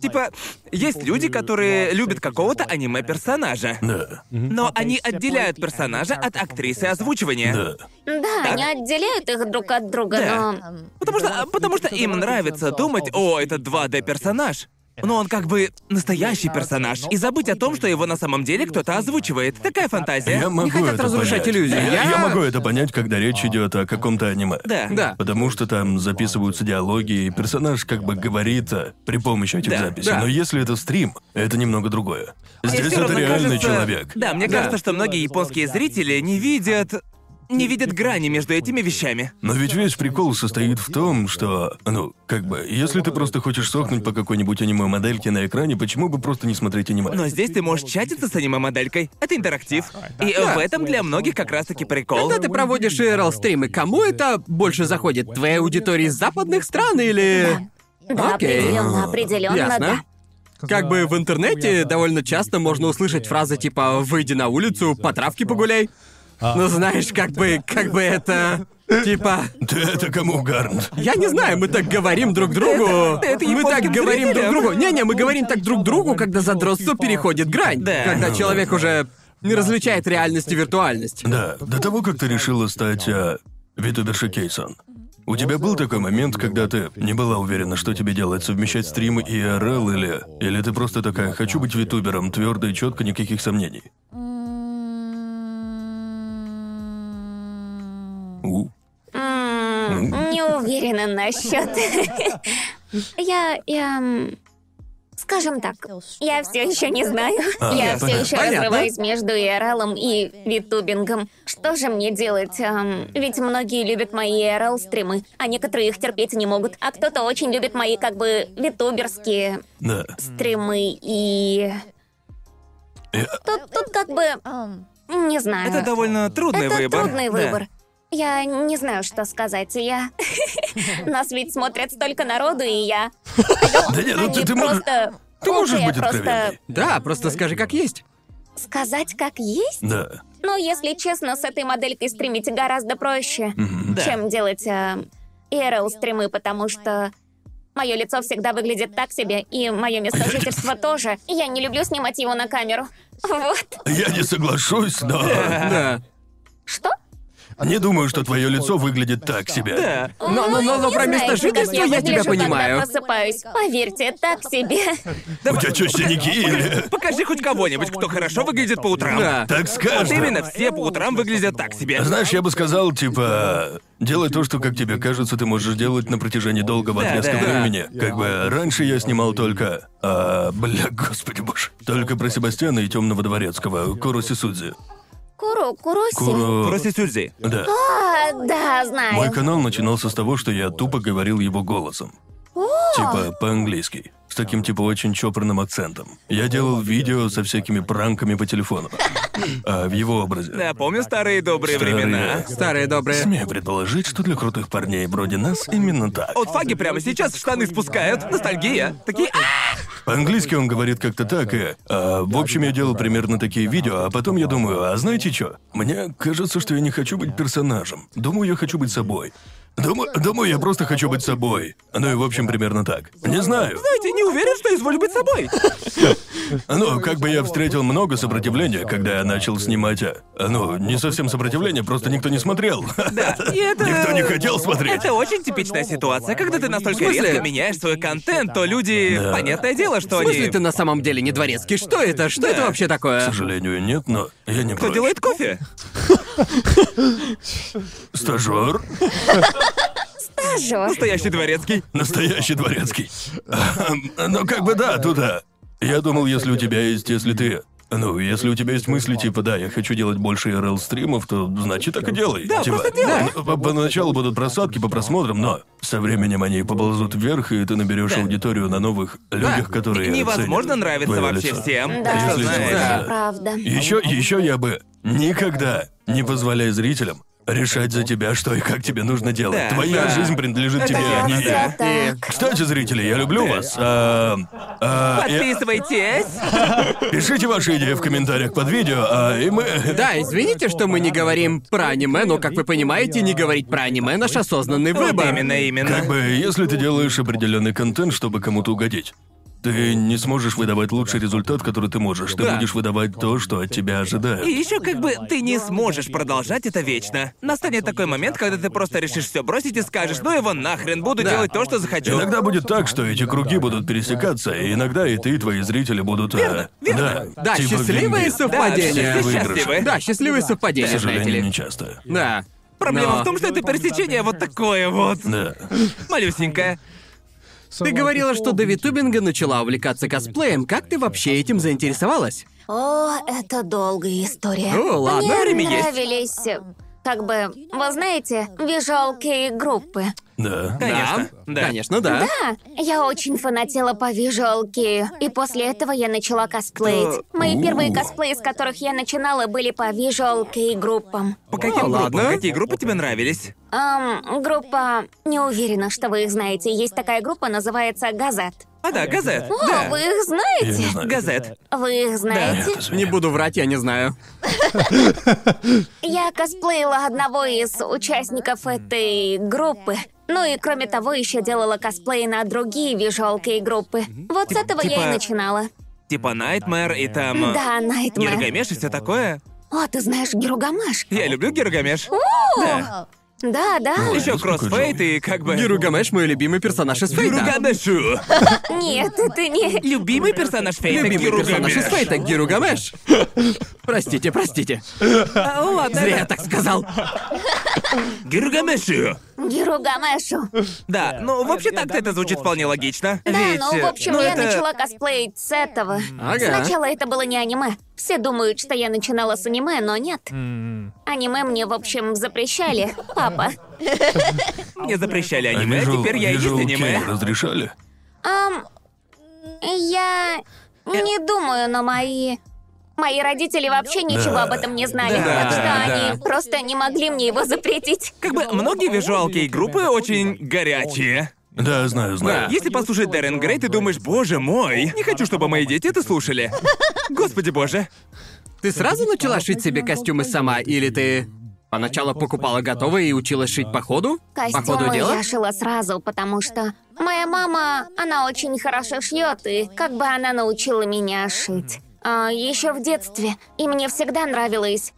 Типа, есть люди, которые любят какого-то аниме-персонажа,
Да,
но они отделяют персонажа от актрисы озвучивания.
да.
Да, они отделяют их друг от друга,
Да.
но...
Потому что, а, потому что им нравится думать, о, это 2D-персонаж. Но он как бы настоящий персонаж, и забыть о том, что его на самом деле кто-то озвучивает. Такая фантазия.
Я могу
хотят
это
разрушать
понять.
иллюзию.
Я...
Я-
я могу это понять, когда речь идет о каком-то аниме.
Да.
Да.
Потому что там записываются диалоги, и персонаж как бы говорит э, при помощи этих
Да,
записей.
да.
Но если это стрим, это немного другое. Здесь
Всё
это
равно
реальный
кажется-
человек.
Да, мне
Да.
кажется, что многие японские зрители не видят... Не видят грани между этими вещами.
Но ведь весь прикол состоит в том, что, ну, как бы, если ты просто хочешь сохнуть по какой-нибудь аниме-модельке на экране, почему бы просто не смотреть аниме?
Но здесь ты можешь чатиться с аниме-моделькой. Это интерактив. И э, в этом для многих как раз-таки прикол.
Когда ты проводишь IRL стримы, кому это больше заходит? Твоей аудитории из западных стран или...
Да,
Окей.
определенно, определенно, да.
Ясно. Как бы в интернете довольно часто можно услышать фразы типа «выйди на улицу, по травке погуляй». Ну знаешь, как бы, как бы это... Типа,
Ты это кому, Гарнт?
я не знаю, мы так говорим друг другу.
Это- это
мы так
японским
говорим друг
зрителям.
другу. Не-не, мы говорим так друг другу, когда задротство переходит грань.
Да.
Когда человек уже не различает реальность и виртуальность.
Да, до того, как ты решила стать а, витубершей Кейсон. У тебя был такой момент, когда ты не была уверена, что тебе делать, совмещать стримы и РЛ или... Или ты просто такая, хочу быть витубером, твердо и четко, никаких сомнений. У.
М, Не уверена насчет. Я, я, м, скажем так, я все еще не знаю.
А,
Я
понятно.
все еще
Понятно.
разрываюсь между IRL и витубингом. Что же мне делать? Ам, Ведь многие любят мои IRL стримы, а некоторые их терпеть не могут, а кто-то очень любит мои как бы витуберские
Да.
стримы и
Я- Э,
тут, тут как бы не знаю.
Это довольно трудный
Это
выбор.
трудный
Да.
выбор. Я не знаю, что сказать. Я... Нас ведь смотрят столько народу, и я...
Да нет, ну ты,
Они
ты можешь...
просто...
Ты можешь
глупые,
быть
просто
откровенной?
Да, просто скажи, как есть.
сказать как есть?
Да.
Но, если честно, с этой моделькой стримить гораздо проще, чем делать э, IRL стримы, потому что мое лицо всегда выглядит так себе, и мое место жительства тоже. И Я не люблю снимать его на камеру. Вот.
Я не соглашусь, но...
Да.
Что?
Не думаю, что твое лицо выглядит так себе.
Да.
Но, но, но, но
Ну, Не
про место
знаете, как
жительства я тебя
выгляжу, когда
понимаю.
просыпаюсь. Поверьте, так себе.
У тебя что, синяки или...
Покажи хоть кого-нибудь, кто хорошо выглядит по утрам.
Да.
Так
Вот
скажем.
именно, все по утрам выглядят так себе.
Знаешь, я бы сказал, типа, делай то, что, как тебе кажется, ты можешь делать на протяжении долгого
Да,
отрезка
да.
времени. Как бы раньше я снимал только... а, бля, господи боже. Только про Себастьяна и Темного Дворецкого, Куроси Судзи.
Куру, куруси.
Куро...
Проси Сюзи.
Да.
А, да, знаю.
Мой канал начинался с того, что я тупо говорил его голосом. Типа по-английски. С таким типа очень чопорным акцентом. Я делал видео со всякими пранками по телефону. А, в его образе.
Да, помню старые добрые
Старые.
времена.
Старые добрые.
Смею предположить, что для крутых парней вроде нас именно так.
Вот фаги прямо сейчас штаны спускают. Ностальгия. Такие... «А,
По-английски он говорит как-то так, и... а, в общем, я делал примерно такие видео, а потом я думаю, а знаете что? Мне кажется, что я не хочу быть персонажем. Думаю, я хочу быть собой. Думаю, думаю, я просто хочу быть собой. Ну и в общем, примерно так. Не знаю.
Знаете, не уверен, что изволю быть собой.
Ну, как бы я встретил много сопротивления, когда я начал снимать... а, Ну, не совсем сопротивление, просто никто не смотрел.
Да, и это...
Никто не хотел смотреть.
Это очень типичная ситуация, когда ты настолько
В смысле?
резко меняешь свой контент, то люди...
Да.
Понятное дело,
В
что
смысле
они...
ты на самом деле не дворецкий? Что это? Что это вообще
К
такое?
сожалению, нет, но я не
Кто
прочь.
делает кофе?
Стажер? А
Жёстко.
Настоящий дворецкий.
Настоящий дворецкий. Ну, как бы да, туда. Я думал, если у тебя есть, если ты... Ну, если у тебя есть мысли, типа, да, я хочу делать больше RL-стримов, то значит так и делай.
Да,
Типа,
просто делай.
ну, по- Поначалу будут просадки по просмотрам, но со временем они поползут вверх, и ты наберешь
Да.
аудиторию на новых людях, которые.
Невозможно
оценят
нравится
твоё
вообще
лицо.
всем.
Да.
Ты что
Если
знаешь.
честно, да.
Правда.
Еще, еще я бы никогда не позволяй зрителям решать за тебя, что и как тебе нужно делать.
Да,
Твоя
да.
жизнь принадлежит тебе, а не я.
Да, так.
Кстати, зрители, я люблю вас. А, а, и-
Подписывайтесь.
пишите ваши идеи в комментариях под видео, а, и мы.
Да, извините, что мы не говорим про аниме, но, как вы понимаете, не говорить про аниме — наш осознанный
Вот
выбор.
именно, именно.
Как бы, если ты делаешь определенный контент, чтобы кому-то угодить, ты не сможешь выдавать лучший результат, который ты можешь. Ты
Да.
будешь выдавать то, что от тебя ожидают.
И еще как бы ты не сможешь продолжать это вечно. Настанет такой
а
момент, когда ты просто решишь все бросить и скажешь, ну его нахрен, буду
Да.
делать то, что захочу.
Иногда будет так, что эти круги будут пересекаться, и иногда и ты, и твои зрители будут... э,
верно.
Да,
Да,
типа
счастливые
винни.
совпадения.
Да, все
выигрыши.
счастливы.
Да, счастливые
К
совпадения, знаете
сожалению,
ли.
не часто.
Да.
Проблема
Но-
в том, что это пересечение вот такое вот.
Да.
Малюсенькое.
Ты говорила, что до витубинга начала увлекаться косплеем. Как ты вообще этим заинтересовалась?
О, это долгая история.
О, ладно.
Мне
Время есть.
нравились, э, как бы, вы знаете, визуалки группы.
Да.
Конечно.
Да.
Да.
Конечно, да.
А, я очень фанатела по визуалке, и после этого я начала косплеить. Мои первые косплеи, с которых я начинала, были по визуалке и группам.
По каким
ладно.
группам? А, Какие группы тебе нравились?
Эм, группа... Не уверена, что вы их знаете. Есть такая группа, называется «Газет».
А да, газет.
О,
Да.
вы их
Я не
знаете?
знаю.
Газет.
Вы их знаете?
Нет, извини.
Не буду врать, я не знаю.
Я косплеила одного из участников этой группы. Ну и кроме того, еще делала косплей на другие визуалки и группы. Вот с этого я
типа-
и начинала.
Типа Nightmare и там... э,
Да, Найтмэр.
Гильгамеш и все такое.
О, ты знаешь Гиругамаш?
Я люблю Гиргамеш. Да.
Да, да.
Еще
это такой
кроссфейт и как бы...
Гиругамеш мой любимый персонаж из Фейта.
Гируганашу.
Нет, это не...
Любимый персонаж Фейта
Любимый персонаж из
Гиругамеш.
Фейта Гиругамеш. Простите, простите.
А, ладно.
Зря я так сказал.
Гиргамешу.
Гиругамешу.
Да, ну вообще так-то это звучит вполне логично.
Да,
Ведь,
ну, в
э,
общем,
ну,
я
это-
начала косплеить с этого.
Ага.
Сначала это было не аниме. Все думают, что я начинала с аниме, но нет. Аниме мне, в общем, запрещали. Папа.
ну, Мне запрещали
А
аниме,
Visual-
теперь я и есть
Visual
аниме.
Kei разрешали?
Ам, я не думаю, но мои Мои родители вообще ничего об этом не знали,
Да,
так что
да.
они просто не могли мне его запретить.
Как бы многие визуалки и группы очень горячие.
Да, знаю, знаю.
Если послушать Дэрен Грей, ты думаешь, боже мой, не хочу, чтобы мои дети это слушали. Господи боже.
Ты сразу начала шить себе костюмы сама, или ты поначалу покупала готовые и училась шить по ходу? по ходу
Костюмы
дела?
я шила сразу, потому что моя мама, она очень хорошо шьет, и как бы она научила меня шить. еще в детстве, и мне всегда нравилось.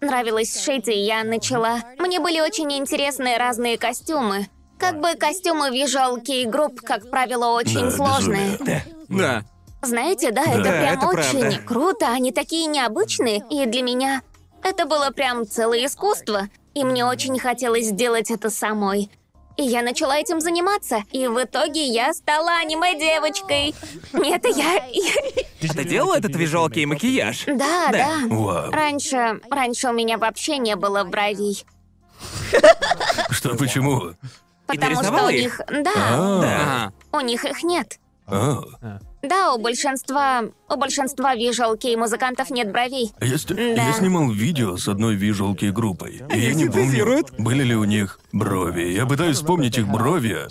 Нравилось шить, и я начала. Мне были очень интересные разные костюмы. Как бы костюмы визуалки и групп, как правило, очень
Да,
сложные.
безумие.
Да.
Знаете, да, это
Да,
прям
это
очень
правда.
круто, они такие необычные, и для меня это было прям целое искусство, и мне очень хотелось сделать это самой. И я начала этим заниматься, и в итоге я стала аниме-девочкой. Нет, я... я-
А Ты делала этот визуалки и макияж?
Да, да.
Вау.
Раньше... Раньше у меня вообще не было бровей.
Что, почему?
Потому что у
рисовала их?
них... Да,
А,
Ага.
у них их нет.
а,
Да, у большинства... У большинства визуалки и музыкантов нет бровей.
Я, сни- я снимал видео с одной визуалки и группой. И я не помню,
синтезируют?
были ли у них брови. Я пытаюсь вспомнить их брови.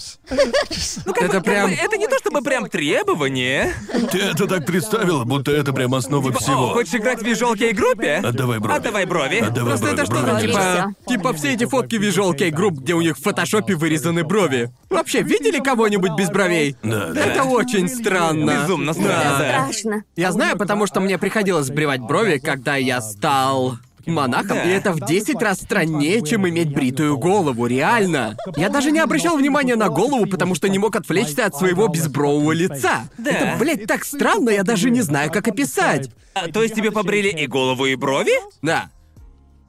Ну,
это прям...
Это не то чтобы прям требование.
Ты это так представила, будто это прям основа
О,
всего.
хочешь играть в визуалке и группе?
Отдавай брови.
Отдавай брови.
Отдавай
Просто это
брови, брови.
что-то
Брови
типа...
всё.
Типа все эти фотки визуалки и групп, где у них в фотошопе вырезаны брови. Вообще, видели кого-нибудь без бровей?
Да, да.
Это очень странно.
Безумно странно,
Да.
да.
Страшно.
Я знаю, потому что мне приходилось сбривать брови, когда я стал монахом,
Да.
и это в 10 раз страннее, чем иметь бритую голову, реально. Я даже не обращал внимания на голову, потому что не мог отвлечься от своего безбрового лица.
Да.
Это, блядь, так странно, я даже не знаю, как описать.
А, то есть тебе побрили и голову, и брови?
Да.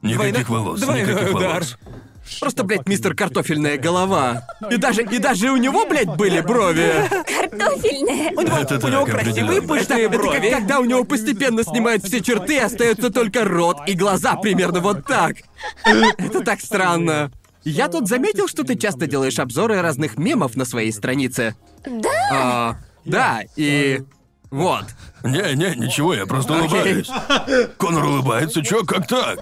Никаких
Двойной-
волос,
двойной
никаких
удар.
волос.
Просто, блядь, мистер картофельная голова. И даже, и даже у него, блядь, были брови.
Картофельная.
Это
У него
так,
красивые
определенно.
Это,
пышные
это как
брови.
когда у него постепенно снимают все черты, и остается только рот и глаза, примерно вот так. Это так странно. Я тут заметил, что ты часто делаешь обзоры разных мемов на своей странице. Да? да, и... Вот.
Не, не, ничего, я просто улыбаюсь. Конор улыбается, чё, как так?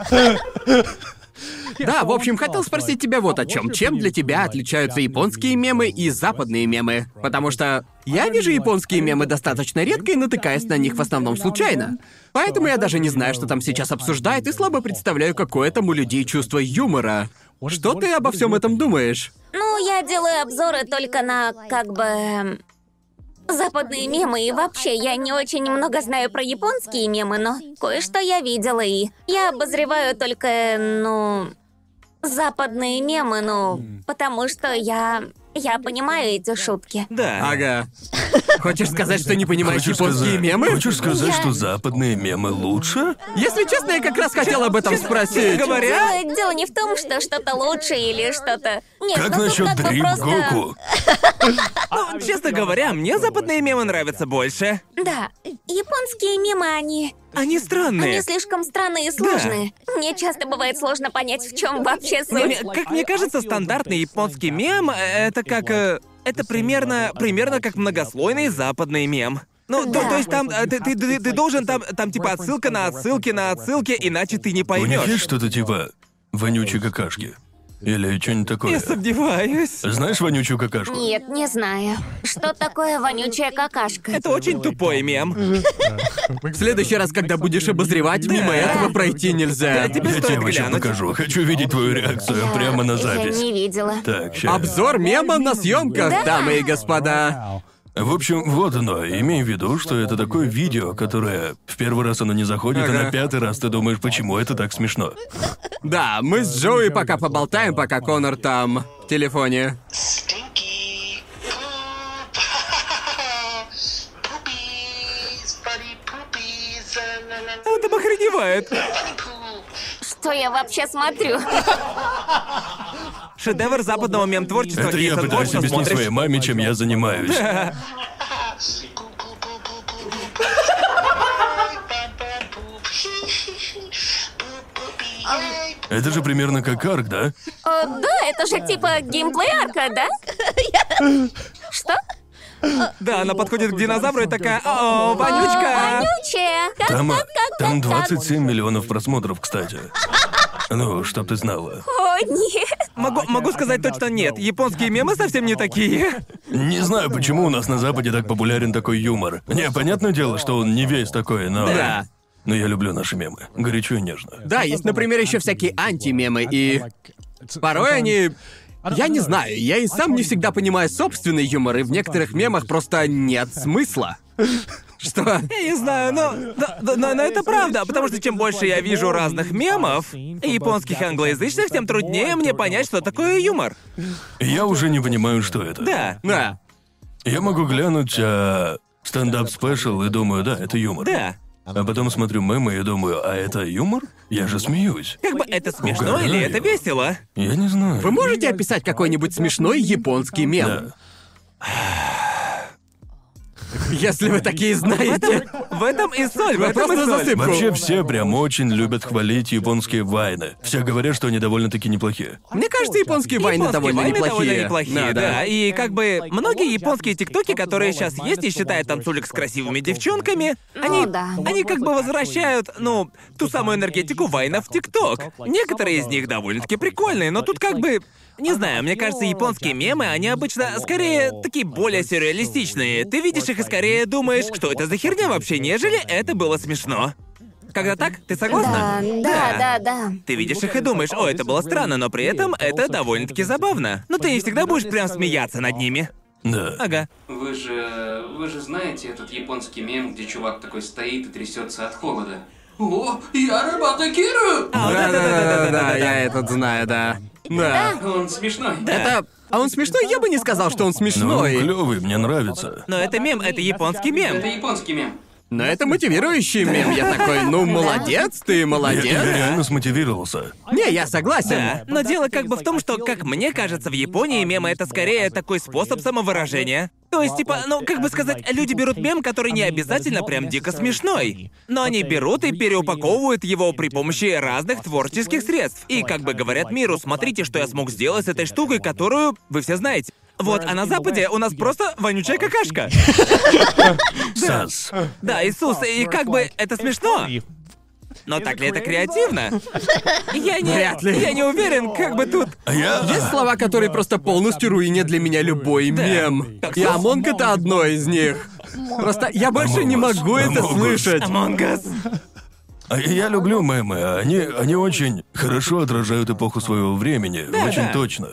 Да, в общем, хотел спросить тебя вот о чем. Чем для тебя отличаются японские мемы и западные мемы? Потому что я вижу японские мемы достаточно редко и натыкаюсь на них в основном случайно. Поэтому я даже не знаю, что там сейчас обсуждают, и слабо представляю, какое там у людей чувство юмора. Что ты обо всем этом думаешь?
Ну, я делаю обзоры только на, как бы... эм, Западные мемы, и вообще, я не очень много знаю про японские мемы, но кое-что я видела, и я обозреваю только, э, ну... Западные мемы, ну... Потому что я... Я понимаю эти шутки.
Да.
Ага. Хочешь сказать, что не понимаешь
Хочешь
японские
сказать-
мемы?
Хочешь сказать,
Я-
что западные мемы лучше?
Если честно, я как раз хотел об этом спросить.
Говоря,
Дело, дело не в том, что что-то лучше или что-то... Нет,
Как
ну тут
насчет
как бы
Дрип
просто...
Гоку?
ну, честно говоря, мне западные мемы нравятся больше.
Да, японские мемы, они...
Они
Они
странные.
слишком странные и сложные. Мне часто бывает сложно понять, в чем вообще
Мне-
суть.
мне- как мне кажется, стандартный японский мем — это как... э, Это примерно, примерно как многослойный западный мем. Ну, то-
Да.
то, есть там э, ты, ты- ты- ты должен там, там типа отсылка на отсылки на отсылки, иначе ты не
У них есть
поймешь.
что-то типа вонючей какашки? Или что-нибудь
Я
такое?
сомневаюсь.
Знаешь вонючую какашку?
Нет, не знаю. Что такое вонючая какашка?
Это очень тупой мем.
В следующий раз, когда будешь обозревать, мимо этого пройти нельзя.
тебе
Я
стоит
тебе сейчас
глянуть.
покажу. Хочу видеть твою реакцию
Я-
прямо на
Я
запись.
не видела.
Так, ща.
Обзор мема на съемках, дамы и господа.
В общем, вот оно. Имей в виду, что это такое видео, которое в первый раз оно не заходит, а
Ага.
на пятый раз ты думаешь, почему это так смешно.
Да, мы с Джоуи пока поболтаем, пока Конор там в телефоне.
stinky poop. poopies, funny poopies, uh, la, la, la,
Это охреневает.
funny poop.
Что я вообще смотрю?
Шедевр западного мем-творчества.
Это я
Кейтон
пытаюсь
Борсон,
объяснить
смотришь-
своей маме, чем я занимаюсь.
Poop, poop, poop, poop, poop, poop. Bad, bad poop. Poop, poopy, yay, poop.
Это же примерно как арк, да?
О, да, это же типа геймплей арка, да? Что?
Да, она подходит к динозавру и такая, о, вонючка.
А, Вонючая! Как,
Там, а,
как, как,
Там 27 миллионов просмотров, кстати. Ну, чтоб ты знала.
О, нет.
Могу, могу сказать точно нет. Японские мемы совсем не такие.
Не знаю, почему у нас на Западе так популярен такой юмор. Не, понятное дело, что он не весь такой, но...
Да.
Но я люблю наши мемы. Горячо и нежно.
Да, есть, например, еще всякие антимемы, и порой они... Я не знаю, я и сам не всегда понимаю собственный юмор, и в некоторых мемах просто нет смысла. Что?
Я не знаю, но, да- да- но, но это правда, потому что чем больше я вижу разных мемов, японских и англоязычных, тем труднее мне понять, что такое юмор.
Я уже не понимаю, что это.
Да,
Да.
Я могу глянуть а, стендап-спешл и думаю, да, это юмор.
да.
А потом смотрю мемы и думаю, а это юмор? Я же смеюсь.
Как бы это смешно или это весело?
Я не знаю.
Вы можете описать какой-нибудь смешной японский мем?
Да.
Если вы такие знаете.
В этом и соль, в
Вы
этом и
просто
соль.
засыпку.
Вообще все прям очень любят хвалить японские вайны. Все говорят, что они довольно-таки неплохие.
Мне кажется, японские войны
Японские
довольно
вайны
неплохие.
довольно неплохие, да. И как бы многие японские тиктоки, которые сейчас есть и считают танцулик с красивыми девчонками, они,
Ну да.
они как бы возвращают, ну, ту самую энергетику Вайна в тикток. Некоторые из них довольно-таки прикольные, но тут как бы... Не знаю, мне кажется, японские мемы, они обычно скорее такие более сюрреалистичные. Ты видишь их и скорее думаешь, что это за херня вообще, нежели это было смешно. Когда так, ты
Да,
согласна?
да, да, да.
Ты видишь их и думаешь, о, это было странно, но при этом это довольно-таки забавно. Но ты не всегда будешь прям смеяться над ними.
А,
Да. Ну,
Ага.
Вы же... Вы же знаете этот японский мем, где чувак такой стоит и трясется от холода? О, я Рабата Киру!
А,
Да, да, да, да, да, да,
да.
я этот знаю, да. Да.
Он смешной.
Это. А он смешной? Я бы не сказал, что он
Ну,
смешной.
клевый, мне нравится.
Но это мем, это японский
Это
мем.
японский мем.
Но это мотивирующий мем. Я такой, ну молодец, ты
Я, я
молодец.
реально смотивировался.
Не, я согласен.
Да, но дело как бы в том, что, как мне кажется, в Японии мемы это скорее такой способ самовыражения. То есть, типа, ну, как бы сказать, люди берут мем, который не обязательно прям дико смешной. Но они берут и переупаковывают его при помощи разных творческих средств. И как бы говорят миру, смотрите, что я смог сделать с этой штукой, которую вы все знаете. Вот, а на Западе у нас просто вонючая какашка.
Сас.
Да, Иисус, и как бы это смешно. Но так ли это креативно? Я не...
Вряд ли.
Я не уверен, как бы тут...
А я...
Есть слова, которые просто полностью руинят для меня любой мем.
Как
И
сос.
Амонг это одно из них. Просто я больше не
Амонг Ус.
могу это
Амонг Ус.
слышать.
Among Us.
А Я я люблю мемы, а они, они очень хорошо отражают эпоху своего времени, очень
да.
точно.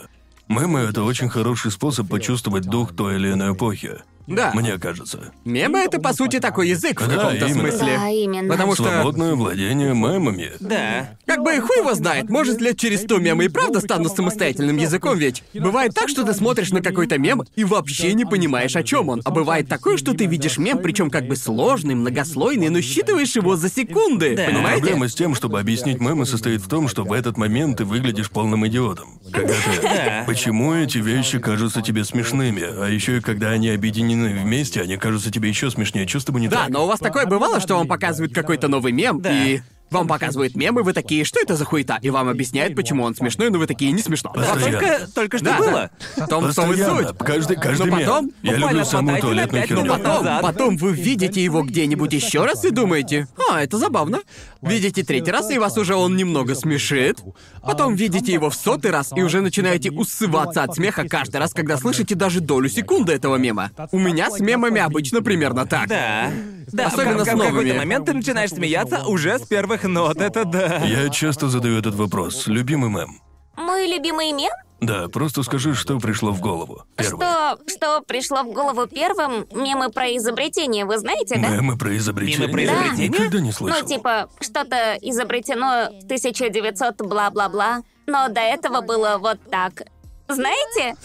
Мемы — это очень хороший способ почувствовать дух той или иной эпохи,
Да.
мне кажется.
Мемы это по сути такой язык в
Да,
каком-то
именно.
смысле.
Да, А именно.
Потому что.
Свободное владение мемами.
Да.
Как бы хуй его знает, может лет через сто мемы и правда станут самостоятельным языком, ведь бывает так, что ты смотришь на какой-то мем и вообще не понимаешь, о чем он. А бывает такое, что ты видишь мем, причем как бы сложный, многослойный, но считываешь его за секунды.
Да.
Понимаете?
Проблема с тем, чтобы объяснить мемы, состоит в том, что в этот момент ты выглядишь полным идиотом. Когда
Да.
ты... Почему эти вещи кажутся тебе смешными? А еще и когда они объединены вместе, они кажутся тебе еще смешнее. Чувство бы не
Да, ну
так?
но у вас такое бывало, что вам показывают какой-то новый мем,
Да.
и вам показывают мем, и вы такие, что это за хуета? И вам объясняют, почему он смешной, но вы такие, не смешно.
А
Постоянно.
только, только что
Да,
было.
В том- в том и
Постоянно.
суть.
Каждый, каждый
Но
мем.
потом
Я
буквально
люблю
отмотайте
самую
на
туалетную
пять минут
херню.
назад.
Потом, потом вы видите его где-нибудь еще раз и думаете, а, это забавно. Видите третий раз, и вас уже он немного смешит. Потом видите его в сотый раз и уже начинаете усываться от смеха каждый раз, когда слышите даже долю секунды этого мема. У меня с мемами обычно примерно так.
Да. Да,
Особенно
в,
с
как- в какой-то
новыми.
момент ты начинаешь смеяться уже с первых нот, это да.
Я часто задаю этот вопрос. Любимый мем.
Мой любимый мем?
Да, просто скажи, что пришло в голову. Первое.
Что, что пришло в голову первым? Мемы про изобретение, вы знаете, да?
Мемы про изобретение.
Мемы про изобретение?
Никогда не слышал.
Ну, типа, что-то изобретено в 1900 бла-бла-бла, но до этого было вот так. Знаете?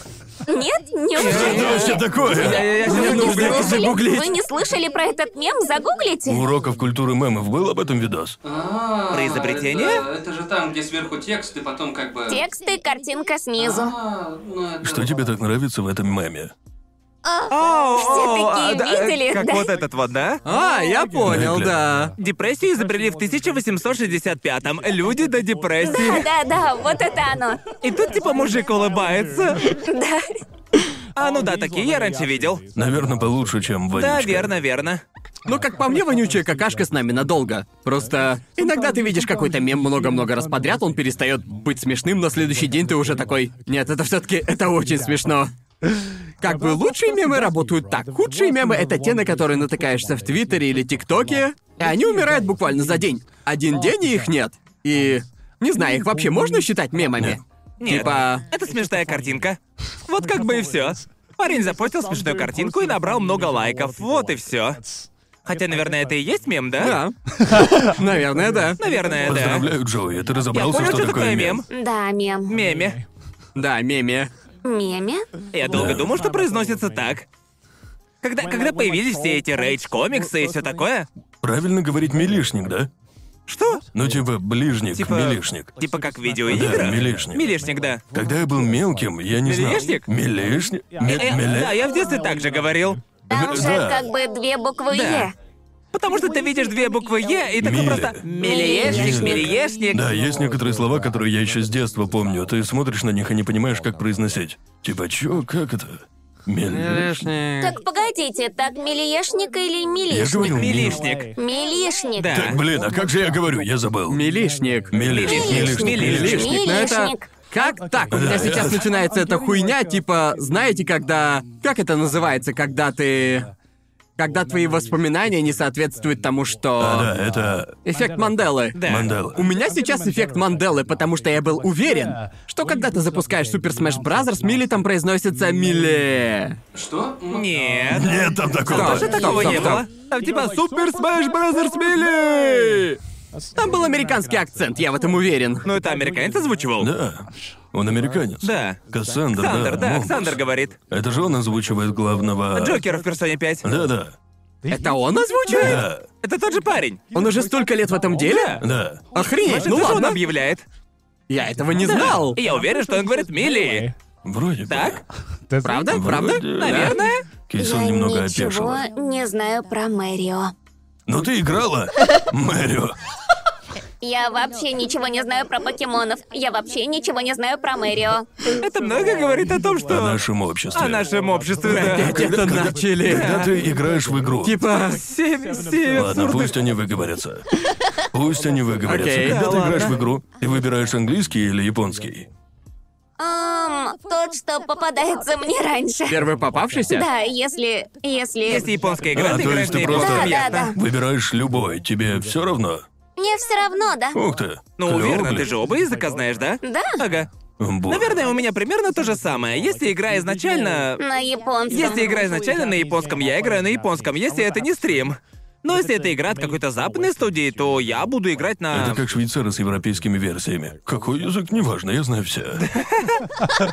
Нет?
Это
Неужели?
вообще такое?
Я, я сейчас
Мне нужно
загуглю.
это загуглить.
Вы не слышали про этот мем?
У
Загуглите.
уроков культуры мемов был об этом видос?
А,
Про изобретение?
Это, это же там, где сверху текст, и потом как бы...
Тексты, картинка снизу.
А, ну это...
Что тебе так нравится в этом меме?
О,
Все
о,
такие
а, да, а,
видели,
Как
да?
вот этот вот, да?
А, я понял,
Наглядно.
да.
Депрессию изобрели в 1865-м. Люди до депрессии.
Да, да, да, вот это оно.
И тут типа мужик улыбается.
Да.
А, ну да, такие я раньше видел.
Наверное, получше, чем вонючка.
Да, верно, верно.
Но, Ну, как по мне, вонючая какашка с нами надолго. Просто иногда ты видишь какой-то мем много-много раз подряд, он перестает быть смешным, на следующий день ты уже такой... Нет, это все таки это очень смешно. Как бы лучшие мемы работают так. Худшие мемы — это те, на которые натыкаешься в Твиттере или ТикТоке, и они умирают буквально за день. Один день, и их нет. И... Не знаю, их вообще можно считать мемами?
Нет.
Типа...
Это смешная картинка. Вот как бы и все. Парень запостил смешную картинку и набрал много лайков. Вот и все. Хотя, наверное, это и есть мем, да?
Да. а? Наверное, да.
Наверное, да.
Поздравляю, Джоуи, ты
Я
разобрался,
понял,
что, такое
мем.
Да, мем.
Меме.
Да, меме.
Меме?
Я долго думал, что произносится так. Когда, когда появились все эти рейдж-комиксы и все такое,
Правильно говорить милишник, да?
что?
Ну, типа, ближник,
Типа-
милишник.
Типа как
Да,
видеоигра?
милишник.
Милишник, да.
Когда я был мелким, я не знал.
Милишник?
Милишник? Ми-
Э,
мили-
да, я в детстве так же говорил.
Там же
Да.
как бы две буквы
Э, Да.
«е».
Потому что ты видишь две буквы «Е» и такой
Мили.
просто «Милиешник, милиешник».
Да, есть некоторые слова, которые я еще с детства помню. Ты смотришь на них и не понимаешь, как произносить. Типа, чё, как это? Милишник.
Так погодите, так милиешник или
Я
милиш?
говорил
Милишник.
милишник.
Милишник.
Да.
Так, блин, а как же я говорю? Я забыл.
Милишник.
Милишник, милишник, милишник.
Милишник, но Ну, это...
Милишник.
Как так? У меня сейчас начинается эта хуйня, типа, знаете, когда... Как это называется, когда ты... Когда твои воспоминания не соответствуют тому,
А, Да,
что...
это
Эффект Манделы.
Да.
Мандела.
У меня сейчас эффект Манделы, потому что я был уверен, что когда ты запускаешь Супер Smash Brothers, Милли там произносится Миле.
Что? М-
Нет.
Нет там такого.
Тоже
А Что такого
Стоп,
не
стоп,
было? Там типа «Супер Smash Brothers Мили!»
Там был американский акцент, я в этом уверен.
Ну это американец озвучивал?
Да. Он американец.
Да.
Кассандр,
Ксандер, да,
Момбус.
Ксандер говорит. А,
Это же он озвучивает главного...
Джокера в «Персоне 5».
Да-да.
Это он озвучивает?
Да,
Это тот же парень.
Он уже столько лет в этом деле?
да.
Охренеть, ну
Это же он
ладно.
объявляет.
Я этого не знал.
И я уверен, что он говорит «Мили».
Вроде бы.
Так?
Правда? Правда?
Вроде, да.
Наверное.
Кейсон
Я
немного
ничего
опешила.
не знаю про Мэрио.
Но ты играла, Мэрио.
Я вообще ничего не знаю про покемонов. Я вообще ничего не знаю про Мэрио.
Это много говорит о том,
О
что...
нашем обществе.
О нашем обществе, да.
Опять это начали.
Когда ты играешь в игру...
Типа,
Семь, семь
Ладно,
абсурдных
пусть они выговорятся. Пусть они выговорятся.
Окей.
Когда
Да
ты
ладно.
играешь в игру, ты выбираешь английский или японский.
Эм, тот, что попадается мне раньше.
первый попавшийся?
Да, если... Если...
Если японская игра,
А,
ты
то
играешь
есть
на
ты просто-
японском,
Да, да,
ясно.
Выбираешь любой, тебе все равно.
Мне все равно, да?
Ух ты.
Ну,
Клёво,
уверена,
блин.
ты же оба языка знаешь, да?
Да.
Ага.
Бу.
Наверное, у меня примерно то же самое. Если игра изначально...
На японском.
Если игра изначально на японском, я играю на японском, если это не стрим. Но если это игра от какой-то западной студии, то я буду играть
Это
на...
как швейцары с европейскими версиями. Какой язык, неважно, я знаю все.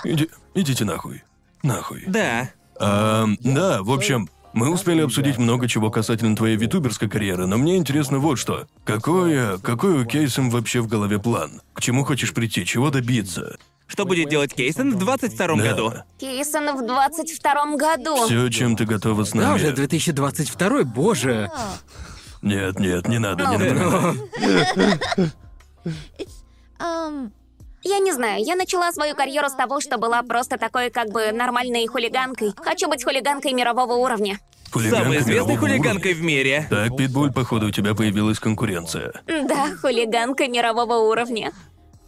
Иди- идите нахуй. Нахуй.
Да.
Эм, да, в общем, мы успели обсудить много чего касательно твоей витуберской карьеры, но мне интересно вот что. Какое, какой у Кейсом вообще в голове план? К чему хочешь прийти, чего добиться?
Что будет делать Кейсон в 22 году?
Кейсон в 22 году.
Все, чем ты готова с
Да,
нами.
уже 2022, боже.
Нет, нет, не надо, не надо.
Я не знаю, я начала свою карьеру с того, что была просто такой как бы нормальной хулиганкой. Хочу быть хулиганкой мирового уровня.
Хулиганка
Самой известной
мирового уровня.
хулиганкой в мире.
Так, Питбуль, походу, у тебя появилась конкуренция.
Да, хулиганка мирового уровня.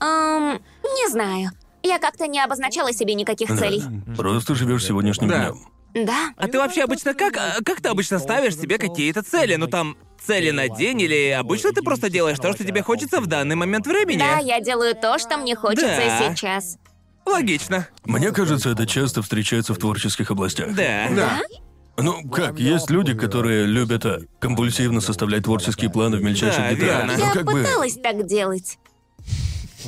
Эм, не знаю. Я как-то не обозначала себе никаких целей.
Просто живешь сегодняшним
Да.
днем.
Да?
А ты вообще обычно как... а, Как ты обычно ставишь себе какие-то цели? Ну там, цели на день или обычно ты просто делаешь то, что тебе хочется в данный момент времени?
Да, я делаю то, что мне хочется
Да.
сейчас.
Логично.
Мне кажется, это часто встречается в творческих областях.
Да.
Да.
Ну, как, есть люди, которые любят а, компульсивно составлять творческие планы в мельчайших
Да,
деталях.
верно.
Но
я
Ну, как бы...
пыталась так делать.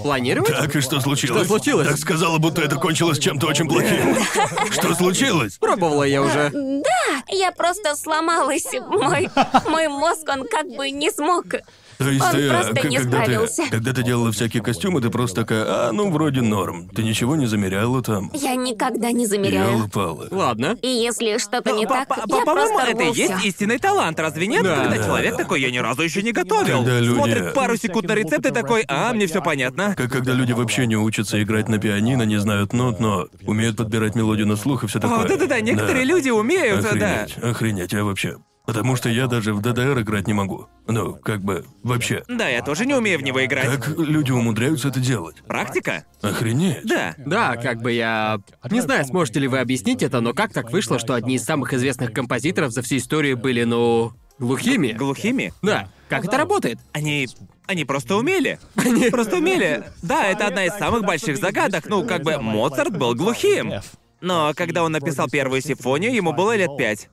Планировать?
Так, и что случилось?
Что случилось?
Так сказала, будто это кончилось чем-то очень плохим. Что случилось?
Пробовала я уже.
Я просто сломалась. Мой, мой мозг, он как бы не смог
То есть
Он
ты, а,
просто
к-
не
когда,
справился.
ты, когда ты делала всякие костюмы, ты просто такая, а, ну, вроде норм. Ты ничего не замеряла там.
Я никогда не замеряю.
Ёлы-палы.
Ладно.
И если что-то не так,
Ну, По- по-
я
По-моему,
просто
это и
рву
есть
всё.
истинный талант, разве нет?
Да.
Когда
Да.
человек такой, я ни разу еще не готовил.
Когда люди-
Смотрит пару секунд на рецепт и такой, а, мне все понятно.
Как когда люди вообще не учатся играть на пианино, не знают нот, но умеют подбирать мелодию на слух и все такое.
О, А, да-да-да, некоторые люди умеют, да.
Охренеть, охренеть, я вообще. Потому что я даже в ДДР играть не могу. Ну, как бы, вообще.
Да, я тоже не умею в него играть.
Как люди умудряются это делать?
Практика?
Охренеть.
Да.
Да, как бы я... Не знаю, сможете ли вы объяснить это, но как так вышло, что одни из самых известных композиторов за всю историю были, ну... глухими?
Глухими?
Да. Как это работает?
Они... Они просто умели. Они просто умели. Да, это одна из самых больших загадок. Ну, как бы Моцарт был глухим. Но когда он написал первую симфонию, ему было лет пять.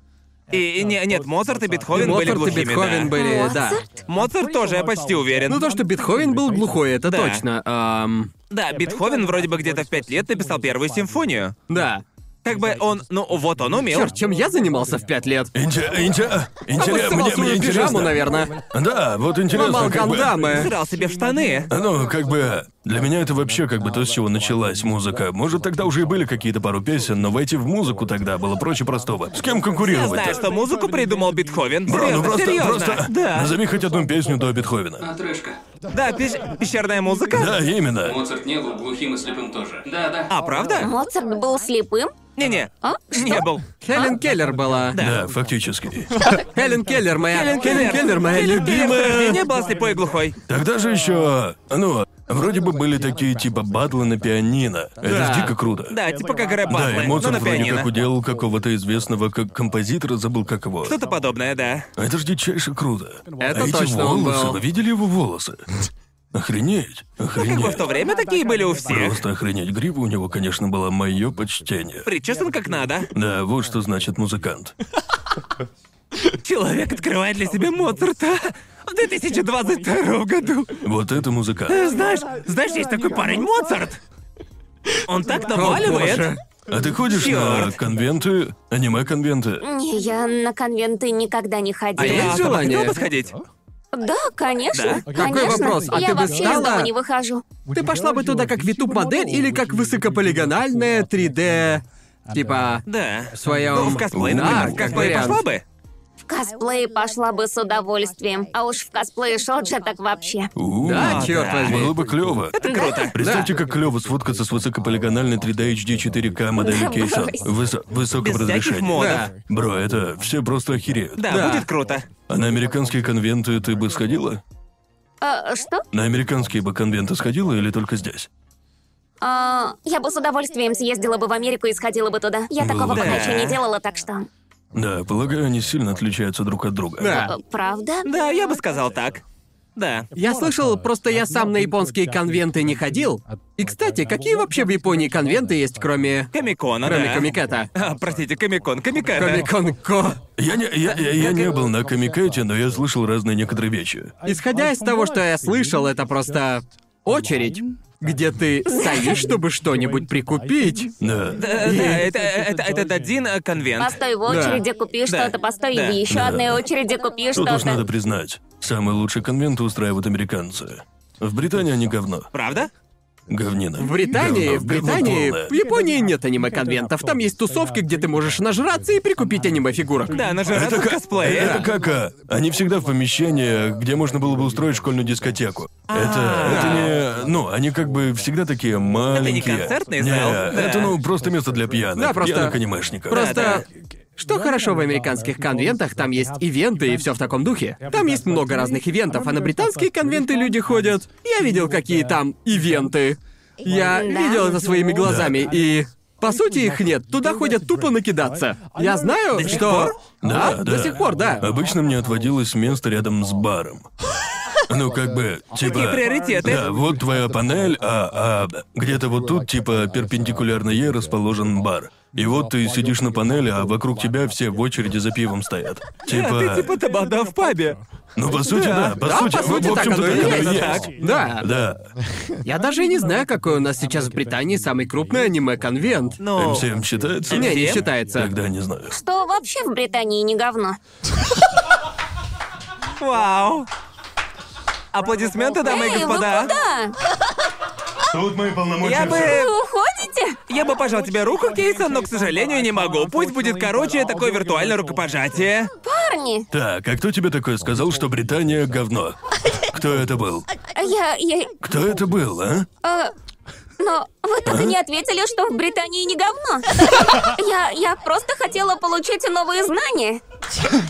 И, и не- нет, Моцарт и Бетховен
Моцарт
были глухими,
и Бетховен
да.
были, да.
Моцарт?
Моцарт тоже, я почти уверен.
Ну то, что Бетховен был глухой, это
Да.
точно. Ам,
Э,
Да, Бетховен вроде бы где-то в пять лет написал первую симфонию.
да.
Как бы он, ну вот он умел.
Черт, чем я занимался в пять лет?
Инте- инте- интере-
Обоссывал
мне-
свою А
мне
пижаму,
интересно.
наверное.
Да, вот интересно.
Ломал
как бы-
гандамы.
Срал себе в штаны.
Ну, как бы, для меня это вообще как бы то, с чего началась музыка. Может, тогда уже и были какие-то пару песен, но войти в музыку тогда было проще простого. С кем
Я
конкурировать?
знаю, что музыку придумал Бетховен.
Бро, ну
Серьезно,
просто,
серьезно.
просто
Да.
назови хоть одну песню до Бетховена.
А трэшка?
Да, пещ- пещерная музыка.
Да, именно.
Моцарт не был глухим и слепым тоже. Да-да.
А, правда?
Моцарт был слепым?
Не-не.
А?
Не был.
Хелен Келлер была.
Да, фактически.
Хелен Келлер моя.
Хелен Келлер.
моя
Хелен Келлер
любимая.
тоже Не была слепой и глухой.
Тогда же еще, ну, вроде бы были такие типа батлы на пианино. Это
Да.
ж дико круто.
Да, типа как рэп
Да, и Моцарт
но на
вроде как
пианино.
уделал какого-то известного как композитора, забыл как его.
Что-то подобное, да.
Это ж дичайше круто.
Это
а эти
точно он
волосы,
был.
вы видели его волосы? Охренеть, охренеть.
Как бы в то время такие были у всех.
Просто охренеть. Грива у него, конечно, была мое почтение.
Причесан как надо.
Да, вот что значит музыкант.
Человек открывает для себя Моцарта в 2022 году.
Вот это
Э,
музыкант.
Знаешь, знаешь, есть такой парень Моцарт. Он так
боже.
наваливает.
А ты ходишь на
Чёрт.
конвенты, аниме-конвенты?
Не, я на конвенты никогда не ходила.
А я
Есть
особо
желание?
хотел бы сходить.
Да, конечно.
Да? Какой
Конечно.
вопрос? А
я
ты бы
вообще из
стала-
дома не выхожу.
Ты пошла бы туда как витуб-модель или как высокополигональная 3D... Типа...
Да.
В А, своем...
Ну, в косплей,
Да,
например,
как
как бы и
вариант.
пошла бы.
В косплей пошла бы с удовольствием. А уж в косплее Шоджа так вообще.
У,
Да,
А,
черт
да.
возьми.
Было бы клево. Это
круто.
Представьте, как клево сфоткаться с высокополигональной 3D HD 4К моделью
Да,
кейса.
брось.
Высо- высоком
Без всяких
разрешении.
модов.
Да.
Бро, это все просто охереют.
Да,
Да.
будет круто.
А на американские конвенты ты бы сходила?
А, что?
На американские бы конвенты сходила или только здесь?
А, я бы с удовольствием съездила бы в Америку и сходила бы туда. Я такого
Да.
пока еще не делала, так что...
Да, полагаю, они сильно отличаются друг от друга.
Да.
А.
э, Правда?
Да, я бы сказал так. Да.
Я слышал, просто я сам на японские конвенты не ходил. И, кстати, какие вообще в Японии конвенты есть, кроме...
Комикона,
Кроме
да.
комиката?
А, простите, комикон, комикета.
Комикон-ко.
Я не, я, я- я не был на Камикете, но я слышал разные некоторые вещи.
Исходя из того, что я слышал, это просто очередь, где ты стоишь, чтобы что-нибудь прикупить.
Да.
Да, да, это, это, этот один э, конвент.
Постой в очереди, купи
Да.
что-то, постой
Да.
в еще одной очереди, купи
Тут уж надо
что-то.
признать, самые лучшие конвенты устраивают американцы. В Британии они говно.
Правда?
Говнина.
В Британии,
Говно,
в
говно
Британии,
полное.
в Японии нет аниме-конвентов. Там есть тусовки, где ты можешь нажраться и прикупить аниме-фигурок.
Да, нажираться в косплее.
Это как а, они всегда в помещении, где можно было бы устроить школьную дискотеку. Это, это не, ну, они как бы всегда такие маленькие.
концертный
Не,
зал, да.
это ну просто место для пьяных.
Да, просто-
пьяных анимешников.
Просто...
Да,
Что хорошо в американских конвентах, там есть ивенты и все в таком духе. Там есть много разных ивентов, а на британские конвенты люди ходят. Я видел, какие там ивенты. Я
Да.
видел это своими глазами, и... По сути, их нет. Туда ходят тупо накидаться. Я знаю,
До сих
что...
пор?
Да,
Да,
до
да. А
сих пор, да.
Обычно мне отводилось место рядом с баром. Ну, как бы, типа...
Какие приоритеты?
Да, вот твоя панель, а, а где-то вот тут, типа, перпендикулярно ей расположен бар. И вот ты сидишь на панели, а вокруг тебя все в очереди за пивом стоят.
А
Да, ты
Типа...
типа табада в пабе.
Ну, по сути, да, по
Э, Да,
сути,
по
в-
сути,
в
так
общем-то,
оно и
так оно и
есть.
есть.
Да.
Да,
Я даже и не знаю, какой у нас сейчас в Британии самый крупный аниме-конвент.
Ну,
МСМ считается?
Не, не считается.
Тогда не знаю.
Что вообще в Британии не говно?
вау. Аплодисменты, дамы и
Эй, Э, вы
господа.
куда?
Тут мои полномочия.
Я бы...
Вы уходите?
Я бы пожал тебе руку, Кейсон, но, к сожалению, не могу. Пусть будет короче такое виртуальное рукопожатие.
Парни,
Так, а кто тебе такое сказал, что Британия говно? Кто это был?
я... я...
Кто это был, а?
э, но вы так и не ответили, что в Британии не говно. Я, я просто хотела получить новые знания.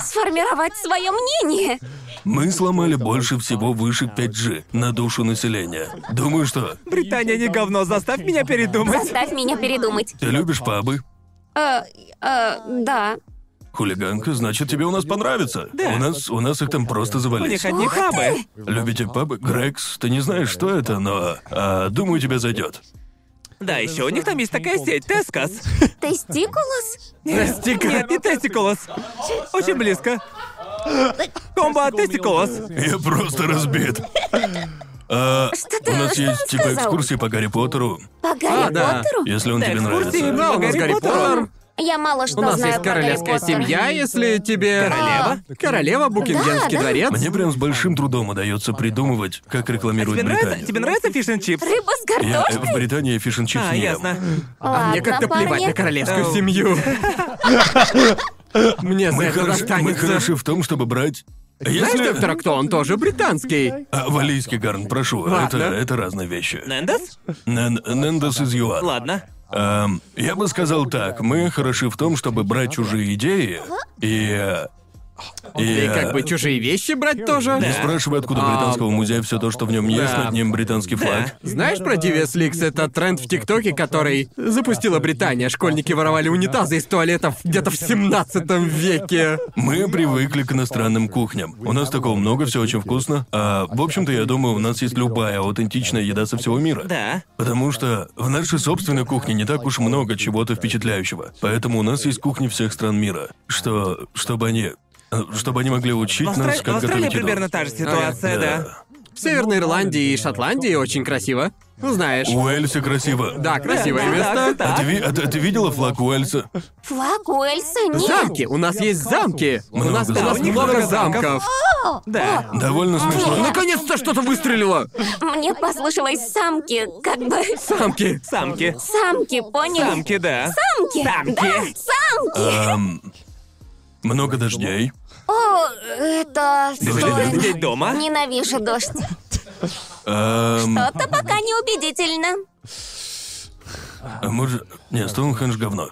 Сформировать свое мнение.
Мы сломали больше всего вышек 5G на душу населения. Думаю, что
Британия не говно, заставь меня передумать.
Заставь меня передумать.
ты любишь пабы.
Э, э, да.
Хулиганка, значит, тебе у нас понравится.
Да.
У нас, у нас их там просто
У
завались.
них одни хабы.
Любите пабы? Грекс, ты не знаешь, что это, но а, думаю, тебе зайдет.
Да, еще у них там есть такая сеть, Тескас.
Тестикулос?
Нет, не Тестикулос. Очень близко. Комбо Тестикулос.
Я просто разбит. А,
Что ты-
у нас
что
есть
он
типа
сказал?
экскурсии по Гарри Поттеру,
По Гарри
А, да.
Поттеру?
если он
Да,
тебе
экскурсии. Ну,
нравится.
Да, у нас Гарри Поттер.
Я мало что
У нас
знаю
есть
про Гарри
королевская
Поттера.
семья, если тебе...
Королева?
Королева, Букингемский
Да, да.
дворец.
Мне прям с большим трудом удается придумывать, как рекламируют
А Тебе нравится? Тебе
Британию.
нравится фиш н чипс?
Рыба с
Я э,
картошкой?
в Британии фишн чипс
А,
не ем.
ясно.
А мне
Ладно,
как-то плевать
парни.
на королевскую
Эм.
семью. Мне за
Мы,
это
хороши, мы
достанется.
хороши в том, чтобы брать...
Знаешь,
Если...
доктор, а кто он тоже британский?
А, валийский гарн, прошу,
Ладно.
это, это разные вещи.
Нендес?
Нен- Нендес из ЮАР.
Ладно.
Эм, я бы сказал так, мы хороши в том, чтобы брать чужие идеи и... э, И,
И
э,
как бы чужие вещи брать тоже?
Не спрашивай, откуда у
А.
британского музея все то, что в нем есть,
Да.
над ним британский флаг.
Знаешь про DVS Leaks? Это тренд в ТикТоке, который запустила Британия. Школьники воровали унитазы из туалетов где-то в 17 веке.
Мы привыкли к иностранным кухням. У нас такого много, все очень вкусно. А, в общем-то, я думаю, у нас есть любая аутентичная еда со всего мира.
Да.
Потому что в нашей собственной кухне не так уж много чего-то впечатляющего. Поэтому у нас есть кухни всех стран мира. Что... чтобы они... э, Чтобы они могли учить
В, Австра-
нас,
в
как
Австралии
готовить еду.
примерно та же ситуация, да.
В Северной Ирландии и Шотландии очень красиво. Ну, знаешь.
Уэльсе красиво.
Да, красивое
Да,
место.
так, так.
А ты, ви- а ты- а ты видела флаг Уэльса?
Флаг Уэльса? Нет.
Замки! У нас есть замки! у нас, у
замков.
нас
У них
много
много
замков.
Да.
Довольно
ну,
смешно.
Наконец-то что-то выстрелило!
Мне послышалось самки, как бы...
Самки!
Самки.
Самки, поняли?
Самки, да.
Самки!
Самки.
Да, самки!
Эм, много дождей.
О, это...
Ты
Блин.
любишь сидеть дома?
Ненавижу дождь.
Эм,
То-то пока не убедительно.
а может... Не, Стоунхендж говно.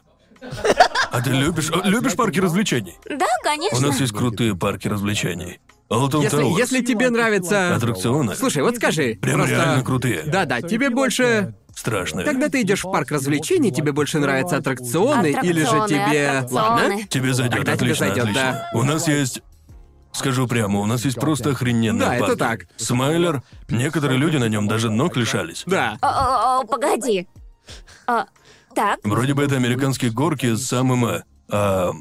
А ты любишь... а, любишь парки развлечений?
Да,
У
конечно.
нас есть крутые парки развлечений. Олтон
Если,
Тауэрс.
если тебе нравится...
Аттракционы.
Слушай, вот скажи.
А Прям
просто-
реально крутые.
Да-да, тебе больше...
Страшные.
Когда ты идешь в парк развлечений, тебе больше нравятся аттракционы, или же
Аттракционы,
тебе... Ладно?
аттракционы.
Тебе зайдет,
Тогда тебе
отлично,
зайдет,
отлично. У нас есть. Скажу прямо, у нас есть просто охрененный
Да, это
парк.
так.
Смайлер. Некоторые люди на нем даже ног лишались.
Да.
О, о, о, погоди. О, так,
Вроде бы это американские горки с самым э, а,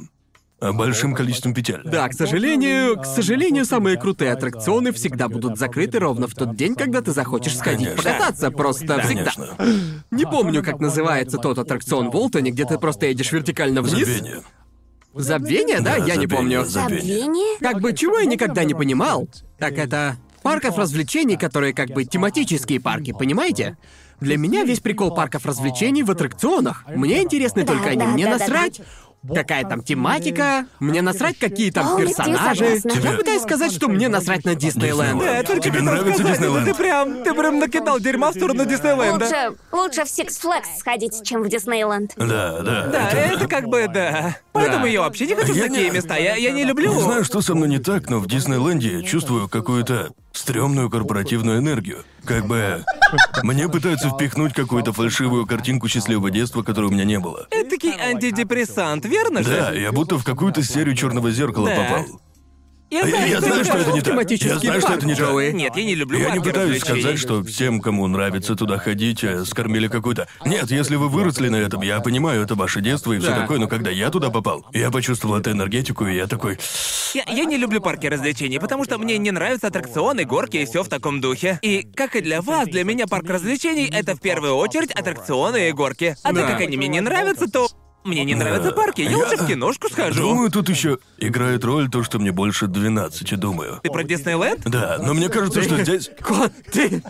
а, большим количеством петель.
Да, к сожалению, к сожалению, самые крутые аттракционы всегда будут закрыты ровно в тот день, когда ты захочешь сходить
Конечно.
покататься, просто всегда.
Конечно.
Не помню, как называется тот аттракцион в Волтоне, где ты просто едешь вертикально вниз.
Забвение.
Забвение, да?
Да,
Я не
забвение,
помню.
забвение.
забвение?
Как бы чего я никогда не понимал, так это парков развлечений, которые как бы тематические парки, понимаете? Для меня весь прикол парков развлечений в аттракционах. Мне интересны
Да,
только они.
да,
Мне
да, да,
насрать, какая там тематика, мне насрать, какие там
Полностью
персонажи.
согласна.
Я
Тебе-
пытаюсь сказать, что мне насрать на Диснейленд.
Диснейленд.
Да, только
Тебе
хотел
нравится
сказать, это
Диснейленд?
Ты прям, ты прям накидал дерьма в сторону Диснейленда.
Лучше, лучше в Six Flags сходить, чем в Диснейленд.
Да, да.
Да,
это-
А это как бы да. Поэтому я вообще не хочу в
Я
такие
не-
места. Я, я не люблю.
Не знаю, что со мной не так, но в Диснейленде я чувствую какую-то стрёмную корпоративную энергию. Как бы мне пытаются впихнуть какую-то фальшивую картинку счастливого детства, которой у меня не было.
Это таки антидепрессант, верно же?
Да, я будто в какую-то серию черного зеркала
Да.
попал.
Я
Я, я знаю, что это не так.
Тематический
Я знаю, что
парк,
это не
Джоуи.
так.
Нет, я не люблю
Я не
парки
пытаюсь
развлечений.
сказать, что всем, кому нравится туда ходить, э, скормили какую-то. Нет, если вы выросли на этом, я понимаю, это ваше детство и все
Да.
такое, но когда я туда попал, я почувствовал эту энергетику, и я такой.
Я, я не люблю парки развлечений, потому что мне не нравятся аттракционы, горки и все в таком духе. И как и для вас, для меня парк развлечений это в первую очередь аттракционы и горки. А
Да.
так как они мне не нравятся, то Мне не нравятся парки, я лучше в киношку схожу.
Думаю, тут еще играет роль то, что мне больше 12, думаю.
Ты про Диснейленд?
Да, но мне кажется, что здесь...
Кот, ты...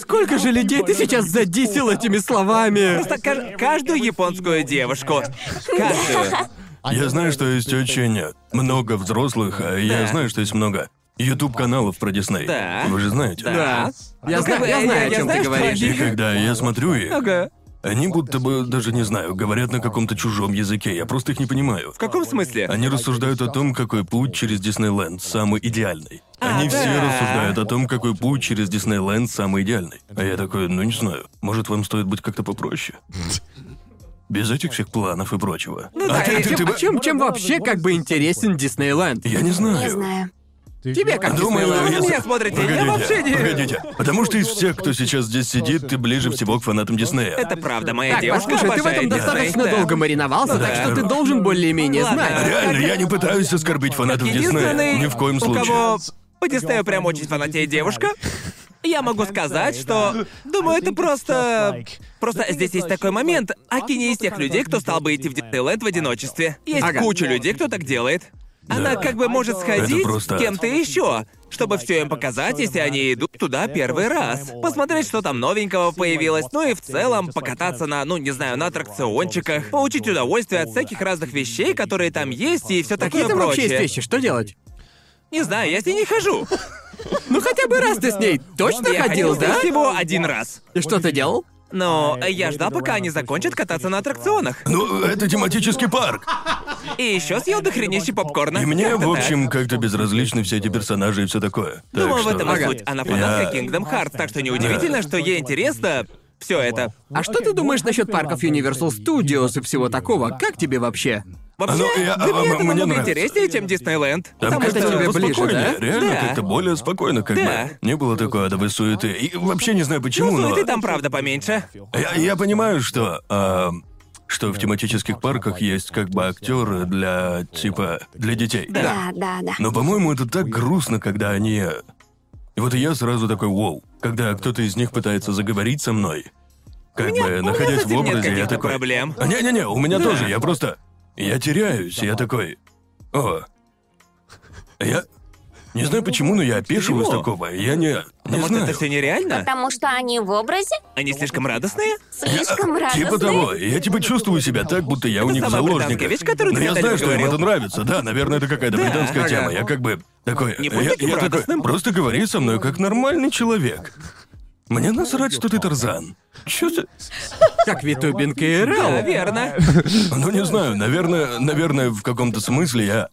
Сколько же людей ты сейчас задисил этими словами?
Просто каж- каждую японскую девушку. Каждую.
Я знаю, что есть очень много взрослых, а я знаю, что есть много YouTube-каналов про Дисней.
Да.
Вы же знаете.
Да. Я,
Ну, как
зна-
бы,
я
я-
знаю, о
я
чем
знаю,
ты
что
говоришь.
И когда я смотрю их,
Ага.
они будто бы, даже не знаю, говорят на каком-то чужом языке, я просто их не понимаю.
В каком смысле?
Они рассуждают о том, какой путь через Диснейленд самый идеальный. Они
А,
все
да.
рассуждают о том, какой путь через Диснейленд самый идеальный. А я такой, ну не знаю, может вам стоит быть как-то попроще? Без этих всех планов и прочего.
Ну
а
да,
ты,
и
ты- ты
Чем,
бы-
чем, чем вообще как бы интересен Диснейленд?
Я не знаю.
Не знаю.
Тебе как
Думаю,
Вы на
Диснейленд?
если-
меня смотрите, я
Погодите,
вообще не...
погодите. Потому что из всех, кто сейчас здесь сидит, ты ближе всего к фанатам Диснея.
Это правда, моя
Так,
девушка
послушай, ты в
обожает
этом достаточно
Дисней, да.
долго мариновался, так что ты должен более-менее
Ладно.
знать.
А Реально, я не пытаюсь оскорбить фанатов Диснея.
Единственный,
Ни в коем
у
случае.
кого по Диснею прям очень фанатеет девушка, я могу сказать, что... Думаю, это просто... Просто здесь есть такой момент. Аки не из тех людей, кто стал бы идти в Диснейленд в одиночестве. Есть
Ага.
куча людей, кто так делает. Она как бы может сходить
Это просто
с кем-то еще, чтобы все им показать, если они идут туда первый раз. Посмотреть, что там новенького появилось, ну и в целом покататься на, ну не знаю, на аттракциончиках, получить удовольствие от всяких разных вещей, которые там есть и все
Какие
такое
там вообще есть
прочее.
вещи? Что делать?
Не знаю, я с ней не хожу.
Ну хотя бы раз ты с ней точно
Я
ходил,
ходил здесь
да?
всего один раз.
И что ты делал? А
Но я ждал, пока они закончат кататься на аттракционах.
Ну, это тематический парк.
И еще съел дохренище попкорна.
И мне,
Как-то
в
так.
общем, как-то безразличны все эти персонажи и все такое. Так
Думаю, в
что-
этом и
Ага.
суть. Она фанатка
Я-
Kingdom Hearts, так что неудивительно, что ей интересно все это.
А что ты думаешь насчет парков Universal Studios и всего такого? Как тебе вообще?
Вообще,
Ну,
для
я-
меня
а, а,
это
мне
намного
нравится.
интереснее, чем Диснейленд.
Там
Потому
как-то
что тебе ближе,
поспокойнее,
да?
реально,
Да.
как-то более спокойно, как
Да.
бы. Не было такой адовой суеты. И вообще не знаю почему,
Ну,
но...
ты там правда поменьше.
Я, я понимаю, что... а, что в тематических парках есть как бы актеры для, типа, для детей.
Да, да, да.
Но, по-моему, это так грустно, когда они... э, И Вот и я сразу такой «Воу», когда кто-то из них пытается заговорить со мной. Как бы, находясь
с
в
этим нет
образе, я
каких-то
такой...
проблем.
А, Не-не-не, у меня тоже, я просто... Я теряюсь, я такой... О. Я... Не знаю почему, но я опешиваю с
Почему?
такого. Я не... Не
Может,
знаю.
это все нереально?
Потому что они в образе
Они слишком радостные?
слишком
Типа
радостные.
того, я типа чувствую себя так, будто я у них в
самая
заложниках.
британская вещь, которую
Но
ты
я
когда-либо
знаю, что им
говорил.
это нравится. Да, наверное, это какая-то
Да,
британская
ага.
тема. Я как бы такой.
Не будь
я-
таким
я такой,
радостным.
Просто говори со мной как нормальный человек. Мне насрать, что ты Тарзан. Чё ты?
Как Витубинка и
Да,
Рэл.
верно.
Ну не знаю, наверное, наверное, в каком-то смысле я.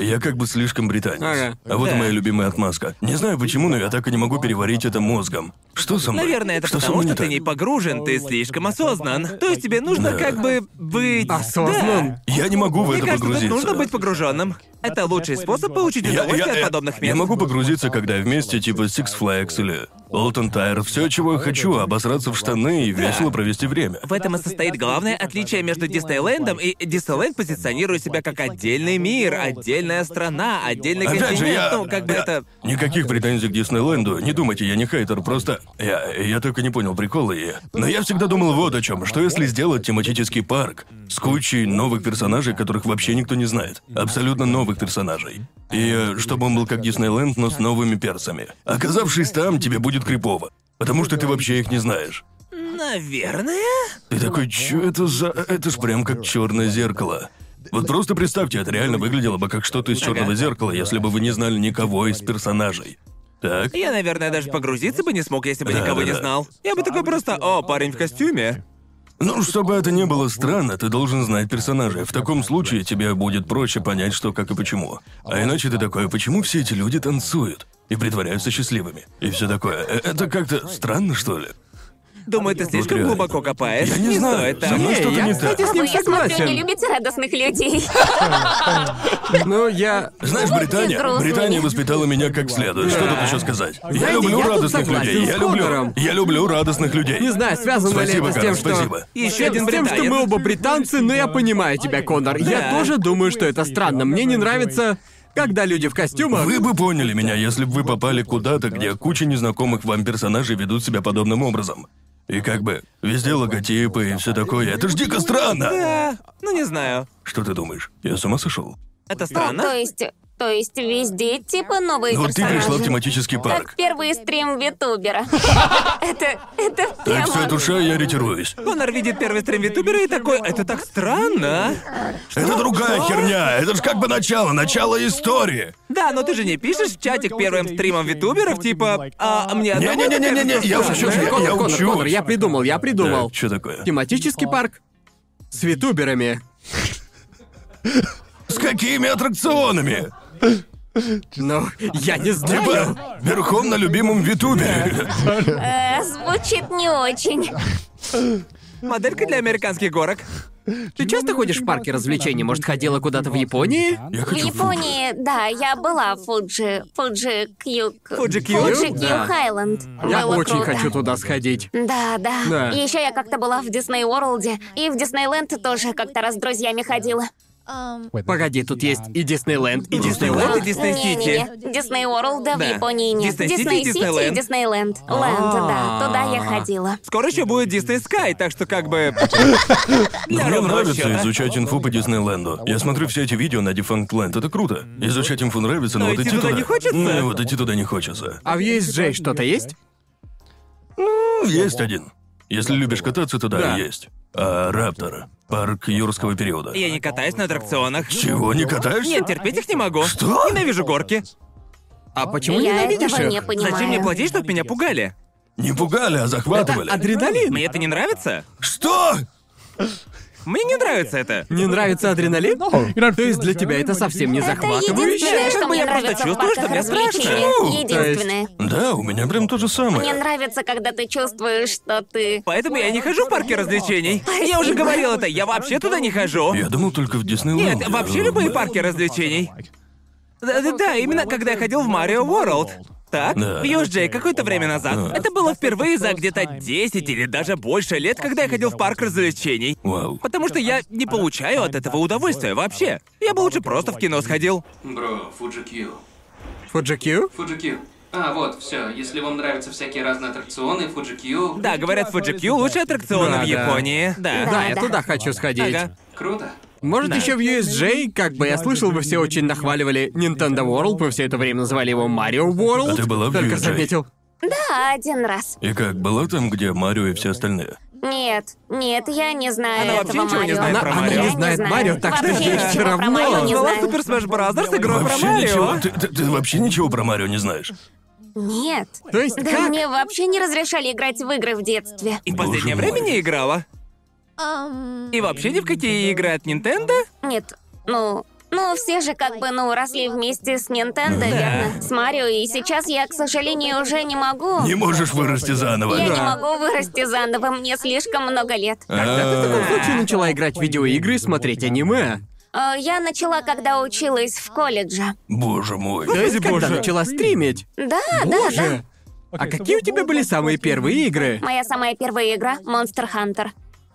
Я как бы слишком британец.
Ага.
А вот и
Да.
моя любимая отмазка. Не знаю почему, но я так и не могу переварить это мозгом. Что со мной?
Наверное, это
что со
потому,
мной
что
не
ты
так?
не погружен, ты слишком осознан. То есть тебе нужно
Да.
как бы быть...
Осознан.
Да.
Я не могу в
Мне
это
кажется, тут
погрузиться.
нужно быть погруженным. Это лучший способ получить
Я-
удовольствие
я-
от подобных
Я
мест.
могу погрузиться, когда вместе типа Six Flags или Олтон Тайр, все, чего я хочу, обосраться в штаны и весело провести время.
В этом и состоит главное отличие между Диснейлендом и Диснейленд позиционирует себя как отдельный мир, отдельная страна, отдельный
Опять же,
континент.
я...
Ну, как бы
я-
это.
Никаких претензий к Диснейленду. Не думайте, я не хейтер, просто... Я, я только не понял прикола и... Но я всегда думал вот о чем. Что если сделать тематический парк с кучей новых персонажей, которых вообще никто не знает? Абсолютно новых персонажей. И э, чтобы он был как Диснейленд, но с новыми персами. Оказавшись там, тебе будет крипово. Потому что ты вообще их не знаешь.
Наверное.
Ты такой, чё это за... Это ж прям как черное зеркало. Вот просто представьте, это реально выглядело бы как что-то из черного зеркала, если бы вы не знали никого из персонажей. Так?
Я, наверное, даже погрузиться бы не смог, если бы
Да,
никого
да,
не
да.
знал. Я бы такой просто, о, парень в костюме.
Ну, чтобы это не было странно, ты должен знать персонажей. В таком случае тебе будет проще понять, что, как и почему. А иначе ты такой, почему все эти люди танцуют и притворяются счастливыми? И все такое. Э, Это как-то странно, что ли?
Думаю, ты слишком
реально.
глубоко копаешь.
Я не знаю,
стоит
со
так.
мной
Не,
что-то
я,
не
кстати,
так.
с
А Вы,
ним
я смотрю, не
согласен.
любите радостных людей.
Ну, я...
Знаешь, Британия,
взрослыми.
Британия воспитала меня как следует. Что тут еще сказать? Я люблю
я тут
радостных
согласен
людей.
с
Я люблю,
Коннором.
я люблю радостных людей.
Не знаю, связано
Спасибо,
ли это с тем,
Карл,
что...
спасибо.
Еще
С
один
тем,
британец.
что мы оба британцы, но я понимаю тебя, Коннор. Я
Да.
тоже думаю, что это странно. Мне не нравится, когда люди в костюмах...
Вы бы поняли меня, если бы вы попали куда-то, где куча незнакомых вам персонажей ведут себя подобным образом. И как бы везде логотипы и все такое. Это ж дико странно.
Да, ну не знаю.
Что ты думаешь? Я с ума сошел?
Это
Ну, то
странно.
есть, то есть везде типа новые
Ну вот ты
персонажи.
пришла в тематический
Как
парк.
первый стрим Витубера. Это, это
Так,
прямо...
вся душа, я ретируюсь.
Конор видит первый стрим ютубера и такой, это так странно.
Это другая херня. Это ж как бы начало, начало истории.
Да, но ты же не пишешь в чатик первым стримом витуберов, типа, а мне одному
Не-не-не-не-не,
это
я
кажется
шучу,
странно».
я-
Конор, Конор,
учусь.
Конор, я придумал, я придумал.
Что Э, такое?
Тематический парк с витуберами.
С какими аттракционами?
Ну, я не знаю.
Типа, верхом на любимом Витубе.
э, звучит не очень.
Моделька для американских горок.
Ты часто ходишь в парке развлечений? Может, ходила куда-то в Японии?
Я
В
хочу в Фуджи.
Японии, да, я была в Фуджи... Фуджи Кью...
Фуджи Кью?
Фуджи Кью
Да.
Хайленд.
Я
Было
очень
круто.
хочу туда сходить.
Да, да.
Да.
И еще я как-то была в Дисней Уорлде, и в Диснейленд тоже как-то раз с друзьями ходила.
Погоди, тут есть и Диснейленд, и
Диснейленд и
Диснейленд.
Дисней Сити.
Не-не-не, Дисней Уорлда в
Да.
Японии нет.
Дисней Сити и
Дисней Сити и
Диснейленд.
Диснейленд. Ленд, да, туда я ходила.
Скоро еще будет Disney Sky, так что как бы...
Но
Для
мне
ровного
нравится
счета.
изучать инфу по Диснейленду. Я смотрю все эти видео на Defunct Land, это круто. Изучать инфу нравится, но,
Но
вот
идти
идти
туда типа не хочется.
Ну, вот идти туда не хочется.
А в ESJ что-то есть?
Ну, есть один. Если любишь кататься, то да,
Да.
есть. А Раптор. Парк юрского периода.
Я не катаюсь на аттракционах.
Чего, не катаешься?
Нет, терпеть их не могу.
Что?
Ненавижу горки.
А почему
я
ненавидишь
этого
их?
не понимаю.
Зачем мне платить, чтобы меня пугали?
Не пугали, а захватывали.
Адреналин?
Мне это не нравится.
Что?
Мне не нравится это.
Не нравится адреналин?
Ну,
То есть для
а
тебя это совсем не
Это
захватывающе?
единственное,
Как
что
бы
мне
я просто
нравится в
чувствую,
парках
что мне страшно.
развлечений.
Ну, то есть-
Единственное.
Да, у меня прям то же
Мне
самое.
нравится, когда ты чувствуешь, что ты...
Поэтому я не хожу в парки развлечений. Я уже говорил это, я вообще туда не хожу.
Я думал только в Диснейленде.
Нет, вообще любые парки развлечений. Да-да-да, именно когда я ходил в Марио World. Так,
Да.
в USJ какое-то время назад.
Да.
Это было впервые за где-то 10 или даже больше лет, когда я ходил в парк развлечений.
Вау.
Потому что я не получаю от этого удовольствия вообще. Я бы лучше просто в кино сходил.
Бро, Фуджи Кью.
Фуджикью?
Фуджи Кью. А, вот, все. Если вам нравятся всякие разные аттракционы, Фуджи Кью...
Да, говорят, Фуджикью лучше аттракционы
Да,
в
да.
Японии. Да.
Да, я
да.
туда хочу сходить.
Ага.
Круто.
Может, еще в USJ, как бы я слышал, вы все очень нахваливали Nintendo World, вы все это время называли его Mario World.
А ты была в
Только
USJ?
заметил.
Да, один раз.
И как, была там, где Марио и все остальные?
Нет, нет, я не знаю
Она вообще
этого
ничего не
Марио.
знает про
Она
Марио.
не знает Марио, так что
Вообще
здесь
ничего
всё
про
равно.
Марио А не
Назвала
знаю.
Супер Смэш Бразерс игрой про
вообще
Марио.
ничего. Ты, ты- ты вообще ничего про Марио не знаешь.
Нет.
То есть
Да
Э,
как?
мне вообще не разрешали играть в игры в детстве.
И в
Боже
последнее
мой.
время не играла. И вообще ни в какие игры от Nintendo.
Нет, ну... Ну, все же как бы, ну, росли вместе с Нинтендо, верно? С Марио, и сейчас я, к сожалению, уже не могу.
Не можешь вырасти заново.
Я не
Да.
могу вырасти заново, мне слишком много лет.
Когда ты в таком случае начала играть в видеоигры и смотреть аниме?
Э, Я начала, когда училась в колледже.
Боже мой.
То есть, когда
боже.
начала стримить?
Да, да, да.
Боже. А какие у тебя были самые первые игры?
Моя самая первая игра — Monster Hunter.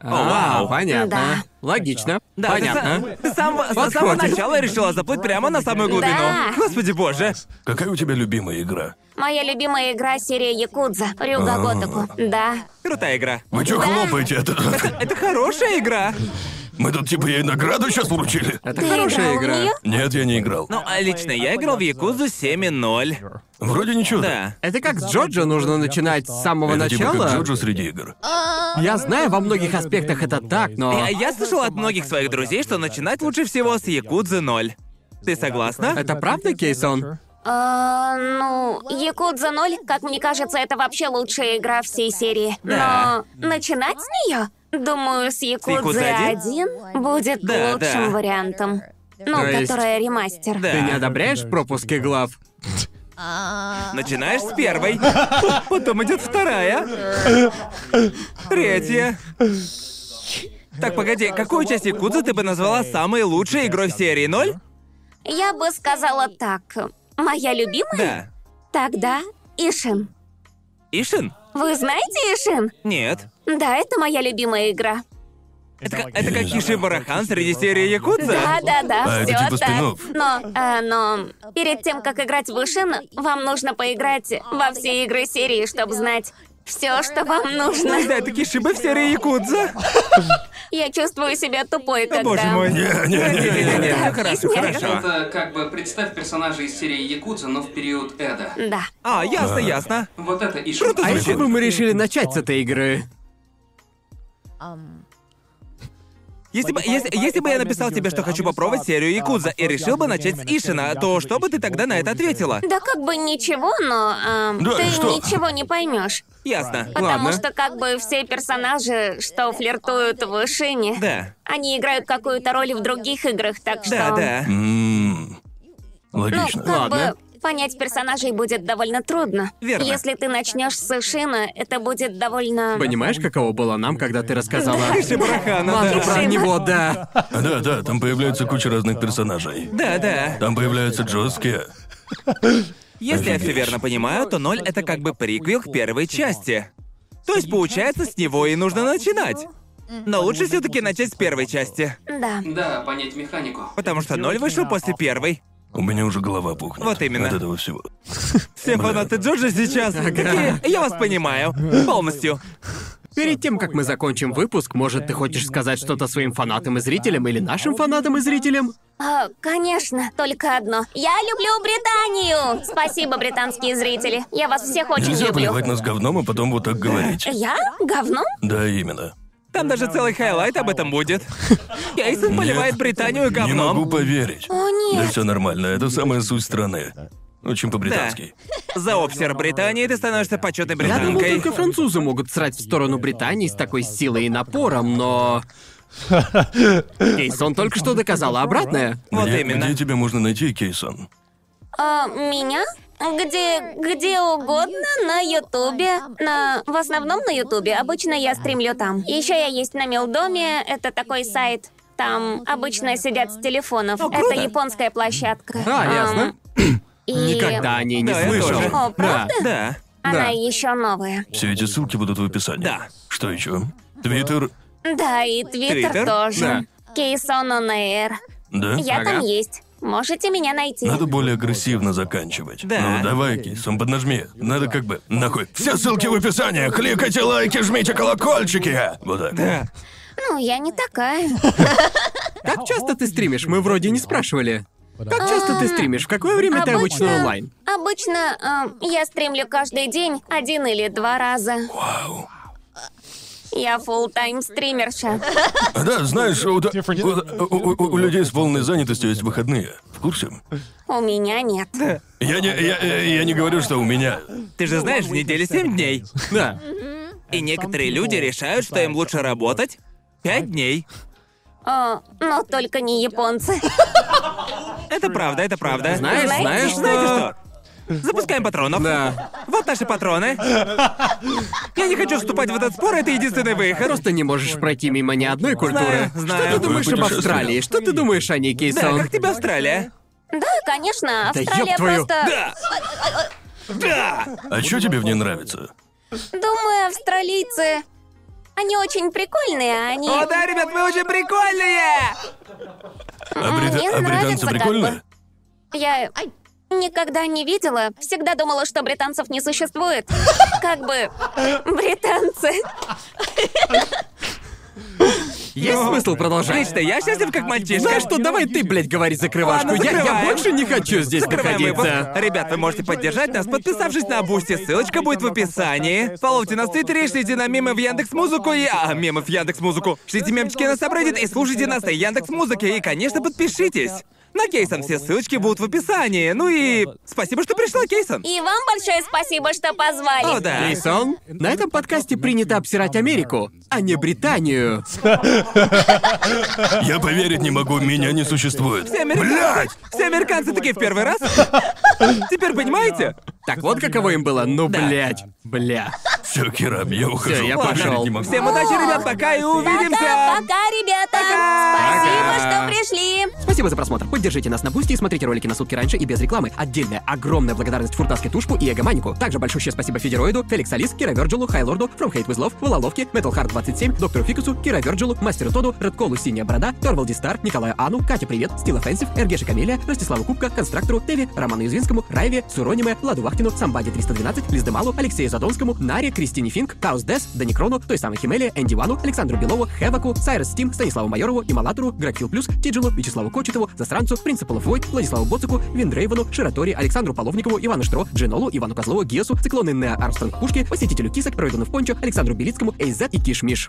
А,
вау.
понятно.
Да.
Логично.
Да,
Понятно.
Ты, с самого- с самого
Подходит.
начала решила заплыть прямо на самую глубину.
Да.
Господи боже.
Какая у тебя любимая игра?
Моя любимая игра — серия Якудза,
А.
Рюга Готоку. Да.
Крутая игра.
Вы что хлопаете? Это-
Это хорошая игра.
Мы тут типа ей награду сейчас вручили.
Это
Ты
хорошая
играл в
игра.
неё?
Нет, я не играл.
Ну, а лично я играл в Якузу 7.0.
Вроде ничего.
Да.
Это как с Джоджо нужно начинать с самого
Это типа как
начала.
Джоджо среди игр.
Я знаю, во многих аспектах это так, но
Э,
Я, я слышал от многих своих друзей, что начинать лучше всего с Якудзы 0. Ты согласна?
это правда, Кейсон?
Э, ну, Якудза 0, как мне кажется, это вообще лучшая игра всей серии.
Да.
Но начинать с нее, думаю, с Якудзы
Якудзы
1 будет
Да,
лучшим
да.
вариантом. Ну,
То есть-
которая ремастер.
Да.
Ты не одобряешь пропуски глав?
Начинаешь с первой, потом идет вторая, третья. Так, погоди, какую часть Якудзы ты бы назвала самой лучшей игрой в серии 0?
Я бы сказала так. Моя любимая?
Да.
Тогда Ишин.
Ишин?
Вы знаете Ишин?
Нет.
Да, это моя любимая игра.
Это, ка- это как Иши Барахан среди серии Якудза?
Да, да, да,
А, это
все
типа
так.
спин-офф.
Но, э, но перед тем, как играть в Ишин, вам нужно поиграть во все игры серии, чтобы знать, Все, что вам нужно.
Да, такие шибы в серые якудза.
Я чувствую себя тупой, когда...
Боже мой. Не-не-не,
Да,
ну хорошо,
объясняю.
хорошо.
Это как бы представь персонажа из серии Якудза, но в период Эда.
Да.
А, ясно, ясно.
Вот это Ишу.
А если бы мы решили начать с этой игры?
Если бы, если, если бы я написал тебе, что хочу попробовать серию Якудза, и решил бы начать с Ишина, то что бы ты тогда на это ответила?
Да как бы ничего, но эм,
Да,
ты
что?
ничего не поймешь.
Ясно.
Потому
Ладно.
что как бы все персонажи, что флиртуют в Ишине,
Да.
они играют какую-то роль в других играх, так что...
Да, да.
М,
Ну,
М-м. Логично.
как бы понять персонажей будет довольно трудно.
Верно.
Если ты начнешь с Ишина, это будет довольно...
Понимаешь, каково было нам, когда ты рассказала...
Иши Барахана,
Ладно,
да.
про него, да.
Да, да, там появляется куча разных персонажей.
Да, да.
Там появляются жесткие.
Если я все верно понимаю, то ноль это как бы приквел к первой части. То есть, получается, с него и нужно начинать. Но лучше все-таки начать с первой части.
Да.
Да, понять механику.
Потому что ноль вышел после первой.
У меня уже голова пухнет.
Вот именно.
От этого всего.
Все фанаты Джорджа сейчас. такие, Я вас понимаю. Полностью.
Перед тем, как мы закончим выпуск, может, ты хочешь сказать что-то своим фанатам и зрителям или нашим фанатам и зрителям?
А, конечно, только одно. Я люблю Британию! Спасибо, британские зрители. Я вас всех очень
Нельзя
люблю.
поливать нас говном, а потом вот так говорить.
Я? Говно?
Да, именно.
Там даже целый хайлайт об этом будет. Яйсон поливает Британию
Не могу
говном.
поверить.
О,
Да
нет.
все нормально, это самая суть страны. Очень по-британски.
За обсер Британии ты становишься почетной
Я думал,
британкой.
только французы могут срать в сторону Британии с такой силой и напором, но... Кейсон только что доказала обратное.
Вот
Где-
именно.
Где тебя можно найти, Кейсон?
А, меня? Где, где угодно, на Ютубе. На, в основном на Ютубе. Обычно я стримлю там. Еще я есть на Милдоме. Это такой сайт. Там обычно сидят с телефонов.
круто.
Это японская площадка.
А,
Ам,
ясно.
и
Никогда о ней не
Да, я
слышал.
тоже.
О,
Да.
правда?
Да.
Она
да.
еще новая.
Все эти ссылки будут в описании.
Да.
Что еще? Твиттер?
Да, и Твиттер,
Твиттер?
тоже. Кейсон он эйр.
Да?
Я
Ага. Ну.
там есть. Можете меня найти.
Надо более агрессивно заканчивать.
Да.
Ну давай, Кейсон, поднажми. Надо как бы. Нахуй. Все ссылки в описании. Кликайте лайки, жмите колокольчики. Вот так.
Да.
Ну, я не такая.
Как часто ты стримишь? Мы вроде не спрашивали. Как часто ты стримишь? В какое время ты обычно
Обычно-
онлайн?
Обычно эм, я стримлю каждый день один или два раза.
Вау.
Я full тайм стримерша.
А, Да, знаешь, у, у- у- у- у людей с полной занятостью есть выходные. В курсе?
У меня нет.
Я не, я, я- я не говорю, что у меня.
Ты же знаешь, в неделе 7 дней.
Да.
И некоторые люди решают, что им лучше работать 5 дней.
Э, но только не японцы.
Это правда, это правда.
Знаешь,
Знаете-
знаешь,
Знаете
что...
что? Запускаем патронов.
Да.
Вот наши патроны. Я не хочу вступать в этот спор, это единственный выход.
Просто не можешь пройти мимо ни одной культуры.
Знаю, знаю.
Что ты думаешь об
Путешествие.
Австралии? Что ты думаешь о ней,
Да,
Кейсон?
как тебе Австралия?
Да, конечно,
Да ёб
Австралия
твою.
просто...
Да! Да!
А что тебе в ней нравится?
Думаю, австралийцы... Они очень прикольные, а они...
О, да, ребят, вы очень прикольные!
А, брита-
мне
а
нравится
британцы
как
прикольные?
бы. Я никогда не видела. Всегда думала, что британцев не существует. Как бы... Британцы.
Есть смысл продолжать?
Лично я счастлив как мальчишка.
Знаешь что, давай ты, блядь, говори закрывашку.
Ладно,
Я, я
закрываем.
больше не хочу здесь
Закрываем
находиться.
выпуск. Ребят, вы можете поддержать нас, подписавшись на Бусти. Ссылочка будет в описании. Фоловьте нас в Твиттере, шлите на мемы в Яндекс Музыку и... А, мемы в Яндекс Музыку. Шлите мемчики на Сабреддит и слушайте нас на Яндекс Музыке. И, конечно, подпишитесь. На Кейсон все ссылочки будут в описании. Ну и спасибо, что пришла, Кейсон.
И вам большое спасибо, что позвали.
О, да.
Кейсон, на этом подкасте принято обсирать Америку, а не Британию.
Я поверить не могу, меня не существует.
Все американцы, все американцы такие в первый раз. Теперь понимаете?
Так вот каково им было. Ну, блядь, бля.
Все, Кирам, я ухожу.
я
поверить
пошёл.
не могу.
Всем удачи, ребят, пока и увидимся.
Пока, ребята! Спасибо, что пришли!
Спасибо за просмотр. Поддержите нас на Бусти и смотрите ролики на сутки раньше и без рекламы. Отдельная огромная благодарность Фуртаске Тушпу и Эгоманику. Также большущее спасибо Федероиду, Феликс Алис, Кира Вёрджилу, Хайлорду, From Hate With Love, Вололовке, Metal Hard 27, Доктору Фикусу, Кира Вёрджилу, Мастеру Тоду, Редколу Синяя Борода, Торвалди Стар, Николаю Ану, Катя Привет, Стил Офенсив, Эргеша Камелия, Ростиславу Кубка, Констрактору, Теви, Роману Извинскому, Райве, Сурониме, Ладу Вахтину, Самбаде 312, Лиздемалу, Алексею Задонскому, Наре, Кристине Финк, Каус Дес, Дани Крону, той самой Химеле, Энди Вану, Александру Белову, Хеваку, Сайрес Стим, Станиславу Майорову, Ималатору, Гракфил Плюс, Тиджилу, Вячеславу Кочетову, Засранцу, Принципу Лафой, Владиславу Боцику, Виндрейвану, Ширатори, Александру Половникову, Ивану Штро, Джинолу, Ивану Козлову, Гиесу, Циклоны Неа Армстронг Пушки, Посетителю Кисок, Пройдену в Пончо, Александру Белицкому, Эйзет и Кишмиш.